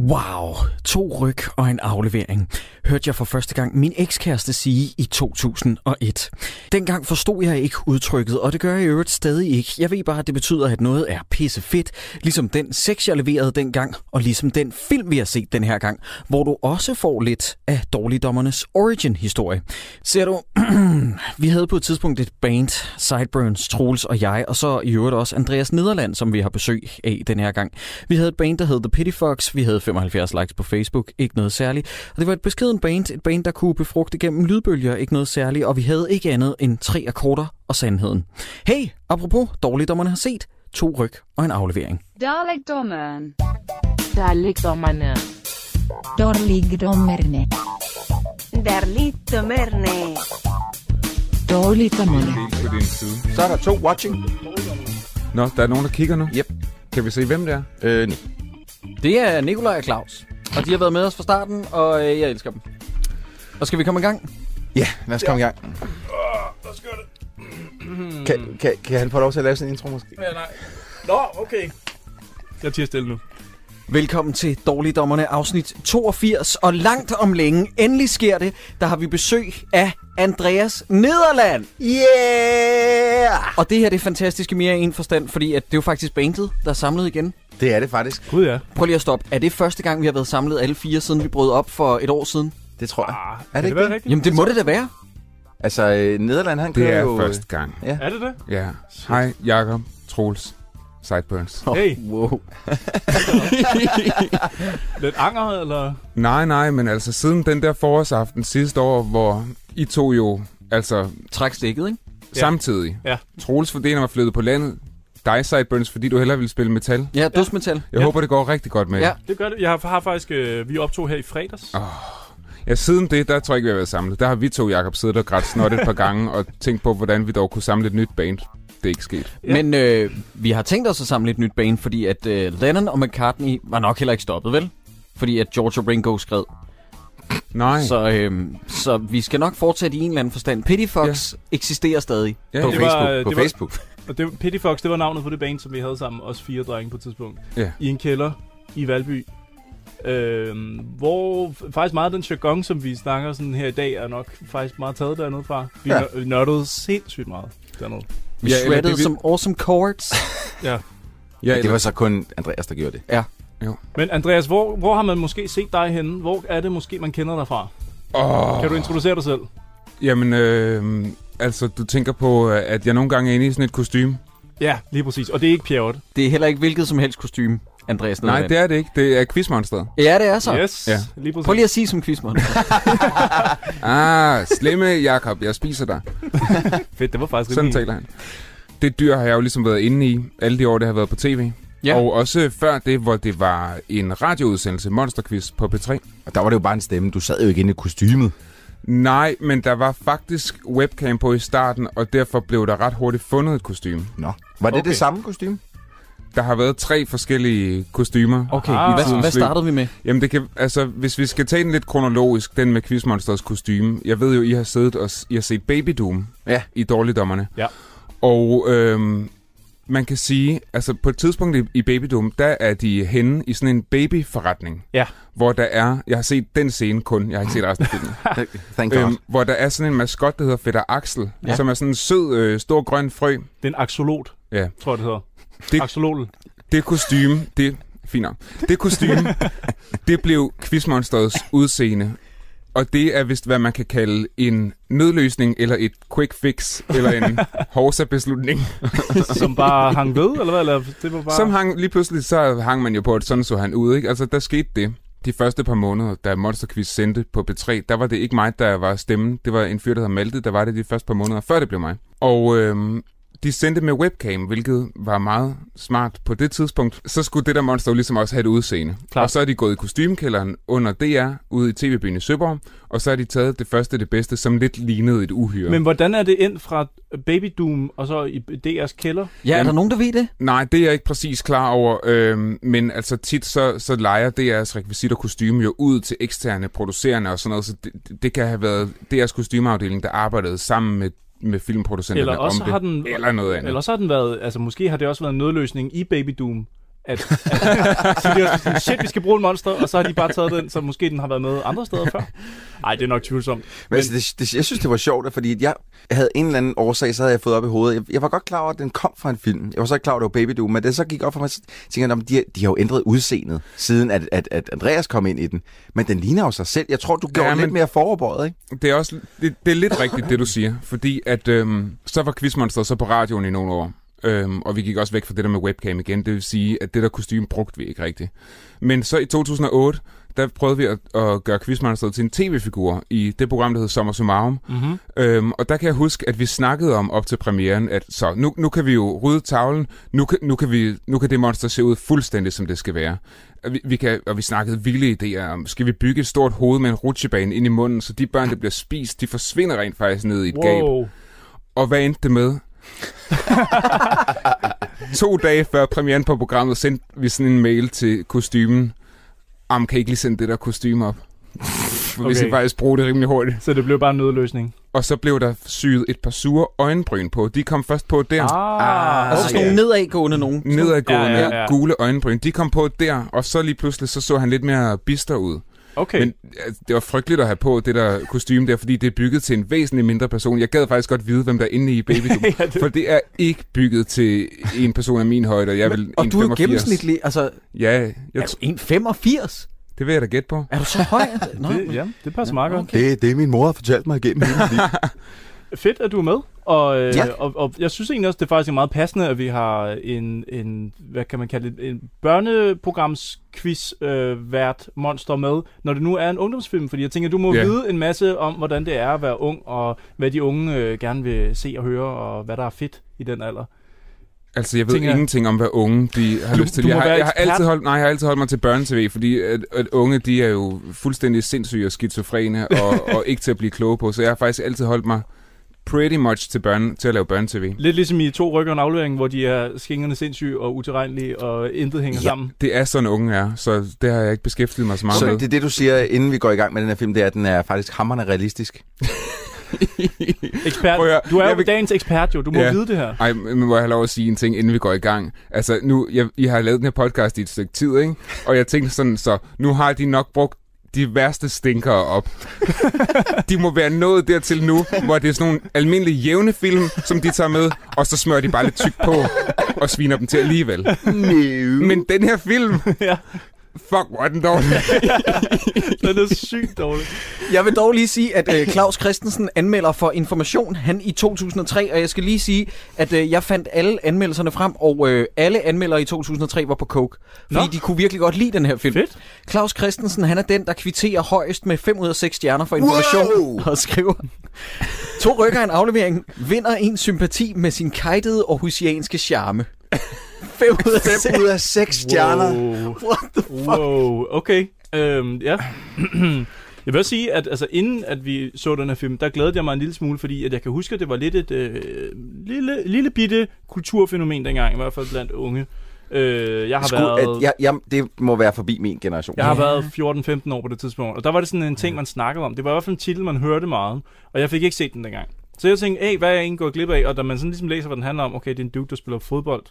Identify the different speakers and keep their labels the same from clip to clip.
Speaker 1: Wow, to ryg og en aflevering, hørte jeg for første gang min ekskæreste sige i 2001. Dengang forstod jeg ikke udtrykket, og det gør jeg i øvrigt stadig ikke. Jeg ved bare, at det betyder, at noget er pissefedt, ligesom den sex, jeg leverede dengang, og ligesom den film, vi har set den her gang, hvor du også får lidt af dårligdommernes origin-historie. Ser du, vi havde på et tidspunkt et band, Sideburns, Troels og jeg, og så i øvrigt også Andreas Nederland, som vi har besøg af den her gang. Vi havde et band, der hed The Pity Fox, vi havde 75 likes på Facebook, ikke noget særligt. Og det var et beskeden band, et band, der kunne befrugte gennem lydbølger, ikke noget særligt, og vi havde ikke andet end tre akkorder og sandheden. Hey, apropos dårligdommerne har set, to ryg og en aflevering.
Speaker 2: Dalekdommeren.
Speaker 3: Dårligdommerne.
Speaker 4: Dårligdommerne.
Speaker 5: Darligdommerne.
Speaker 4: Dårligdommerne.
Speaker 6: Dels på din side. Så er der to watching. Nå, der er nogen, der kigger nu.
Speaker 7: Yep.
Speaker 6: Kan vi se, hvem det er?
Speaker 7: Øh, nej.
Speaker 1: Det er Nikolaj og Claus, og de har været med os fra starten, og øh, jeg elsker dem. Og skal vi komme i gang?
Speaker 7: Ja, lad os komme i gang. Kan, kan, kan han få lov til at lave sin intro måske?
Speaker 8: Ja, nej. Nå, okay. Jeg tiger stille nu.
Speaker 1: Velkommen til Dårligdommerne afsnit 82, og langt om længe, endelig sker det, der har vi besøg af Andreas Nederland.
Speaker 7: Yeah!
Speaker 1: Og det her det er fantastiske mere i en forstand, fordi at det er jo faktisk bandet, der er samlet igen.
Speaker 7: Det er det faktisk.
Speaker 8: Gud ja.
Speaker 1: Prøv lige at stoppe. Er det første gang, vi har været samlet alle fire, siden vi brød op for et år siden?
Speaker 7: Det tror jeg.
Speaker 8: Ah,
Speaker 7: Er det ikke det?
Speaker 1: Jamen det må det da være.
Speaker 7: Altså, øh, Nederland, han
Speaker 6: Det
Speaker 7: kører
Speaker 6: er
Speaker 7: jo...
Speaker 6: første gang.
Speaker 8: Er det det?
Speaker 6: Ja. Hej, Jakob, Troels, Sideburns.
Speaker 8: Hey.
Speaker 7: Wow.
Speaker 8: Lidt anger, eller?
Speaker 6: Nej, nej, men altså siden den der forårsaften sidste år, hvor I to jo, altså
Speaker 1: Træk stikket, ikke?
Speaker 6: ja. samtidig.
Speaker 8: Ja.
Speaker 6: Troels fordi han var flyttet på landet. Dig, Sideburns, fordi du hellere ville spille metal.
Speaker 1: Ja, dødsmetal.
Speaker 6: Jeg ja.
Speaker 8: Ja.
Speaker 6: håber, det går rigtig godt med jer.
Speaker 1: Ja.
Speaker 8: Det gør det. Jeg har, har faktisk... Øh, vi optog her i fredags. Oh.
Speaker 6: Ja, siden det, der tror jeg ikke, vi har været samlet. Der har vi to, Jakob, siddet og grædt snot et par gange og tænkt på, hvordan vi dog kunne samle et nyt band. Det er ikke sket.
Speaker 1: Ja. Men øh, vi har tænkt os at samle et nyt bane, fordi at øh, Lennon og McCartney var nok heller ikke stoppet, vel? Fordi at George og Ringo skred.
Speaker 6: Nej. Så,
Speaker 1: Så, øhm, så vi skal nok fortsætte i en eller anden forstand. Pity Fox ja. eksisterer stadig.
Speaker 6: ja,
Speaker 7: På
Speaker 6: det
Speaker 8: var-
Speaker 6: var...
Speaker 7: Facebook. på
Speaker 8: øh, det var-
Speaker 7: Facebook.
Speaker 8: Og det, Pity Fox, det var navnet på det band, som vi havde sammen. Os fire drenge på et tidspunkt.
Speaker 6: Ja.
Speaker 8: I en kælder i Valby. Øhm, hvor f- faktisk meget af den jargon, som vi snakker sådan her i dag, er nok faktisk meget taget dernede fra. Vi
Speaker 7: Ja.
Speaker 8: ja. nørdede sindssygt meget dernede.
Speaker 1: Vi
Speaker 6: Ja,
Speaker 1: ja,
Speaker 6: eller
Speaker 1: shreddede
Speaker 6: det vi-
Speaker 1: som awesome chords.
Speaker 6: Ja,
Speaker 7: Ja, det
Speaker 6: eller-
Speaker 7: var så kun Andreas, der gjorde det.
Speaker 8: Men Andreas, hvor, hvor har man måske set dig henne? Hvor er det måske, man kender dig fra?
Speaker 6: Åh,
Speaker 8: Kan du introducere dig selv?
Speaker 6: Jamen, øh, altså, du tænker på, at jeg nogle gange er inde i sådan et kostume.
Speaker 8: Ja, lige præcis. Og det er ikke pjerret.
Speaker 1: Det er heller ikke hvilket som helst kostume, Andreas
Speaker 6: Nej, det er det ikke. Det er quizmonstret.
Speaker 1: Ja, det er så. Yes.
Speaker 8: Yes,
Speaker 6: Ja.
Speaker 8: lige præcis.
Speaker 1: Prøv lige at sige som quizmon.
Speaker 6: Ah, slemme Jakob, jeg spiser dig.
Speaker 8: Fedt, det var faktisk
Speaker 6: Sådan taler han. Det dyr har jeg jo ligesom været inde i alle de år, det har været på tv.
Speaker 1: Ja.
Speaker 6: Og også før det, hvor det var en radioudsendelse, Monsterquiz på P3.
Speaker 7: Og der var det jo bare en stemme. Du sad jo ikke inde i kostymet.
Speaker 6: Nej, men der var faktisk webcam på i starten, og derfor blev der ret hurtigt fundet et kostume.
Speaker 7: Nå. Var det
Speaker 8: Okay.
Speaker 7: det samme kostume?
Speaker 6: Der har været tre forskellige kostymer.
Speaker 1: Okay,
Speaker 8: Ah.
Speaker 1: hvad, hvad
Speaker 6: Tidens løb.
Speaker 1: startede vi med?
Speaker 6: Jamen, det kan, altså, hvis vi skal tage den lidt kronologisk, den med Quizmonsters kostume. Jeg ved jo, I har siddet og s- I har set Baby Doom
Speaker 7: Ja.
Speaker 6: i Dårligdommerne.
Speaker 8: Ja.
Speaker 6: Og øhm, man kan sige, altså på et tidspunkt i, i Baby Doom, der er de henne i sådan en babyforretning.
Speaker 8: Ja.
Speaker 6: Hvor der er, jeg har set den scene kun, jeg har ikke set resten af filmen.
Speaker 7: Thank God.
Speaker 6: øhm, hvor der er sådan en maskot, der hedder Fætter Axel,
Speaker 1: Ja.
Speaker 6: ja. som er sådan en sød, øh, stor grøn frø.
Speaker 8: Det er en axolot,
Speaker 6: Ja.
Speaker 8: tror jeg, det hedder.
Speaker 6: Det-
Speaker 8: Det... Axolotl.
Speaker 6: Det kostume, det fint nok. Det kostume, det blev Quizmonsters udseende. Og det er vist, hvad man kan kalde en nødløsning, eller et quick fix, eller en hovsa-beslutning.
Speaker 8: som bare hang ved, eller hvad? Eller det var bare...
Speaker 6: Som hang, lige pludselig så hang man jo på, at sådan så han ud, ikke? Altså, der skete det. De første par måneder, da Monster Quiz sendte på B3, der var det ikke mig, der var stemmen. Det var en fyr, der hed Malte, der var det de første par måneder, før det blev mig. Og øhm, De sendte med webcam, hvilket var meget smart på det tidspunkt. Så skulle det der monster jo ligesom også have et udseende.
Speaker 8: Klart.
Speaker 6: Klar. Og så er de gået i kostymkælderen under DR ude i tv-byen i Søborg, og så har de taget det første det bedste, som lidt lignede et uhyre.
Speaker 8: Men hvordan er det ind fra Baby Doom og så i DR's kælder?
Speaker 1: Ja, er der nogen, der ved det?
Speaker 6: Nej, det er jeg ikke præcis klar over, øhm, men altså tit så, så leger DR's rekvisit og kostyme jo ud til eksterne producerende og sådan noget, så det, det kan have været DR's kostymeafdeling, der arbejdede sammen med, med filmproducenterne
Speaker 8: Eller også
Speaker 6: om det,
Speaker 8: har den-
Speaker 6: eller noget andet.
Speaker 8: Eller så har den været, altså måske har det også været en nødløsning i Baby Doom. At, at, så de har sådan, shit, vi skal bruge en monster, og så har de bare taget den, så måske den har været med andre steder før. Nej, det er nok tvivlsomt.
Speaker 7: Men, altså, det, det, jeg synes, det var sjovt, fordi jeg havde en eller anden årsag, så havde jeg fået op i hovedet. Jeg, jeg var godt klar over, at den kom fra en film. Jeg var så ikke klar over, at det var Baby Doom, men det så gik op for mig, så tænkte jeg, "Nå, men de, har- de har jo ændret udseendet, siden at, at, at Andreas kom ind i den. Men den ligner jo sig selv. Jeg tror, du gjorde ja,
Speaker 6: Ja,
Speaker 7: men... lidt
Speaker 6: men-
Speaker 7: mere forberedt, ikke?
Speaker 6: Det er, også, det, det er lidt rigtigt, det du siger, fordi at øhm, så var Quizmonster så på radioen i nogle år, øhm, og vi gik også væk fra det der med webcam igen, det vil sige, at det der kostume brugte vi ikke rigtigt. Men så i 2008, der prøvede vi at, at gøre Quizmonster til en tv-figur i det program, der hed Sommer Summarum,
Speaker 8: Mm-hmm.
Speaker 6: Øhm, og der kan jeg huske, at vi snakkede om op til premieren, at så, nu, nu kan vi jo rydde tavlen, nu kan, nu, kan vi, nu kan det monster se ud fuldstændig, som det skal være. Og vi, vi kan, og vi snakkede vilde idéer om, skal vi bygge et stort hoved med en rutsjebane ind i munden, så de børn, der bliver spist, de forsvinder rent faktisk ned i et gab.
Speaker 8: Wow.
Speaker 6: Og hvad endte det med? to dage før premieren på programmet sendte vi sådan en mail til kostymen. Am, kan I ikke lige sende det der kostume op? For vi skal
Speaker 8: Okay.
Speaker 6: faktisk bruge det rimelig hurtigt.
Speaker 8: Så det blev bare en nødløsning.
Speaker 6: Og så blev der syet et par sure øjenbryn på. De kom først på der.
Speaker 8: Ah,
Speaker 1: Altså
Speaker 8: altså,
Speaker 1: sådan nogle nedadgående nogen.
Speaker 6: Nedadgående,
Speaker 8: Ja,
Speaker 6: ja,
Speaker 8: ja,
Speaker 6: ja,
Speaker 8: ja.
Speaker 6: gule øjenbryn. De kom på der, og så lige pludselig så, så han lidt mere bister ud.
Speaker 8: okay.
Speaker 6: Okay. Men altså, det var frygteligt at have på det der kostume der, fordi det er bygget til en væsentlig mindre person. Jeg gad faktisk godt vide, hvem der er inde i Baby Doom,
Speaker 8: ja, det,
Speaker 6: For det er ikke bygget til en person af min højde, og jeg vil
Speaker 1: Og du er jo gennemsnitlig, altså,
Speaker 6: Ja, jeg,
Speaker 1: er du 1,85?
Speaker 6: det vil jeg da gætte på.
Speaker 1: Er du så høj? Nå,
Speaker 8: det, ja, det passer meget godt.
Speaker 7: Det, det min mor har fortalt mig igennem hele mit liv.
Speaker 8: Fedt, at du er med. Og, øh,
Speaker 7: Ja.
Speaker 8: ja. og, og jeg synes egentlig også, det er faktisk er meget passende, at vi har en, en hvad kan man kalde det, en børneprogramsquiz øh, vært monster med, når det nu er en ungdomsfilm. Fordi jeg tænker, du må
Speaker 6: Ja.
Speaker 8: yeah. vide en masse om, hvordan det er at være ung, og hvad de unge øh, gerne vil se og høre, og hvad der er fedt i den alder.
Speaker 6: Altså, jeg ved
Speaker 8: Tænker
Speaker 6: Tænker
Speaker 8: jeg-
Speaker 6: ingenting om, hvad unge de har
Speaker 8: Du-
Speaker 6: lyst til.
Speaker 8: du
Speaker 6: Jeg
Speaker 8: må
Speaker 6: har,
Speaker 8: være
Speaker 6: jeg, har
Speaker 8: ekspert.
Speaker 6: altid holdt, nej, jeg har altid holdt mig til børnetv, fordi at, at unge, de er jo fuldstændig sindssyge og skizofrene og, og ikke til at blive kloge på. Så jeg har faktisk altid holdt mig pretty much til, børne, til at lave børnetv.
Speaker 8: Lidt ligesom i to rykker og en aflevering, hvor de er skingerne sindssyge og utilregnelige, og intet hænger
Speaker 7: Ja.
Speaker 8: ja. sammen.
Speaker 6: Det er sådan, unge er, så det har jeg ikke beskæftiget mig så meget
Speaker 7: Så
Speaker 6: med.
Speaker 7: det er det, du siger, inden vi går i gang med den her film, det er, at den er faktisk hammerende realistisk.
Speaker 8: Ekspert.
Speaker 6: Prøv at høre,
Speaker 8: Du er jo
Speaker 6: jeg vil-
Speaker 8: dagens ekspert, jo. Du må
Speaker 6: Ja.
Speaker 8: vide det her.
Speaker 6: Ej, men må jeg have lov at sige en ting, inden vi går i gang? Altså, nu, jeg, I har lavet den her podcast i et stykke tid, ikke? Og jeg tænkte sådan, så nu har de nok brugt de værste stinker op. de må være nået dertil nu, hvor det er sådan nogle almindelige jævne film, som de tager med, og så smører de bare lidt tyk på og sviner dem til alligevel. Men den her film,
Speaker 8: Ja.
Speaker 6: fuck, hvor er den dårlig.
Speaker 8: Den er sygt dårlig.
Speaker 1: Jeg vil dog lige sige, at øh, Claus Christensen anmelder for Information, han i 2003, og jeg skal lige sige, at øh, jeg fandt alle anmeldelserne frem, og øh, alle anmeldere i 2003 var på coke, fordi
Speaker 8: Nå.
Speaker 1: Nå. de kunne virkelig godt lide den her film.
Speaker 8: Fedt.
Speaker 1: Claus Christensen, han er den, der kvitterer højest med 5 ud af 6 stjerner for Information,
Speaker 7: Wow!
Speaker 1: og skriver... To rykker en aflevering, vinder en sympati med sin kajtede og husianske charme. 5 ud af 6.
Speaker 7: 5 ud af 6 stjerner.
Speaker 8: Wow.
Speaker 1: What the
Speaker 8: Wow, okay. Øhm, ja. Jeg vil også sige, at altså, inden at vi så den her film, der glædede jeg mig en lille smule, fordi at jeg kan huske, at det var lidt et øh, lille, lille bitte kulturfænomen dengang, i hvert fald blandt unge. Øh, jeg har
Speaker 7: Sku, at,
Speaker 8: været...
Speaker 7: jeg, jeg, det må være forbi min generation.
Speaker 8: Jeg har været 14-15 år på det tidspunkt, og der var det sådan en ting, man snakkede om. Det var i hvert fald en titel, man hørte meget, og jeg fik ikke set den dengang. Så jeg tænkte, hey, hvad er jeg egentlig gået glip af? Og da man sådan ligesom læser, hvad den handler om, okay, det er en dude, der spiller fodbold.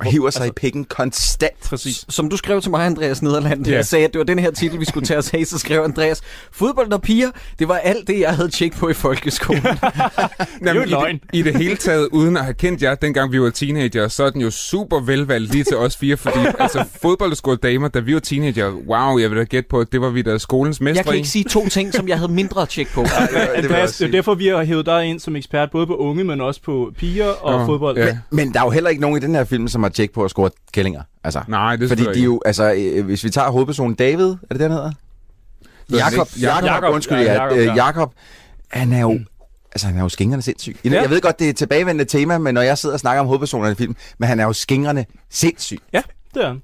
Speaker 7: Og hiver sig altså, i pikken konstant.
Speaker 8: Præcis.
Speaker 1: Som du skrev til mig, Andreas Nederland, yeah.
Speaker 6: Ja.
Speaker 1: jeg sagde, at det var den her titel, vi skulle tage os af, så skrev Andreas, fodbold og piger, det var alt det, jeg havde tjek på i folkeskolen.
Speaker 8: er jo
Speaker 6: Jamen, i,
Speaker 8: løgn.
Speaker 6: det, I det hele taget, uden at have kendt jer, dengang vi var teenager, så er den jo super velvalgt lige til os fire, fordi altså, fodbold og skåret damer, da vi var teenager, wow, jeg vil da gætte på, at det var vi da skolens mestre
Speaker 1: jeg kan
Speaker 6: i.
Speaker 1: ikke sige to ting, som jeg havde mindre tjek på.
Speaker 7: det vil jeg
Speaker 8: Andreas,
Speaker 7: også
Speaker 8: det er
Speaker 7: sige.
Speaker 8: derfor, vi har hævet dig ind som ekspert, både på unge, men også på piger og
Speaker 6: Nå,
Speaker 8: fodbold.
Speaker 6: ja.
Speaker 7: Men der er jo heller ikke nogen i den her film, som har tjek på at score kællinger. Altså,
Speaker 6: Nej, det er
Speaker 7: fordi de
Speaker 6: selvfølgelig
Speaker 7: jo, altså, øh, hvis vi tager hovedpersonen David, er det den hedder?
Speaker 6: ikke.
Speaker 7: Jakob,
Speaker 6: Ja,
Speaker 7: Jakob,
Speaker 8: Jakob,
Speaker 7: undskyld,
Speaker 8: ja,
Speaker 7: ja, øh, Jakob,
Speaker 8: Jakob, ja.
Speaker 7: Jakob, han er jo Altså, han er jo skingrende sindssyg. Jeg,
Speaker 8: Ja.
Speaker 7: ja. jeg ved godt, det er et tilbagevendende tema, men når jeg sidder og snakker om hovedpersonerne i film, men han er jo skingrende sindssyg.
Speaker 8: Ja, det er han.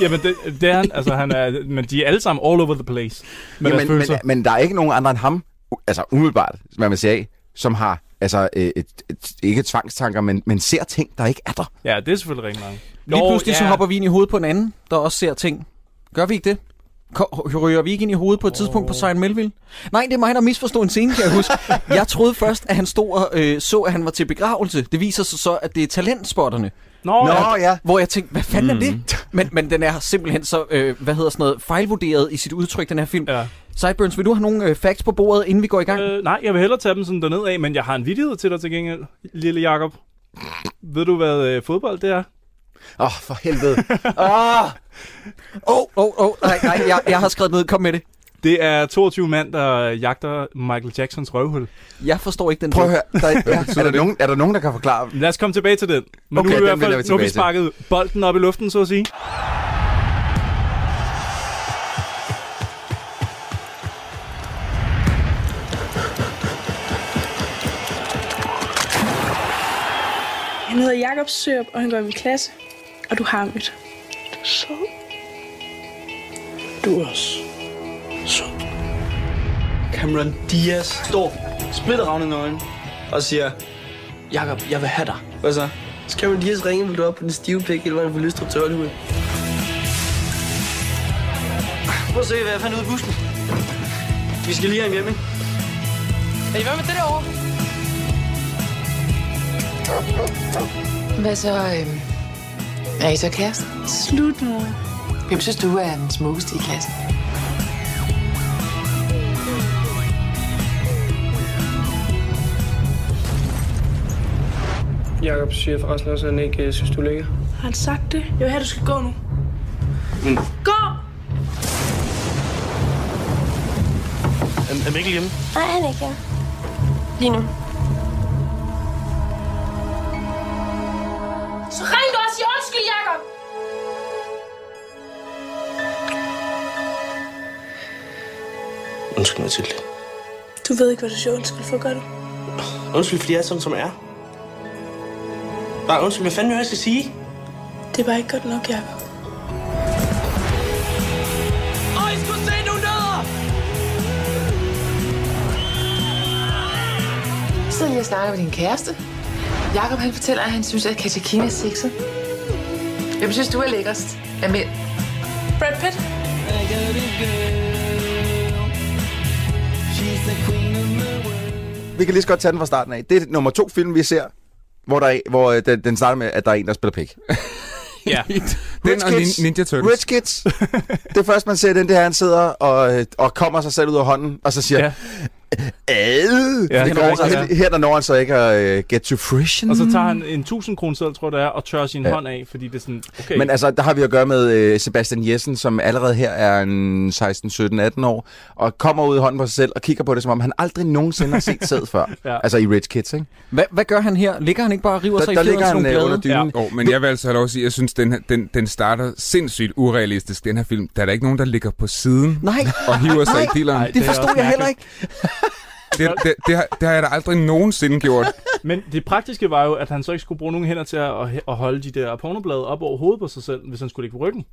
Speaker 8: Jamen, det, det er han. Altså, han er, men de er alle sammen all over the place.
Speaker 7: Men,
Speaker 8: Men,
Speaker 7: ja,
Speaker 8: Jamen,
Speaker 7: men, men,
Speaker 8: følelser.
Speaker 7: men der er ikke nogen andre end ham, u- altså umiddelbart, hvad man siger, som har altså, øh, et, et, ikke tvangstanker, men, men ser ting, der ikke er der.
Speaker 8: ja, det er selvfølgelig rigtig mange.
Speaker 1: Lige
Speaker 8: Jo,
Speaker 1: pludselig så
Speaker 8: ja.
Speaker 1: hopper vi ind i hovedet på en anden, der også ser ting. Gør vi ikke det? Ko- Ryger vi ikke ind i hovedet på et tidspunkt på Simon Melville? Nej, det er mig, der misforstod en scene, kan jeg huske. Jeg troede først, at han stod og øh, så, at han var til begravelse. Det viser sig så, at det er talentspotterne.
Speaker 8: Nå, Nå.
Speaker 7: Nå ja,
Speaker 1: Hvor jeg tænkte, hvad fanden mm. er det? Men, men den er simpelthen så, øh, hvad hedder sådan noget, fejlvurderet i sit udtryk, den her film.
Speaker 8: Ja.
Speaker 1: Sideburns, vil du have nogle øh, facts på bordet, inden vi går i gang?
Speaker 8: Øh, nej, jeg vil hellere tage dem sådan dernede af, men jeg har en vidighed til dig til gengæld, lille Jakob. Ved du, hvad øh, fodbold det er?
Speaker 7: åh oh, for helvede.
Speaker 1: Ah! Åh, åh, åh, nej, nej, jeg, jeg har skrevet ned, kom med det.
Speaker 8: Det er 22 mand, der jagter Michael Jacksons røvhul.
Speaker 1: Jeg forstår ikke den
Speaker 7: Prøv at
Speaker 1: del.
Speaker 7: høre, der, ja, er, der nogen, er der nogen, der kan forklare?
Speaker 8: Lad os komme tilbage til den. Men
Speaker 7: Okay,
Speaker 8: nu, er
Speaker 7: den
Speaker 8: vi i hvert
Speaker 7: vender vi
Speaker 8: fald, nu har
Speaker 7: tilbage
Speaker 8: vi sparket bolden op i luften, så at sige.
Speaker 2: Han hedder Jakob Sørup, og han går i min klasse. Og du har mødt. Du er sød.
Speaker 4: Du er også sød. Cameron Diaz står splitteravne nøgen og siger, Jakob, jeg vil have dig. Hvad så? Så Cameron Diaz ringer, vil du op på den stive pik, eller hvordan vil Lystrup til Hollywood? Prøv at se, hvad jeg fandt ud af bussen. Vi skal lige have ham hjem, ikke?
Speaker 5: Hvad så? Øhm, er I så kærester?
Speaker 2: Slut nu.
Speaker 5: Hvem synes du er den smukkeste i klassen?
Speaker 4: Jakob siger forresten også, at han ikke øh, synes, du er lækker.
Speaker 2: Har han sagt det? Jeg vil have, at du skal gå nu. Mm. Gå!
Speaker 4: Er, er Mikkel hjemme?
Speaker 9: Nej, han er ikke her. Lige nu. Så ring du og sig undskyld, Jacob!
Speaker 4: Undskyld mig, Tilde.
Speaker 2: Du ved ikke, hvad du siger undskyld for, gør du?
Speaker 4: Undskyld, fordi jeg er sådan, som jeg er. Bare undskyld, hvad fanden er det, jeg skal sige?
Speaker 2: Det er bare ikke godt nok, Jakob.
Speaker 4: Og I skulle se nu nødder!
Speaker 5: Sidder lige og snakker med din kæreste. Jakob han fortæller, at han synes, at Katakina er sexet. Hvem synes du er lækkerst? Er mænd?
Speaker 2: Brad Pitt?
Speaker 7: Vi kan lige så godt tage den fra starten af. Det er nummer to film, vi ser, hvor, der er, hvor øh, den, den starter med, at der er en, der spiller pik.
Speaker 8: Ja.
Speaker 6: Den og Nin- Ninja Turtles.
Speaker 7: Rich Kids. Det første, man ser, den der, han sidder og, øh, og kommer sig selv ud af hånden, og så siger,
Speaker 8: Ja.
Speaker 7: ja. Ad!
Speaker 8: Ja,
Speaker 7: Ja,
Speaker 8: det
Speaker 7: det
Speaker 8: er
Speaker 7: går,
Speaker 8: rigtigt,
Speaker 7: her, her der når han så ikke at uh, get to fruition.
Speaker 8: Og så tager han en 1000 kroner selv, tror jeg, det er, og tørrer sin ja. hånd af, fordi det er sådan, okay.
Speaker 7: Men altså, der har vi at gøre med øh, Sebastian Jessen, som allerede her er en 16, 17, 18 år, og kommer ud i hånden på sig selv og kigger på det, som om han aldrig nogensinde har set sæd før.
Speaker 8: Ja.
Speaker 7: ja. Altså i Rich Kids, ikke?
Speaker 1: Hvad, hvad gør han her? Ligger han ikke bare og river sig
Speaker 7: Der,
Speaker 1: i
Speaker 7: der
Speaker 1: fjederen
Speaker 7: ligger
Speaker 1: til
Speaker 7: han
Speaker 1: nogle
Speaker 7: øh,
Speaker 1: blade?
Speaker 7: under dynen.
Speaker 8: Ja.
Speaker 7: Ja.
Speaker 6: Jo, men jeg vil altså have lov at sige, at jeg synes, den, her- den, den starter sindssygt urealistisk, den her film. Der er der ikke nogen, der ligger på siden
Speaker 1: Nej,
Speaker 6: og hiver sig i dilleren.
Speaker 8: det forstod
Speaker 1: jeg heller ikke.
Speaker 6: Det, det, det, har, det har jeg da aldrig nogensinde gjort.
Speaker 8: Men det praktiske var jo, at han så ikke skulle bruge nogen hænder til at, at holde de der pornoblade op over hovedet på sig selv, hvis han skulle ligge på ryggen.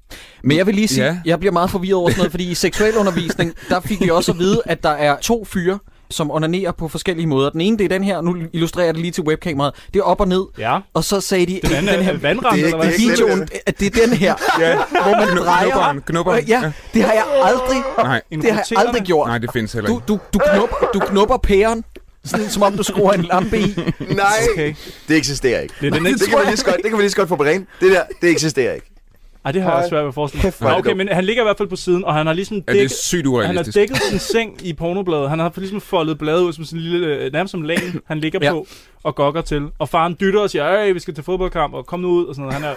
Speaker 1: Men jeg vil lige sige, ja.
Speaker 6: Ja.
Speaker 1: jeg bliver meget forvirret over sådan noget, fordi i seksualundervisning, der fik vi også at vide, at der er to fyre, som onanerer på forskellige måder. Den ene, det er den her, og nu illustrerer jeg det lige til webkameraet. Det er op og ned,
Speaker 8: Ja.
Speaker 1: og så sagde de,
Speaker 8: Den anden
Speaker 1: den
Speaker 8: er
Speaker 1: her
Speaker 8: vandram,
Speaker 7: det er
Speaker 8: eller hvad?
Speaker 7: ikke- det er
Speaker 1: videoen, at det er den her,
Speaker 6: Ja.
Speaker 1: hvor man drejer.
Speaker 6: Knupperen, knupperen.
Speaker 1: Ja, det har jeg aldrig,
Speaker 6: Nej,
Speaker 8: En
Speaker 1: det har jeg
Speaker 8: roterende-
Speaker 1: aldrig gjort.
Speaker 6: nej, det findes heller
Speaker 1: Du,
Speaker 6: ikke.
Speaker 1: du, du, knupper, du knupper pæren, sådan, som om du skruer en lampe i.
Speaker 7: Nej,
Speaker 8: Okay.
Speaker 7: okay. det eksisterer ikke.
Speaker 8: Det er den
Speaker 7: det,
Speaker 8: næste-
Speaker 7: kan vi lige så godt, det kan vi lige så godt få på rent. Det der, det eksisterer ikke.
Speaker 8: Ej, det har jeg svært ved at forestille mig.
Speaker 7: Kæft, hvor er
Speaker 8: Nå,
Speaker 7: det
Speaker 8: Okay,
Speaker 7: dumt.
Speaker 8: men han ligger i hvert fald på siden, og han har ligesom
Speaker 6: Ja, det er
Speaker 8: dækket,
Speaker 6: sygt
Speaker 8: han har
Speaker 6: urealistisk.
Speaker 8: dækket sin seng i pornobladet. Han har ligesom foldet bladet ud som sådan en lille, øh, nærmest som lagen, han ligger
Speaker 1: Ja.
Speaker 8: ja. på og gokker til. Og faren dytter og siger, Øj, vi skal til fodboldkamp, og kom nu ud, og sådan noget. Han er,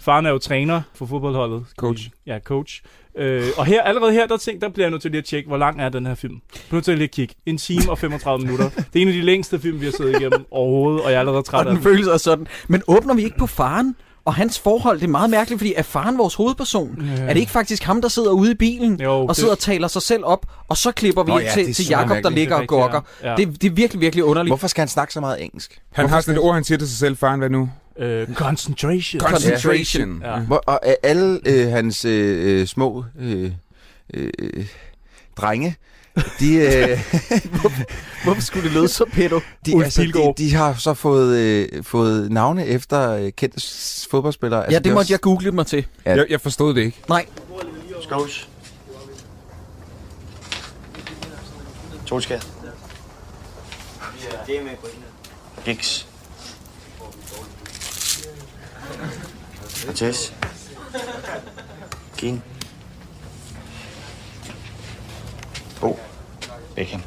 Speaker 8: faren er jo træner for fodboldholdet.
Speaker 6: Coach.
Speaker 8: Ja, coach. Øh, og her, allerede her, der, tænk, der bliver jeg nødt til lige at tjekke, hvor lang er den her film. Jeg bliver nødt til at lige at kigge. En time og 35 minutter. Det er en af de længste film, vi har siddet igennem overhovedet, og jeg er allerede
Speaker 1: Og
Speaker 8: træt af
Speaker 1: den
Speaker 8: den.
Speaker 1: føles også sådan. Men åbner vi ikke på faren? og hans forhold, det er meget mærkeligt, fordi er faren vores hovedperson? Ja. Er det ikke faktisk ham, der sidder ude i bilen
Speaker 8: Jo,
Speaker 1: og
Speaker 8: det-
Speaker 1: sidder og taler sig selv op, og så klipper vi
Speaker 7: Nå
Speaker 1: Nå,
Speaker 7: ja,
Speaker 1: ja,
Speaker 7: det er
Speaker 1: til, til
Speaker 7: super
Speaker 1: Jakob, der
Speaker 7: mærkeligt.
Speaker 1: ligger og
Speaker 8: Det er rigtigt,
Speaker 1: gokker?
Speaker 8: ja. Ja.
Speaker 1: Det, det er virkelig, virkelig underligt.
Speaker 7: Hvorfor skal han snakke så meget engelsk?
Speaker 6: Han har sådan et ord, han siger til sig selv, faren, hvad nu?
Speaker 8: Øh, concentration.
Speaker 1: Concentration.
Speaker 8: Ja.
Speaker 7: Hvor, og er alle øh, hans øh, øh, små øh, øh, drenge, de, øh,
Speaker 1: Hvorfor skulle det lyde så pedo?
Speaker 7: de,
Speaker 8: Ulf
Speaker 7: altså, de,
Speaker 8: Pilgaard.
Speaker 7: de har så fået, øh, fået navne efter øh, kendte s- fodboldspillere.
Speaker 1: Ja,
Speaker 7: Altså,
Speaker 1: det måtte jeg google mig til.
Speaker 7: Ja.
Speaker 6: Jeg, jeg forstod det ikke.
Speaker 1: Nej,
Speaker 4: Skovs. Torskæt. Biks. Cortez. King. Bo. Beckham.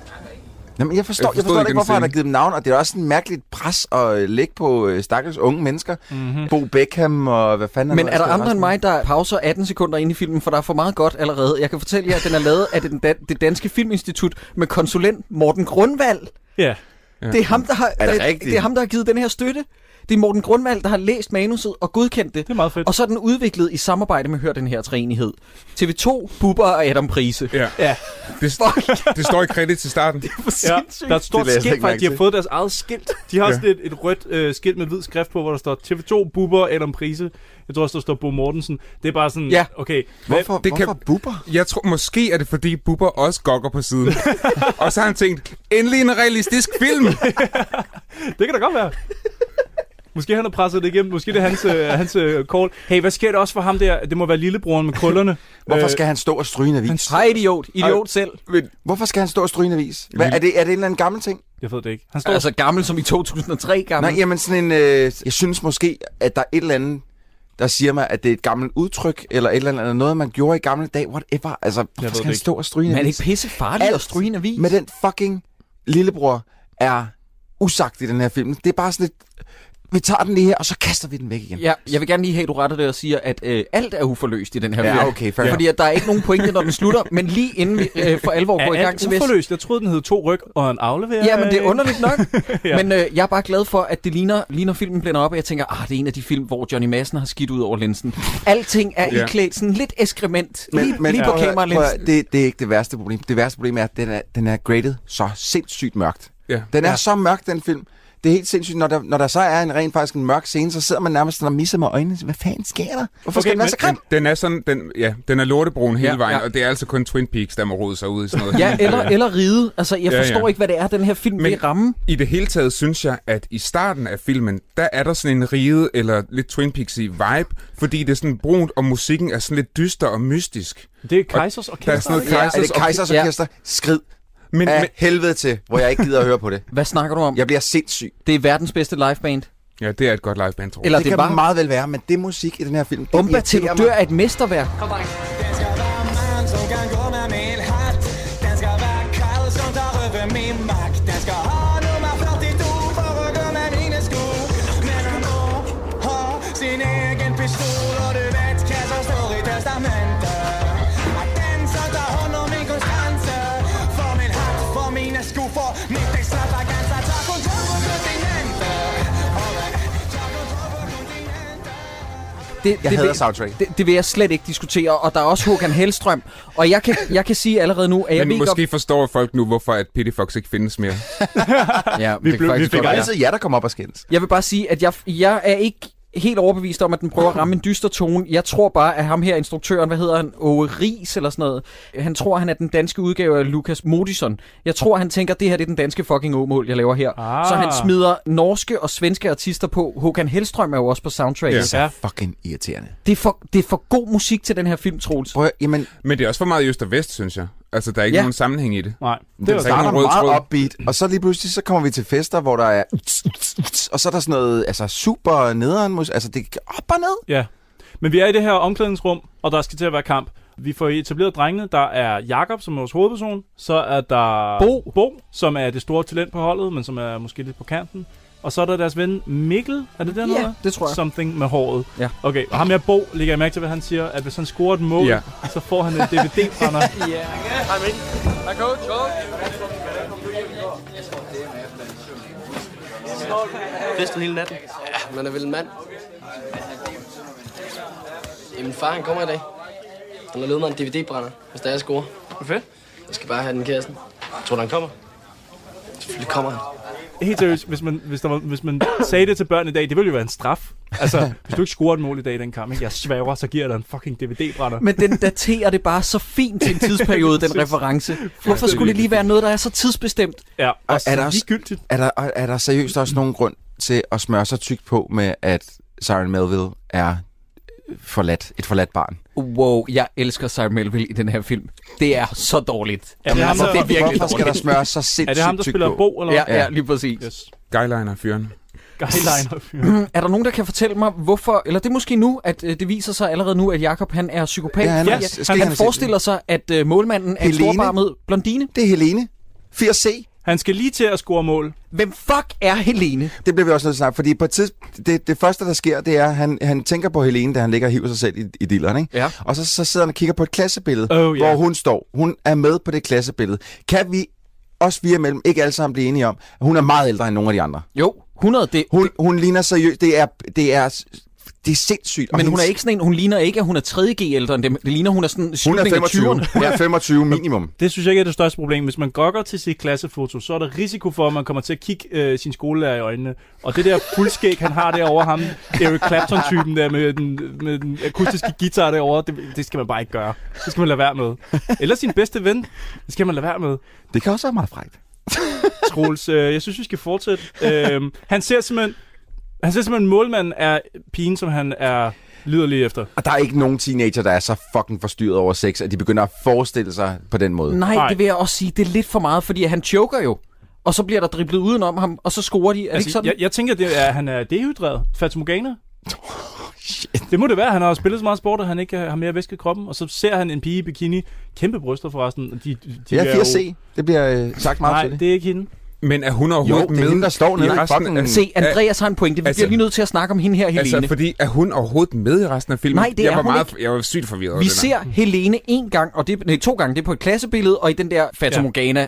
Speaker 7: Jamen, jeg forstår,
Speaker 6: Jeg
Speaker 7: jeg forstår, jeg
Speaker 6: forstod
Speaker 7: forstår
Speaker 6: ikke
Speaker 7: ikke,
Speaker 6: den
Speaker 7: hvorfor han har
Speaker 6: scene.
Speaker 7: givet dem navn, og det er også sådan et mærkeligt pres at øh, lægge på øh, stakkels unge mennesker. Mm-hmm. Bo Beckham og hvad fanden
Speaker 1: Mhm. Men er der andre end mig, der pauser 18 sekunder ind i filmen, for der er for meget godt allerede? Jeg kan fortælle jer, at den er lavet af den dan- det Danske Filminstitut med konsulent Morten Grundvald.
Speaker 8: Ja.
Speaker 1: Ja. Det, er ham, der har,
Speaker 7: Er det
Speaker 1: der,
Speaker 7: rigtigt?
Speaker 1: det er ham, der har givet den her støtte. Det er Morten Grundvald, der har læst manuset og godkendt det.
Speaker 8: Det er meget fedt.
Speaker 1: Og så er den udviklet i samarbejde med Hør den her træenighed. TV2, Bubber og Adam Prise.
Speaker 6: Ja.
Speaker 8: Ja.
Speaker 6: Det, det står i kredit til starten.
Speaker 8: Ja, der er et
Speaker 7: Det
Speaker 8: stort
Speaker 7: lagde jeg slet
Speaker 8: skilt
Speaker 7: ikke mærke
Speaker 8: faktisk. De har
Speaker 7: til.
Speaker 8: fået deres eget skilt. De har
Speaker 6: Ja.
Speaker 8: sådan et, et rødt øh, skilt med hvid skrift på, hvor der står TV2, Bubber, Adam Prise. Jeg tror også, der står Bo Mortensen. Det er bare sådan,
Speaker 1: Ja.
Speaker 8: okay.
Speaker 7: Hvorfor, det
Speaker 6: Det kan-
Speaker 7: hvorfor kan... buber?
Speaker 6: Jeg tror, måske er det fordi Bubber også gokker på siden. og så har han tænkt, endelig en realistisk film!
Speaker 8: Det kan da godt være. Måske han har presset det igennem. Måske det er hans, øh, hans øh, call. Hey, hvad sker der også for ham der? Det må være lillebroren med krøllerne.
Speaker 7: Hvorfor
Speaker 8: Øh,
Speaker 7: skal han stå og stryge en avis?
Speaker 1: Hej idiot. Idiot selv.
Speaker 7: Hvorfor skal han stå og stryge en avis? Hvad, er, det, er det en eller anden gammel ting?
Speaker 8: Jeg ved det ikke. Han står
Speaker 1: Altså gammel som i 2003 gammel.
Speaker 7: Nej, jamen sådan en... Øh, jeg synes måske, at der er et eller andet, der siger mig, at det er et gammelt udtryk, eller et eller andet, eller noget, man gjorde i gamle dage, whatever. Altså, hvorfor
Speaker 8: ved
Speaker 7: skal
Speaker 8: det
Speaker 7: han
Speaker 8: ikke.
Speaker 7: stå og stryge en
Speaker 1: Men er det
Speaker 7: avis?
Speaker 1: ikke pisse farligt at
Speaker 7: Alt
Speaker 1: stryge en avis?
Speaker 7: Med den fucking lillebror er usagt i den her film. Det er bare sådan et... Vi tager den lige her, og så kaster vi den væk igen.
Speaker 1: Ja, jeg vil gerne lige have, at du retter det og siger, at øh, alt er uforløst i den her
Speaker 7: Ja,
Speaker 1: film.
Speaker 7: okay, fair.
Speaker 1: Fordi at der er ikke nogen pointe, når den slutter, men lige inden vi øh, for alvor går i
Speaker 8: er
Speaker 1: gang
Speaker 8: alt
Speaker 1: til vest.
Speaker 8: uforløst. Jeg troede, den hed to ryg og en aflevering.
Speaker 1: Ja, men det er underligt nok.
Speaker 8: Ja.
Speaker 1: ja. Men øh, jeg er bare glad for, at det ligner, lige når filmen blænder op, og jeg tænker, ah, det er en af de film, hvor Johnny Madsen har skidt ud over linsen. Alting er
Speaker 6: Ja.
Speaker 1: ja. iklædt sådan lidt eskrement, men, lige, lige på
Speaker 7: prøv at høre, prøv at
Speaker 1: kameralinsen.
Speaker 7: høre, det, det er ikke det værste problem. Det værste problem er, at den er, den er graded så sindssygt mørkt.
Speaker 6: Ja.
Speaker 7: Den er så mørk, den film. Det er helt sindssygt. Når der, når der så er en rent faktisk en mørk scene, så sidder man nærmest sådan og misser med øjnene. Hvad fanden sker der? Hvorfor okay, skal den være så grim?
Speaker 6: Den, den er sådan, den, ja, den er lortebrun hele
Speaker 1: Ja,
Speaker 6: vejen,
Speaker 1: ja.
Speaker 6: og det er altså kun Twin Peaks, der må rode sig ud i sådan noget.
Speaker 1: Ja, eller, eller ride. Altså, jeg
Speaker 6: Ja, ja.
Speaker 1: forstår ja, ja. ikke, hvad det er, den her film
Speaker 6: Men-
Speaker 1: vil ramme.
Speaker 6: I det hele taget synes jeg, at i starten af filmen, der er der sådan en ride eller lidt Twin peaks vibe, fordi det er sådan brunt, og musikken er sådan lidt dyster og mystisk.
Speaker 8: Det er Kejsers
Speaker 6: Der er sådan noget
Speaker 8: Orkester.
Speaker 7: Ja, er det
Speaker 6: Kajsers-
Speaker 7: Kejsers Orkester? Ja. Skrid
Speaker 6: Men,
Speaker 7: af
Speaker 6: men,
Speaker 7: helvede til, hvor jeg ikke gider at høre på det.
Speaker 1: Hvad snakker du om?
Speaker 7: Jeg bliver sindssyg.
Speaker 1: Det er verdens bedste liveband.
Speaker 6: ja, det er et godt liveband, tror jeg.
Speaker 1: Eller
Speaker 7: det, det
Speaker 1: det,
Speaker 7: kan
Speaker 1: var
Speaker 7: meget vel være, men det musik i den her film, det
Speaker 1: Umba til du
Speaker 7: irriterer
Speaker 1: dør
Speaker 7: mig.
Speaker 1: er et mesterværk. Det,
Speaker 7: Jeg
Speaker 1: det
Speaker 7: hader
Speaker 1: vil-
Speaker 7: soundtrack.
Speaker 1: Det, det vil jeg slet ikke diskutere, og der er også Håkan Hellstrøm. Og jeg kan, jeg kan sige allerede nu, at jeg
Speaker 6: Men
Speaker 1: ved
Speaker 6: måske
Speaker 1: godt...
Speaker 6: forstår folk nu, hvorfor at Pity Fox ikke findes mere.
Speaker 1: Ja, vi
Speaker 8: blev- vi fik
Speaker 7: Det er
Speaker 8: Ja.
Speaker 7: altid jer, der kommer op og skændes.
Speaker 1: Jeg vil bare sige, at jeg, jeg er ikke helt overbevist om, at den prøver at ramme en dyster tone. Jeg tror bare, at ham her, instruktøren, hvad hedder han, Åge Ries eller sådan noget, han tror, han er den danske udgave af Lukas Modison. Jeg tror, han tænker, at det her det er den danske fucking åmål, jeg laver her.
Speaker 8: Ah.
Speaker 1: Så han smider norske og svenske artister på. Håkan Hellstrøm er jo også på soundtracket.
Speaker 8: Ja.
Speaker 7: Altså, Fucking irriterende.
Speaker 1: Det, er for, det er for god musik til den her film, Troels.
Speaker 7: Prøv at, jamen,
Speaker 6: Men det er også for meget i øst og vest, synes jeg. Altså, der er ikke
Speaker 1: Ja.
Speaker 6: nogen sammenhæng i det.
Speaker 8: Nej, det
Speaker 7: Den
Speaker 8: var
Speaker 6: der ikke
Speaker 7: starter
Speaker 6: nogen rød
Speaker 7: meget
Speaker 6: tråd.
Speaker 7: upbeat, og så lige pludselig, så kommer vi til fester, hvor der er... Og så er der sådan noget altså, super nederen musik. Altså, det er op og ned.
Speaker 8: Ja. Men vi er i det her omklædningsrum, og der skal til at være kamp. Vi får etableret drengene. Der er Jakob som er vores hovedperson. Så er der
Speaker 1: Bo.
Speaker 8: Bo, som er det store talent på holdet, men som er måske lidt på kanten. Og så er der deres ven Mikkel. Er det den,
Speaker 1: Ja,
Speaker 8: eller?
Speaker 1: det tror jeg.
Speaker 8: Something med håret.
Speaker 1: Ja.
Speaker 8: Okay, og ham her Bo, ligger jeg mærke til, hvad han siger, at hvis han scorer et mål,
Speaker 6: Ja.
Speaker 8: så får han en DVD-brænder.
Speaker 4: Festet hele natten.
Speaker 10: Ja, man er vel en mand. Ja, min far, han kommer i dag. Han har lovet mig en DVD-brænder, hvis der er jeg scorer.
Speaker 4: Fedt.
Speaker 10: Jeg skal bare have den i kassen. Tror du, han kommer? Selvfølgelig kommer han.
Speaker 8: Helt seriøst, hvis man, hvis, der var, hvis man sagde det til børn i dag, det ville jo være en straf. Altså, hvis du ikke scorer et mål i dag i den kamp, ikke? jeg svæver, så giver jeg dig en fucking DVD-brænder.
Speaker 1: Men den daterer det bare så fint til en tidsperiode, den reference. Hvorfor skulle det lige være noget, der er så tidsbestemt?
Speaker 8: Ja,
Speaker 7: Og
Speaker 8: og
Speaker 7: er der
Speaker 8: er det
Speaker 7: også-
Speaker 8: ligegyldigt.
Speaker 7: Er der, er der seriøst også nogen grund til at smøre sig tykt på med, at Siren Melville er øh, forladt, et forladt barn?
Speaker 1: Wow, jeg elsker Simon Melville i den her film. Det er så dårligt.
Speaker 8: Er det ham,
Speaker 1: altså,
Speaker 8: der-
Speaker 1: det er virkelig
Speaker 7: Hvorfor skal der
Speaker 1: dårligt.
Speaker 7: smøre sig
Speaker 8: Er
Speaker 7: sindssygt
Speaker 8: det ham, der
Speaker 7: tykt
Speaker 8: spiller
Speaker 7: på?
Speaker 8: Bo, eller
Speaker 1: Ja,
Speaker 8: hvad?
Speaker 1: ja, lige præcis.
Speaker 8: Yes.
Speaker 6: Guyliner fyren.
Speaker 8: Guyliner.
Speaker 1: Er der nogen, der kan fortælle mig, hvorfor... Eller det er måske nu, at øh, det viser sig allerede nu, at Jakob han er psykopat.
Speaker 7: Ja, han,
Speaker 8: Ja,
Speaker 7: er,
Speaker 8: han
Speaker 7: skal
Speaker 1: han,
Speaker 7: ikke
Speaker 1: han forestiller sig, at øh, målmanden er en
Speaker 7: Helene.
Speaker 1: storbarmet blondine.
Speaker 7: Det er Helene. 4C.
Speaker 8: Han skal lige til at score mål.
Speaker 1: Hvem fuck er Helene?
Speaker 7: Det bliver vi også nødt til at snakke, fordi på et tids, det, det første, der sker, det er, at han, han tænker på Helene, da han ligger og hiver sig selv i, i dilleren, ikke?
Speaker 1: Ja.
Speaker 7: Og så, så sidder han og kigger på et klassebillede,
Speaker 8: Oh, ja.
Speaker 7: hvor hun står. Hun er med på det klassebillede. Kan vi også vi imellem ikke alle sammen blive enige om, at hun er meget ældre end nogle af de andre?
Speaker 1: Jo, 100 det.
Speaker 7: Hun, hun ligner seriøst. Det er, det er, det er sindssygt. Og
Speaker 1: Men hun
Speaker 7: hendes-
Speaker 1: er ikke sådan en, hun ligner ikke, at hun er 3G ældre end dem. Det ligner, hun er sådan
Speaker 7: Hun er
Speaker 1: slutningen af
Speaker 7: 25.
Speaker 1: 20'erne.
Speaker 7: Hun er 25 minimum.
Speaker 8: Det synes jeg ikke er det største problem. Hvis man gokker til sit klassefoto, så er der risiko for, at man kommer til at kigge øh, sin skolelærer i øjnene. Og det der fuldskæg, han har derovre ham, Eric Clapton-typen der med den, med den akustiske guitar derovre, det, det skal man bare ikke gøre. Det skal man lade være med. Eller sin bedste ven, det skal man lade være med.
Speaker 7: Det kan også være meget frækt.
Speaker 8: Troels, øh, jeg synes, vi skal fortsætte. Øh, han ser simpelthen... Han ser simpelthen, at målmanden er pigen, som han er liderlig efter.
Speaker 7: Og der er ikke nogen teenager, der er så fucking forstyrret over sex, at de begynder at forestille sig på den måde.
Speaker 1: Nej,
Speaker 8: Nej.
Speaker 1: det vil jeg også sige. Det er lidt for meget, fordi han choker jo. Og så bliver der driblet udenom ham, og så scorer de. Er det ikke
Speaker 8: Altså,
Speaker 1: sådan?
Speaker 8: jeg, jeg tænker, det er, at han er dehydreret. Fatumogana. Det må det være. Han har spillet så meget sport, at han ikke har mere væske i kroppen. Og så ser han en pige i bikini. Kæmpe bryster forresten. og De, de
Speaker 7: Ja,
Speaker 8: er
Speaker 7: 4C. Det bliver øh, sagt meget
Speaker 8: Nej,
Speaker 7: tydeligt.
Speaker 8: det er ikke hende.
Speaker 6: Men er hun
Speaker 7: Jo,
Speaker 6: overhovedet
Speaker 7: det er
Speaker 6: med?
Speaker 7: hende, der står
Speaker 6: i
Speaker 7: nede i
Speaker 6: resten af-
Speaker 7: fucking-
Speaker 1: Se, Andreas har en pointe. Vi
Speaker 6: Altså-
Speaker 1: bliver lige nødt til at snakke om hende her, Helene.
Speaker 6: Altså, fordi er hun overhovedet med i resten af filmen?
Speaker 1: Nej, det
Speaker 6: jeg
Speaker 1: er
Speaker 6: var
Speaker 1: hun
Speaker 6: meget,
Speaker 1: ikke.
Speaker 6: Jeg var sygt forvirret over
Speaker 1: Vi
Speaker 6: det der.
Speaker 1: ser Helene en gang, og det, nej, to gange. Det er på et klassebillede, og i den der fatamorgana ja.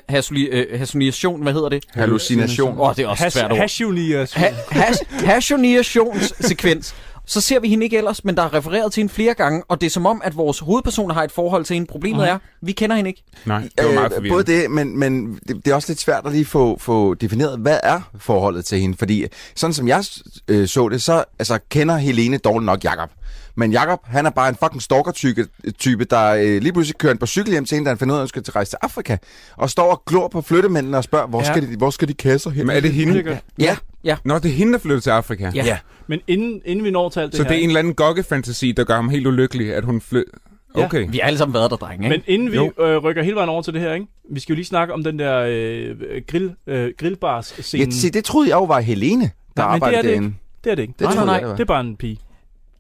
Speaker 1: hallucination, hvad hedder det?
Speaker 7: Hallucination.
Speaker 1: Åh, oh, det er også
Speaker 8: Has,
Speaker 1: Has, svært ord.
Speaker 8: Hashunias.
Speaker 1: Ha- has- Hallucinationssekvens. Så ser vi hende ikke ellers, men der er refereret til hende flere gange, og det er som om, at vores hovedpersoner har et forhold til hende. Problemet er, vi kender hende ikke.
Speaker 6: Nej, det var meget
Speaker 7: Øh,
Speaker 6: forvirrende.
Speaker 7: både det, men, men det, det er også lidt svært at lige få, få defineret, hvad er forholdet til hende? Fordi sådan som jeg øh, så det, så altså, kender Helene dårligt nok Jakob. Men Jakob, han er bare en fucking stalker-type, type, der øh, lige pludselig kører en på cykel hjem til hende, da han finder ud af, at han skal til rejse til Afrika, og står og glor på flyttemændene og spørger, hvor,
Speaker 8: Ja.
Speaker 7: ja. skal, de, hvor skal de kasser hen?
Speaker 6: Men er det hende?
Speaker 7: Ja,
Speaker 6: Nå, det er hende, der flytter til Afrika.
Speaker 1: Ja.
Speaker 8: Men inden, inden vi når til alt det
Speaker 6: Så
Speaker 8: her...
Speaker 6: det er en eller anden gokke-fantasi, der gør ham helt ulykkelig, at hun flytter...
Speaker 8: Ja.
Speaker 6: Okay.
Speaker 1: Vi har alle sammen været der, drenge. Ikke?
Speaker 8: Men inden vi
Speaker 6: Jo.
Speaker 8: øh, rykker hele vejen over til det her, ikke? vi skal jo lige snakke om den der øh, grill, øh, grillbars-scene.
Speaker 7: ja se, det troede jeg jo var Helene, der
Speaker 8: Nej, men
Speaker 7: arbejder
Speaker 8: det er det
Speaker 7: derinde.
Speaker 8: Det er det ikke.
Speaker 7: Det
Speaker 8: nej, nej,
Speaker 7: troede
Speaker 8: nej.
Speaker 7: jeg, det var.
Speaker 8: det er bare en pige,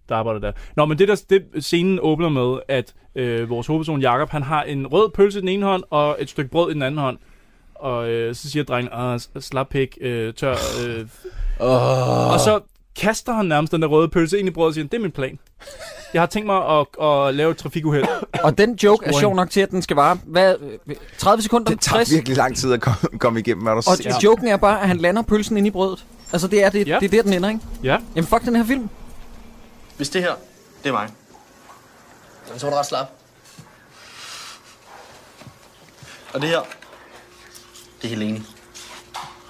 Speaker 8: der arbejder der. Nå, men det der det, scenen åbner med, at øh, vores hovedperson Jakob, han har en rød pølse i den ene hånd, og et stykke brød i den anden hånd. Og øh, så siger drengen, "Ah, s- slap pik, øh, tør. Øh. Og så kaster han nærmest den der røde pølse ind i brødet og siger, det er min plan. Jeg har tænkt mig at, at lave et trafikuheld.
Speaker 1: Og den joke er
Speaker 8: Scoring.
Speaker 1: sjov nok til, at den skal vare hvad, øh, 30 sekunder?
Speaker 7: Det tager virkelig lang tid at komme, komme igennem, hvad du
Speaker 1: Og
Speaker 7: siger.
Speaker 1: joken er bare, at han lander pølsen ind i brødet. Altså, det er, det,
Speaker 8: Ja.
Speaker 1: det er der, den ender, ikke?
Speaker 8: Ja.
Speaker 1: Jamen, fuck den her film.
Speaker 4: Hvis det her, det er mig.
Speaker 10: Jeg tror, du er ret slap.
Speaker 4: Og det her, det er Helene.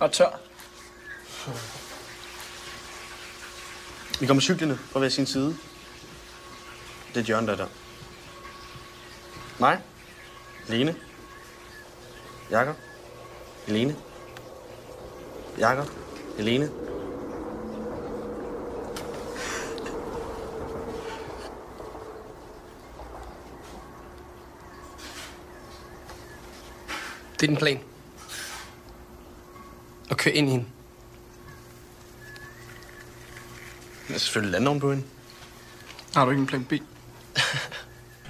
Speaker 10: Ret tør.
Speaker 4: Vi kommer cyklerne fra hver sin side. Det er Jørgen, der er der. Mig. Lene. Jakob. Helene. Jakob. Helene.
Speaker 10: Det er din plan. At køre ind i hende.
Speaker 4: Jeg er selvfølgelig lande ovenpå hende.
Speaker 10: Har du ikke en plan B?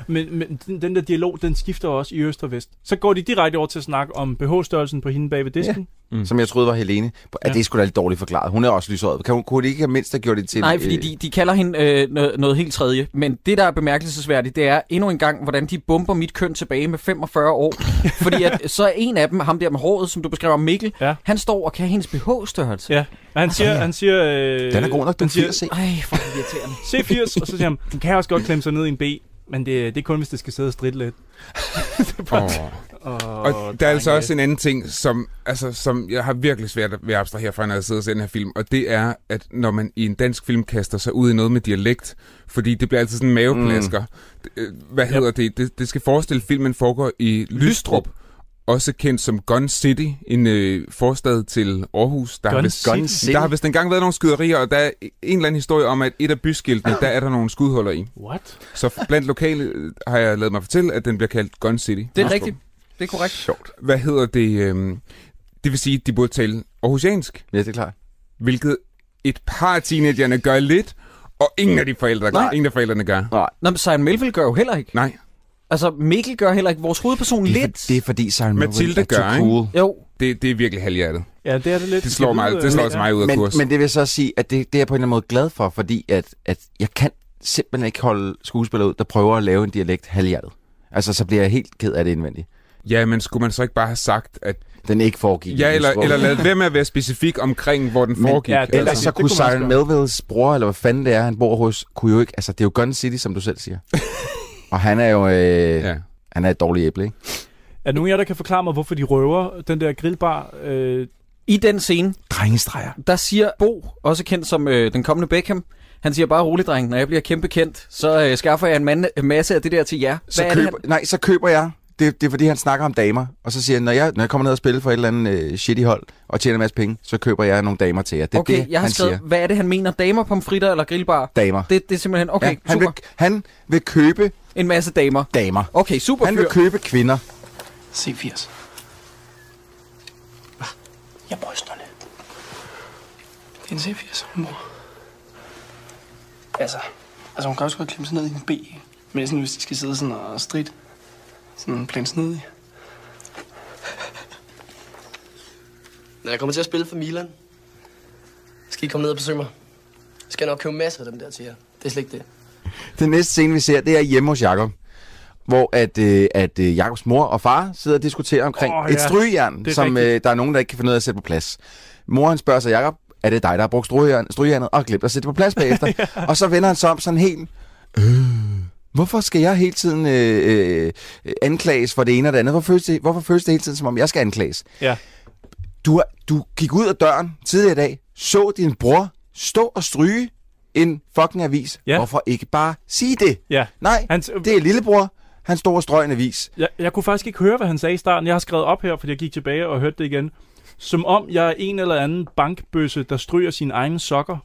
Speaker 8: Men, men den, den der dialog, den skifter også i øst og vest. Så går de direkte over til at snakke om BH-størrelsen på hende bag ved disken.
Speaker 7: Mm. Som jeg troede var Helene. Ja. Det er sgu da lidt dårligt forklaret. Hun er også lyshåret. Kan hun, kunne hun ikke have mindst have gjort det til... øh,
Speaker 1: Nej, fordi de, de kalder hende øh, noget, noget helt tredje. Men det, der er bemærkelsesværdigt, det er endnu en gang, hvordan de bomber mit køn tilbage med 45 år. fordi at, så er en af dem, ham der med håret, som du beskriver, Mikkel,
Speaker 8: Ja.
Speaker 1: ja. han står og kan hendes BH-størrelse.
Speaker 8: Ja. Og han siger... Han siger øh,
Speaker 7: Den er god nok, den
Speaker 8: han siger,
Speaker 7: siger, se.
Speaker 1: Ej, for irriterende.
Speaker 8: C80, og så siger han, den kan også godt klemme sig ned i en B, men det, det er kun, hvis det skal sidde og stritte lidt.
Speaker 6: Oh.
Speaker 8: Og,
Speaker 6: Og der er altså også en anden ting, som, altså, som jeg har virkelig svært ved at abstrahere fra, når jeg sidder og ser den her film, og det er, at når man i en dansk film kaster sig ud i noget med dialekt, fordi det bliver altid sådan en maveplasker. Mm. Øh, Hvad hedder det? det? Det skal forestille, at filmen foregår i Lystrup, også kendt som Gun City, en øh, forstad til Aarhus. Der har
Speaker 8: Gun
Speaker 6: vist,
Speaker 8: Gun
Speaker 7: City?
Speaker 6: Der har vist engang været nogle skyderier, og der er en eller anden historie om, at et af byskiltene, der er der nogle skudhuller i.
Speaker 8: What?
Speaker 6: Så blandt lokale øh, har jeg lavet mig fortælle, at den bliver kaldt Gun City.
Speaker 1: Det er
Speaker 6: Lystrup
Speaker 1: rigtigt. Det er korrekt.
Speaker 7: Sjovt.
Speaker 6: hvad hedder det, øhm, det vil sige, at de burde tale aarhusiansk,
Speaker 7: Ja, det er klart.
Speaker 6: hvilket et par af teenagerne gør lidt, og ingen af de forældre gør.
Speaker 7: Nej.
Speaker 6: Ingen af forældrene gør.
Speaker 7: Nej.
Speaker 1: Nå, men Simon Melville gør jo heller ikke.
Speaker 6: Nej.
Speaker 1: Altså, Mikkel gør heller ikke. Vores hovedperson
Speaker 7: Det er,
Speaker 1: lidt.
Speaker 7: for, det er fordi Søren
Speaker 6: Mathilde
Speaker 7: Mathilde er
Speaker 6: gør,
Speaker 7: gør,
Speaker 6: ikke?
Speaker 7: cool.
Speaker 1: Jo,
Speaker 6: Det, det er virkelig halvhjertet.
Speaker 8: Ja, det er det lidt.
Speaker 6: Det slår mig,
Speaker 8: lyder,
Speaker 6: det slår
Speaker 8: øh,
Speaker 6: også mig ud af
Speaker 7: Men,
Speaker 6: kurs.
Speaker 7: men det vil så sige, at det, det er jeg på en eller anden måde glad for, fordi at, at jeg kan simpelthen ikke holde skuespillere ud, der prøver at lave en dialekt halvhjertet. Altså, så bliver jeg helt ked af det indvendigt.
Speaker 6: Ja, men skulle man så ikke bare have sagt, at...
Speaker 7: Den ikke foregik. i
Speaker 6: Ja, eller,
Speaker 7: Lystrup.
Speaker 6: eller lad være med at være specifik omkring, hvor den
Speaker 7: Men-
Speaker 6: foregik.
Speaker 8: Ja, det er
Speaker 6: altså.
Speaker 7: Ellers så
Speaker 8: det kunne
Speaker 7: kunne
Speaker 8: man også
Speaker 7: Siren Melvilles bror, eller hvad fanden det er, han bor hos, kunne jo ikke... Altså, det er jo Gun City, som du selv siger. Og han er jo... Øh, ja.
Speaker 6: ja.
Speaker 7: Han er et dårligt æble, ikke?
Speaker 8: Er der nogen af jer, der kan forklare mig, hvorfor de røver den der grillbar? Øh,
Speaker 1: i den scene,
Speaker 7: Drengestreger.
Speaker 1: der siger Bo, også kendt som øh, den kommende Beckham, han siger bare rolig, dreng, når jeg bliver kæmpe kendt, så øh, skaffer jeg en mand, en masse af det der til jer. Hvad
Speaker 7: Så
Speaker 1: er det,
Speaker 7: køber,
Speaker 1: han-
Speaker 7: Nej, så køber jeg. Det, det er fordi, han snakker om damer. Og så siger han, når jeg, når jeg kommer ned og spiller for et eller andet øh, shitty hold, og tjener en masse penge, så køber jeg nogle damer til jer. Det er
Speaker 1: okay,
Speaker 7: det,
Speaker 1: jeg har
Speaker 7: han
Speaker 1: skrevet,
Speaker 7: siger.
Speaker 1: hvad er det, han mener? Damer, pomfritter eller grillbar?
Speaker 7: Damer.
Speaker 1: Det, det er simpelthen, okay,
Speaker 7: ja, han,
Speaker 1: super.
Speaker 7: vil, han vil købe
Speaker 1: En masse damer.
Speaker 7: damer.
Speaker 1: Okay, super
Speaker 7: Han
Speaker 1: fyr.
Speaker 7: vil købe kvinder.
Speaker 4: C80.
Speaker 2: Jeg bryster lidt.
Speaker 4: Det er en C80, mor. Altså, altså hun kan også godt klemme sig ned i en B. ikke? Men sådan, hvis de skal sidde sådan og strid, sådan plans ned i.
Speaker 10: Når jeg kommer til at spille for Milan, skal I komme ned og besøge mig. Skal jeg nok købe masser af dem der til jer. Det er slet ikke det.
Speaker 7: Den næste scene, vi ser, det er hjemme hos Jakob. Hvor at, øh, at øh, Jakobs mor og far sidder og diskuterer omkring
Speaker 8: Åh,
Speaker 7: oh, ja. et
Speaker 8: ja.
Speaker 7: strygjern,
Speaker 8: Det er
Speaker 7: som
Speaker 8: rigtigt.
Speaker 7: øh, der er nogen, der ikke kan finde ud af at sætte på plads. Moren spørger sig, Jakob, er det dig, der har brugt strygjern, strygjernet og glemt at sætte det på plads bagefter? Og så vender han sig om sådan helt... Øh, hvorfor skal jeg hele tiden øh, øh, øh, anklages for det ene og det andet? Hvorfor føles det, hvorfor føles det hele tiden, som om jeg skal anklages?
Speaker 8: ja.
Speaker 7: Du, du gik ud af døren tidligere i dag, så din bror stå og stryge en fucking avis.
Speaker 8: Ja.
Speaker 7: Hvorfor ikke bare sige det?
Speaker 8: Ja.
Speaker 7: Nej,
Speaker 8: Hans- øh,
Speaker 7: Hans, det er lillebror. Han står og strøg en avis.
Speaker 8: Jeg, jeg kunne faktisk ikke høre, hvad han sagde i starten. Jeg har skrevet op her, fordi jeg gik tilbage og hørte det igen. Som om jeg er en eller anden bankbøsse, der stryger sine egne sokker.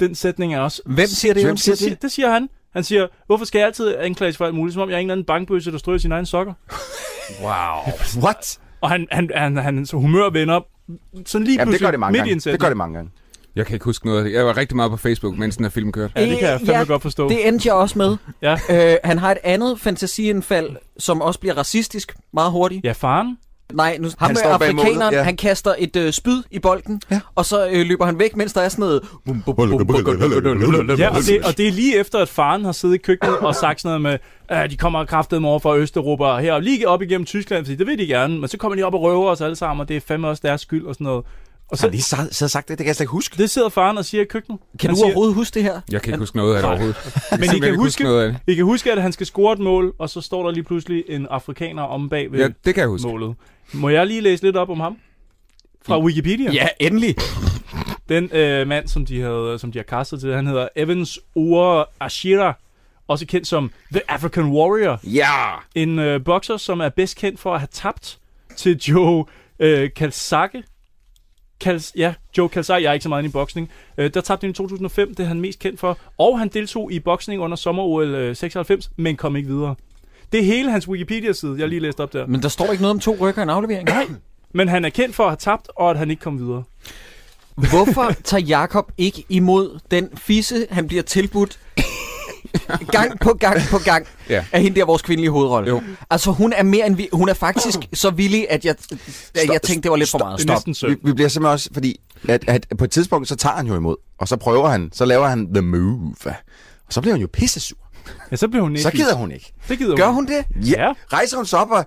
Speaker 8: Den sætning er også...
Speaker 1: Hvem siger det?
Speaker 7: Hvem
Speaker 1: Hvem?
Speaker 7: siger
Speaker 8: Det,
Speaker 7: det?
Speaker 8: det siger han. Han siger, hvorfor skal jeg altid anklages for alt muligt, som om jeg er en eller anden bankbøsse, der stryger sine egne sokker?
Speaker 7: What?
Speaker 8: Og han, han, han, han så humør vender op. Sådan lige
Speaker 7: Jamen, det
Speaker 8: pludselig
Speaker 7: gør det mange
Speaker 8: midt i en
Speaker 7: gange. Det
Speaker 8: sætning.
Speaker 7: gør det mange gange.
Speaker 6: Jeg kan ikke huske noget af det. Jeg var rigtig meget på Facebook, mens den her film kørte.
Speaker 8: Ja, det kan jeg fandme
Speaker 1: Ja,
Speaker 8: godt forstå.
Speaker 1: Det endte jeg også med.
Speaker 8: Ja.
Speaker 1: Øh, han har et andet fantasiindfald, som også bliver racistisk meget hurtigt.
Speaker 8: Ja, faren.
Speaker 1: Nej, nu, ham med
Speaker 7: står bag målet,
Speaker 1: afrikaneren,
Speaker 7: ja.
Speaker 1: han kaster et øh, spyd i bolden, ja. og så øh, løber han væk, mens der er sådan noget...
Speaker 8: Ja, og det, og det er lige efter, at faren har siddet i køkkenet og sagt sådan noget med, at de kommer kraftedeme over fra Østeuropa og her, og lige op igennem Tyskland, fordi det vil de gerne, men så kommer de op og røver os alle sammen, og det er fandme også deres skyld og sådan noget. Og
Speaker 7: Så har
Speaker 8: så,
Speaker 7: de lige sad- siddet og sagt det? Det kan jeg slet ikke huske.
Speaker 8: det sidder faren og siger i køkkenet.
Speaker 1: Kan
Speaker 8: Han
Speaker 1: du
Speaker 8: siger,
Speaker 1: overhovedet huske det her?
Speaker 6: Jeg kan ikke huske noget af det overhovedet.
Speaker 8: Men I
Speaker 6: simpelthen
Speaker 8: kan,
Speaker 6: ikke huske
Speaker 8: huske,
Speaker 6: noget af det.
Speaker 8: I kan huske, at han skal score et mål, og så står der lige pludselig en afrikaner om bag ved
Speaker 6: Ja, det kan jeg huske.
Speaker 8: målet. Må jeg lige læse lidt op om ham? Fra Wikipedia.
Speaker 1: Ja, endelig.
Speaker 8: Den øh, mand, som de, havde, som de har castet til, han hedder Evans Ora Ashira, også kendt som The African Warrior.
Speaker 6: Ja!
Speaker 8: En øh, bokser, som er bedst kendt for at have tabt til Joe øh, Kalsake. Kals, ja, Joe Kalsake. Jeg er ikke så meget inde i boksning. Øh, der tabte han i 2005, det er han mest kendt for. Og han deltog i boksning under sommer-OL øh, 96, men kom ikke videre. Det er hele hans Wikipedia-side, jeg lige læste op der.
Speaker 1: Men der står ikke noget om to rykker og en aflevering. Nej.
Speaker 8: Men han er kendt for at have tabt, og at han ikke kom videre.
Speaker 1: Hvorfor tager Jakob ikke imod den fisse, han bliver tilbudt gang på gang på gang
Speaker 6: Ja.
Speaker 1: ja. af hende der vores kvindelige hovedrolle.
Speaker 6: Jo.
Speaker 1: Jo. Altså hun er mere end vi, hun er faktisk så villig at jeg at jeg tænkte det var lidt for meget.
Speaker 8: Det er næsten
Speaker 7: Vi,
Speaker 8: sødt.
Speaker 7: vi bliver simpelthen også, fordi at, at på et tidspunkt, så tager han jo imod, og så prøver han, så laver han the move. Og så bliver hun jo pissesur.
Speaker 8: Ja, så bliver hun ikke.
Speaker 7: Så gider hun ikke.
Speaker 8: Det gider
Speaker 1: Gør hun det?
Speaker 8: Ja.
Speaker 7: Rejser hun sig op og...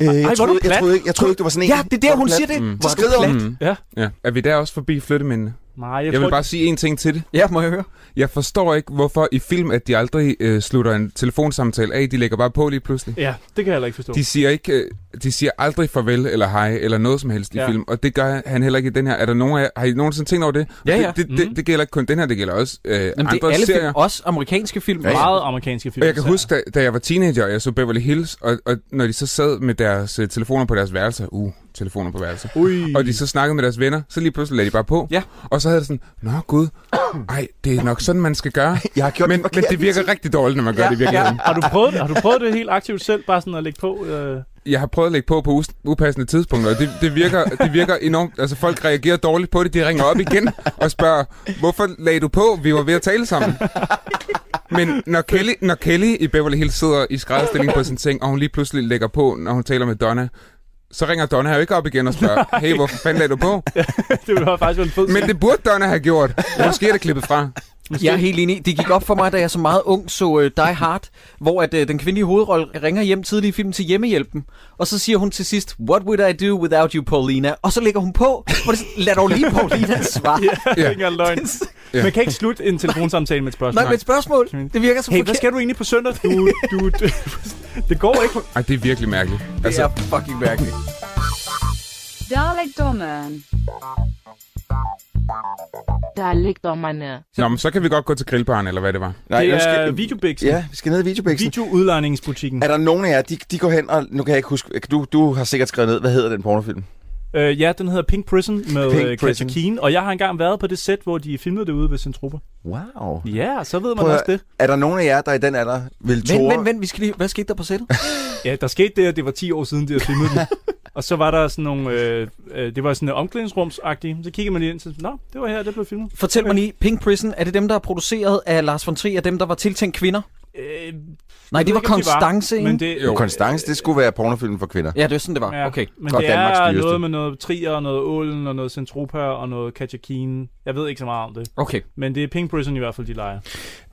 Speaker 7: Øh,
Speaker 8: hvor er
Speaker 7: jeg,
Speaker 8: du
Speaker 7: troede, jeg,
Speaker 8: plat.
Speaker 7: troede ikke, jeg troede ikke, du var sådan en.
Speaker 1: Ja, det er der hun siger det.
Speaker 7: Så
Speaker 1: Hvor er du
Speaker 7: skrider hun.
Speaker 1: plat?
Speaker 6: Mm.
Speaker 8: Ja.
Speaker 6: Ja. Er vi der også forbi flyttemændene?
Speaker 8: Nej, jeg,
Speaker 6: Jeg
Speaker 8: tror,
Speaker 6: vil bare sige en ting til det.
Speaker 1: Ja, må jeg høre.
Speaker 6: Jeg forstår ikke, hvorfor i film, at de aldrig øh, slutter en telefonsamtale af. De lægger bare på lige pludselig.
Speaker 8: Ja, det kan jeg heller ikke forstå.
Speaker 6: De siger, ikke, øh, de siger aldrig farvel eller hej eller noget som helst i
Speaker 8: Ja.
Speaker 6: film, og det gør han heller ikke i den her. Er der nogen af jer, har I nogensinde tænkt over det? Og
Speaker 1: Ja, ja.
Speaker 6: Det, det, det, det gælder ikke kun den her, det gælder også øh,
Speaker 1: Jamen, det er
Speaker 6: andre
Speaker 1: alle
Speaker 6: serier.
Speaker 1: film, også amerikanske film.
Speaker 7: Ja, ja.
Speaker 8: Meget amerikanske film.
Speaker 6: Og jeg kan
Speaker 8: især.
Speaker 6: huske, da, da jeg var teenager, og jeg så Beverly Hills, og, og når de så sad med deres øh, telefoner på deres værelser, uh, telefoner på værelser,
Speaker 8: Ui.
Speaker 6: og de så snakkede med deres venner, så lige pludselig lagde de bare på.
Speaker 1: Ja.
Speaker 6: Og så havde det sådan, nå gud, ej, det er nok sådan, man skal gøre.
Speaker 7: Jeg har gjort
Speaker 6: men,
Speaker 7: det
Speaker 6: men
Speaker 7: forkert.
Speaker 6: det virker rigtig dårligt, når man gør ja. det i virkeligheden.
Speaker 8: Har du prøvet det? Har du prøvet det helt aktivt selv, bare sådan at lægge på? Øh...
Speaker 6: Jeg har prøvet at lægge på på us- upassende tidspunkter, og det, det, virker, det virker enormt. Altså, folk reagerer dårligt på det. De ringer op igen og spørger, hvorfor lagde du på? Vi var ved at tale sammen. Men når Kelly, når Kelly i Beverly Hills sidder i skrædderstilling på sin seng, og hun lige pludselig lægger på, når hun taler med Donna, så ringer Donna jo ikke op igen og spørger, hey, hvorfor fanden lagde du på?
Speaker 8: det ville have faktisk være en fed
Speaker 6: Men det burde Donna have gjort. Måske er det klippet fra.
Speaker 1: Jeg er helt enig. Det gik op for mig, da jeg som meget ung så uh, Die Hard, hvor at, uh, den kvindelige hovedrolle ringer hjem tidligt i filmen til hjemmehjælpen. Og så siger hun til sidst, What would I do without you, Paulina? Og så lægger hun på, hvor det er sådan, lad dog lige Paulina svare.
Speaker 8: Ja, det er ikke engang løgn.
Speaker 6: Ja.
Speaker 8: Man kan ikke slutte en telefonsamtale med et spørgsmål.
Speaker 1: Nej, men et spørgsmål. Det virker så
Speaker 8: Hey, hvad
Speaker 1: forkert.
Speaker 8: skal du egentlig på søndag? Du, du, du, det går ikke.
Speaker 6: Ej, det er virkelig mærkeligt. Altså,
Speaker 1: Det
Speaker 8: Altså-
Speaker 1: er fucking mærkeligt.
Speaker 3: Dalekdommeren. Dalekdommerne.
Speaker 6: Nå, men så kan vi godt gå til grillbaren, eller hvad det var.
Speaker 7: Nej,
Speaker 8: det
Speaker 7: nu
Speaker 8: er
Speaker 7: skal,
Speaker 8: videobiksen.
Speaker 7: ja, vi skal ned i videobæksen.
Speaker 8: Videoudlejningsbutikken.
Speaker 7: Er der nogen af jer, de, de går hen, og nu kan jeg ikke huske, du, du har sikkert skrevet ned, hvad hedder den pornofilm?
Speaker 8: Øh, ja, den hedder Pink Prison med
Speaker 7: Pink
Speaker 8: Pink
Speaker 7: Prison.
Speaker 8: Katja Keen, og jeg har engang været på det sæt, hvor de filmede det ude ved Centropa.
Speaker 7: Wow.
Speaker 8: Ja, så ved man
Speaker 7: Prøv at
Speaker 8: også det.
Speaker 7: Er der nogen af jer, der i den alder vil tåre?
Speaker 1: Vent, vent, vent. Vi skal lige... Hvad skete der på sættet?
Speaker 8: Ja, der skete det, at det var 10 år siden, de havde filmet det. Og så var der sådan nogle, øh, øh, det var sådan noget omklædningsrumsagtigt. Så kigger man lige ind til, nå, det var her, det blev filmet.
Speaker 1: Fortæl mig lige, Pink Prison, er det dem, der er produceret af Lars von Trier, dem, der var tiltænkt kvinder?
Speaker 8: Øh,
Speaker 1: Nej, det var
Speaker 8: ikke, om
Speaker 1: Konstance,
Speaker 8: men
Speaker 1: ikke?
Speaker 8: det,
Speaker 7: Jo, Konstance, det skulle være pornofilmen for kvinder.
Speaker 1: Ja, det var sådan, det var.
Speaker 8: Ja,
Speaker 1: Okay.
Speaker 8: men
Speaker 7: godt.
Speaker 8: det
Speaker 7: Danmarks
Speaker 8: er
Speaker 7: dyreste.
Speaker 8: noget med noget trier, og noget ålen, og noget centropa, og noget kajakine. Jeg ved ikke så meget om det,
Speaker 1: Okay.
Speaker 8: men det er Pink Prison i hvert fald, de leger.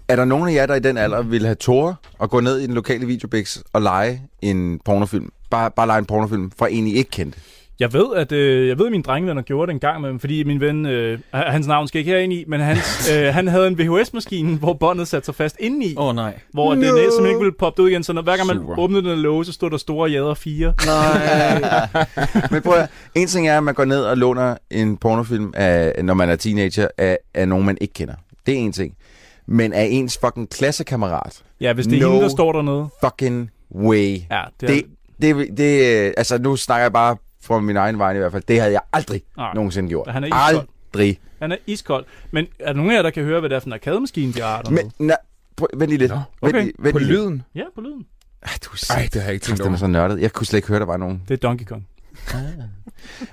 Speaker 7: Er der nogen af jer, der i den alder vil have tårer og gå ned i den lokale videobæks og lege en pornofilm? Bare, bare lege en pornofilm fra en, I ikke kendte.
Speaker 8: Jeg ved, at øh, jeg ved, at mine drengevenner gjorde det en gang med dem, fordi min ven, øh, h- hans navn skal ikke herind i, men hans, øh, han havde en VHS-maskine, hvor båndet satte sig fast indeni,
Speaker 1: Åh, oh, nej.
Speaker 8: hvor no. det næ- simpelthen ikke ville poppe det ud igen, så når, hver gang man
Speaker 6: Super.
Speaker 8: åbnede den og låge, så stod der store jader 4.
Speaker 1: Nej.
Speaker 7: Men prøv at, høre, en ting er, at man går ned og låner en pornofilm, af, når man er teenager, af, af nogen, man ikke kender. Det er en ting. Men af ens fucking klassekammerat.
Speaker 8: Ja, hvis det er
Speaker 7: No.
Speaker 8: no. hende, der står dernede.
Speaker 7: Fucking way.
Speaker 8: Ja, det, er,
Speaker 7: Det, det, det, øh, altså nu snakker jeg bare fra min egen vej i hvert fald. Det havde jeg aldrig
Speaker 8: Nej.
Speaker 7: nogensinde gjort.
Speaker 8: Han er iskold.
Speaker 7: aldrig.
Speaker 8: han er iskold. Men er der nogen af jer, der kan høre, hvad det er for en arkademaskine, de har dernede?
Speaker 7: Men, nej, prøv, vent lige lidt.
Speaker 6: Nå,
Speaker 7: Vent
Speaker 8: okay.
Speaker 7: lige- vent
Speaker 6: På
Speaker 7: lige lidt.
Speaker 6: lyden?
Speaker 8: Ja, på lyden.
Speaker 7: Ah, du er
Speaker 6: Ej, det har jeg ikke tænkt
Speaker 7: Det er
Speaker 6: over.
Speaker 7: så nørdet. Jeg kunne slet ikke høre, der var nogen.
Speaker 8: Det er Donkey Kong.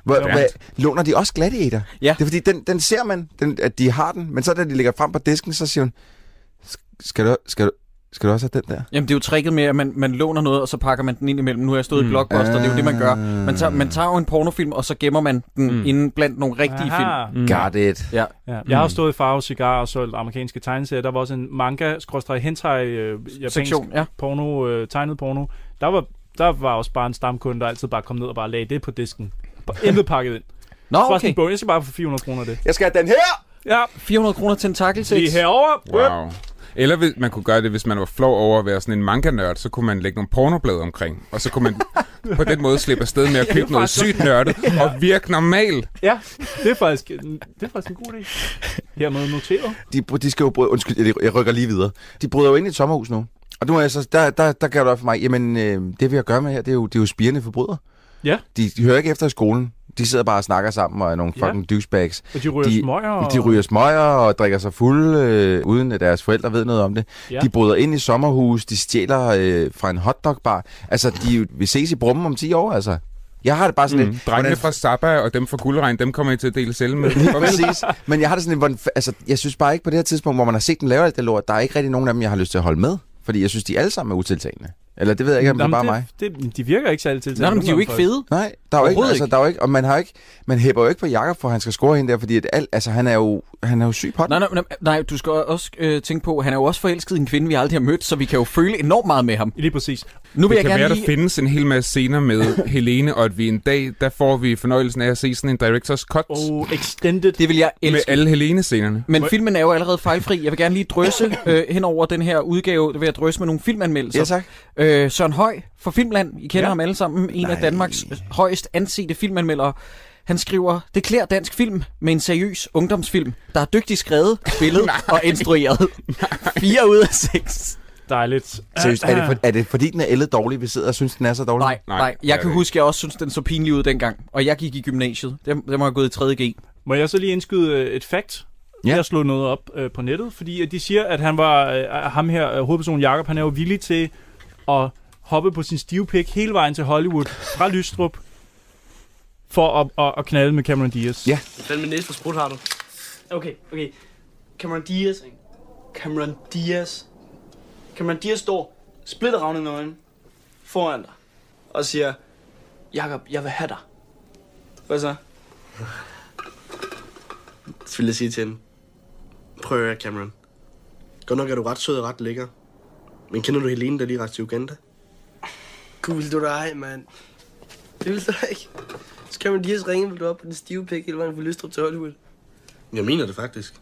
Speaker 7: Hvor,
Speaker 8: Ja.
Speaker 7: hvad, låner de også Gladiator?
Speaker 1: Ja.
Speaker 7: Det er fordi, den, den ser man, den, at de har den, men så da de lægger frem på disken, så siger hun, "Sk- skal du, skal du, skal du også have den der?
Speaker 1: Jamen, det er jo tricket med, at man, man låner noget, og så pakker man den ind imellem. Nu har jeg stået mm. i Blockbuster, det er jo det, man gør. Man tager, man tager jo en pornofilm, og så gemmer man den
Speaker 6: Mm.
Speaker 1: mm. inden blandt nogle rigtige film.
Speaker 8: film.
Speaker 7: Ah. Got it.
Speaker 8: Ja. Jeg har også stået i Farve Cigar og solgt amerikanske tegneserier. Der var også en manga, skråstrej hentai, øh, japansk
Speaker 1: Sektion, ja.
Speaker 8: porno, øh, tegnet porno. Der var, der var også bare en stamkunde, der altid bare kom ned og bare lagde det på disken. Bare Intet pakket ind.
Speaker 1: Nå,
Speaker 8: Bare sådan
Speaker 1: Ah, okay.
Speaker 8: en bog. Jeg skal bare få 400 kroner af det.
Speaker 7: Jeg skal have den her!
Speaker 8: Ja,
Speaker 1: 400 kroner til en
Speaker 8: lige
Speaker 1: takkelseks.
Speaker 8: herovre.
Speaker 6: Wow. Eller hvis man kunne gøre det, hvis man var flov over at være sådan en manga-nørd, så kunne man lægge nogle pornoblade omkring, og så kunne man på den måde slippe afsted med at købe noget sygt nørdet og virke normal.
Speaker 8: Ja, det er faktisk, det er faktisk en god idé. Hermed noteret.
Speaker 7: De, br- de skal jo bryde, undskyld, jeg, jeg rykker lige videre. De bryder jo ind i et sommerhus nu. Og nu er jeg så, der, der, der gør det op for mig, jamen øh, det vi har at gøre med her, det er jo, det er jo spirende forbrydere.
Speaker 8: Ja.
Speaker 7: De, de hører ikke efter i skolen. De sidder bare og snakker sammen og er nogle
Speaker 8: Ja.
Speaker 7: fucking ja. douchebags.
Speaker 8: Og de ryger
Speaker 7: De-
Speaker 8: smøger.
Speaker 7: De ryger smøger og drikker sig fulde, øh, uden at deres forældre ved noget om det. Ja.
Speaker 8: Ja.
Speaker 7: De bryder ind i sommerhus, de stjæler øh, fra en hotdogbar. Altså, de er jo- vi ses i brummen om 10 år, altså. Jeg har det bare sådan mm. lidt...
Speaker 6: Drengene
Speaker 7: hvordan-
Speaker 6: fra Zappa og dem fra Guldregn, dem kommer I til at dele selv med.
Speaker 7: Lige præcis. Men jeg har det sådan lidt, hvordan, altså, jeg synes bare ikke på det her tidspunkt, hvor man har set dem lave alt det lort, der er ikke rigtig nogen af dem, jeg har lyst til at holde med. Fordi jeg synes, de alle sammen er utiltagende. Eller det ved jeg ikke, om det er
Speaker 8: Jamen,
Speaker 7: bare mig.
Speaker 8: Det, de virker ikke særlig tiltagende.
Speaker 1: Nå, men de er jo
Speaker 8: nogen
Speaker 1: ikke
Speaker 8: gange,
Speaker 1: fede.
Speaker 7: Nej, der er jo ikke,
Speaker 1: Overhovedet
Speaker 7: altså,
Speaker 1: ikke.
Speaker 7: der er jo ikke, og man har ikke, man hæber jo ikke på Jakob, for han skal score hende der, fordi at alt, altså, han er jo, han er jo syg på den.
Speaker 1: Nej, nej, nej, nej du skal også øh, tænke på, han er jo også forelsket i en kvinde, vi aldrig har mødt, så vi kan jo føle enormt meget med ham.
Speaker 8: faktisk. Lige præcis.
Speaker 1: Nu vil
Speaker 6: Det
Speaker 1: jeg
Speaker 6: kan
Speaker 1: gerne
Speaker 6: være,
Speaker 1: lige...
Speaker 6: der findes en hel masse scener med Helene, og at vi en dag, der får vi fornøjelsen af at se sådan en director's cut oh,
Speaker 8: Og extended.
Speaker 1: Det vil jeg
Speaker 6: med
Speaker 1: elske.
Speaker 6: alle Helene-scenerne.
Speaker 1: Men filmen er jo allerede fejlfri. Jeg vil gerne lige drøse øh, hen over den her udgave. Det vil jeg drøse med nogle filmanmeldelser.
Speaker 7: Ja, tak.
Speaker 1: Øh, Søren Høj fra Filmland. I kender ja.
Speaker 8: Ja.
Speaker 1: ham alle sammen. En Nej. af Danmarks højst ansete filmanmeldere. Han skriver, det klæder dansk film med en seriøs ungdomsfilm, der er dygtigt skrevet, spillet og instrueret. Fire ud af seks.
Speaker 8: Dejligt. Ah,
Speaker 7: Seriøst, er det, for, er det fordi, den er ældet dårlig, vi sidder og synes, den er så dårlig?
Speaker 1: Nej, nej.
Speaker 6: Nej,
Speaker 1: nej.
Speaker 6: det er
Speaker 1: Jeg kan
Speaker 6: det
Speaker 1: huske, at jeg også synes, den så pinlig ud dengang. Og jeg gik i gymnasiet. Den, den var jeg gået i 3.G.
Speaker 8: ah. Må jeg så lige indskyde øh, et fakt?
Speaker 7: Ja.
Speaker 8: Ja. Jeg slog noget op øh, på nettet, fordi at de siger, at han var, øh, ham her, øh, hovedpersonen Jakob, han er jo villig til at hoppe på sin stive pik hele vejen til Hollywood fra Lystrup for at, at, at knalde med Cameron Diaz.
Speaker 7: Ja.
Speaker 10: Hvad fanden med næse for sprut har du?
Speaker 4: Okay, okay. Cameron Diaz, ikke? Cameron Diaz. Cameron Diaz står splitterravne nøgen foran dig og siger, Jakob, jeg vil have dig. Hvad så?
Speaker 10: Så vil jeg sige til hende. Prøv at høre, Cameron. Godt nok er du ret sød og ret lækker. Men kender du Helene, der lige rejste til Uganda?
Speaker 4: Gud, du dig, mand. Det vil du da ikke. Så Cameron Diaz ringe, vil du op på den stive pik hele vejen fra Lystrup til Hollywood.
Speaker 10: Jeg mener det faktisk.